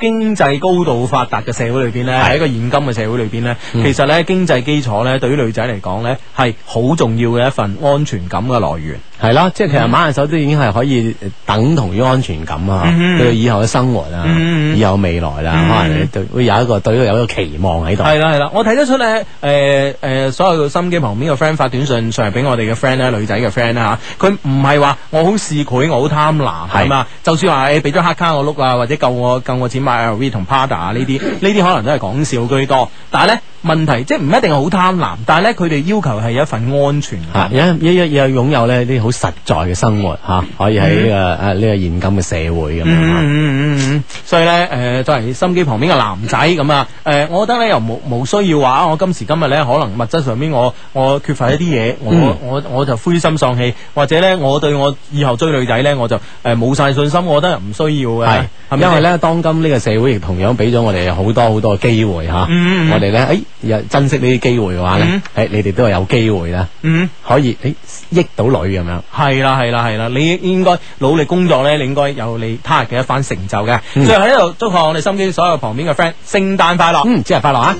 誒經濟高度發達嘅社會裏边咧，喺一個現今嘅社會裏边咧，其實咧經濟基礎咧，對於女仔嚟講咧，係好重要嘅一份安全感嘅來源。
係啦，即係其實挽下手都已經係可以等同於安全感啊，
嗯
對以後嘅生活啊，
嗯
以後未來啦，
嗯
可能你對會有一個對佢有一個期望喺度。
係啦係啦，我睇得出咧，诶、诶、所有心機旁邊嘅 friend 發短信上嚟俾我哋嘅 friend 咧，女仔嘅 friend 啦吓，佢唔係話我好市儈，我好貪婪
係
係嘛，就算話诶哎俾咗黑卡我碌啊，或者夠我夠我錢買 LV 同 Prada 啊呢啲，呢啲可能都係講笑居多，但係咧問題即係唔一定係好貪婪，但係咧佢哋要求係一份安全
吓，
感。
一一一有擁有呢啲好實在嘅生活吓、可以喺呢、個啊呢、個現今嘅社會咁樣。
嗯嗯嗯嗯嗯，所以咧，誒、作為心機旁邊嘅男仔咁啊，誒、我覺得咧又冇冇需要話啊，我今時今日咧，可能物質上邊我我缺乏一啲嘢，我、
嗯
我我就灰心喪氣，或者咧我對我以後追女仔咧，我就誒呃冇晒信心，我覺得唔需要嘅，
係，因為
嗯
咧，當今呢個社會亦同樣俾咗我哋好多好多嘅機會吓，
嗯嗯
我哋咧，诶、有珍惜呢啲機會嘅話咧，
嗯
誒你哋都係有機會啦，
嗯。
可以诶、誒益到女咁樣。
系啦，系啦，系啦，你應該努力工作咧，你應該有你他
嗯
日嘅一番成就嘅。最後喺度祝賀我哋心機所有旁邊嘅 friend 聖誕快樂。
嗯，節日快樂啊！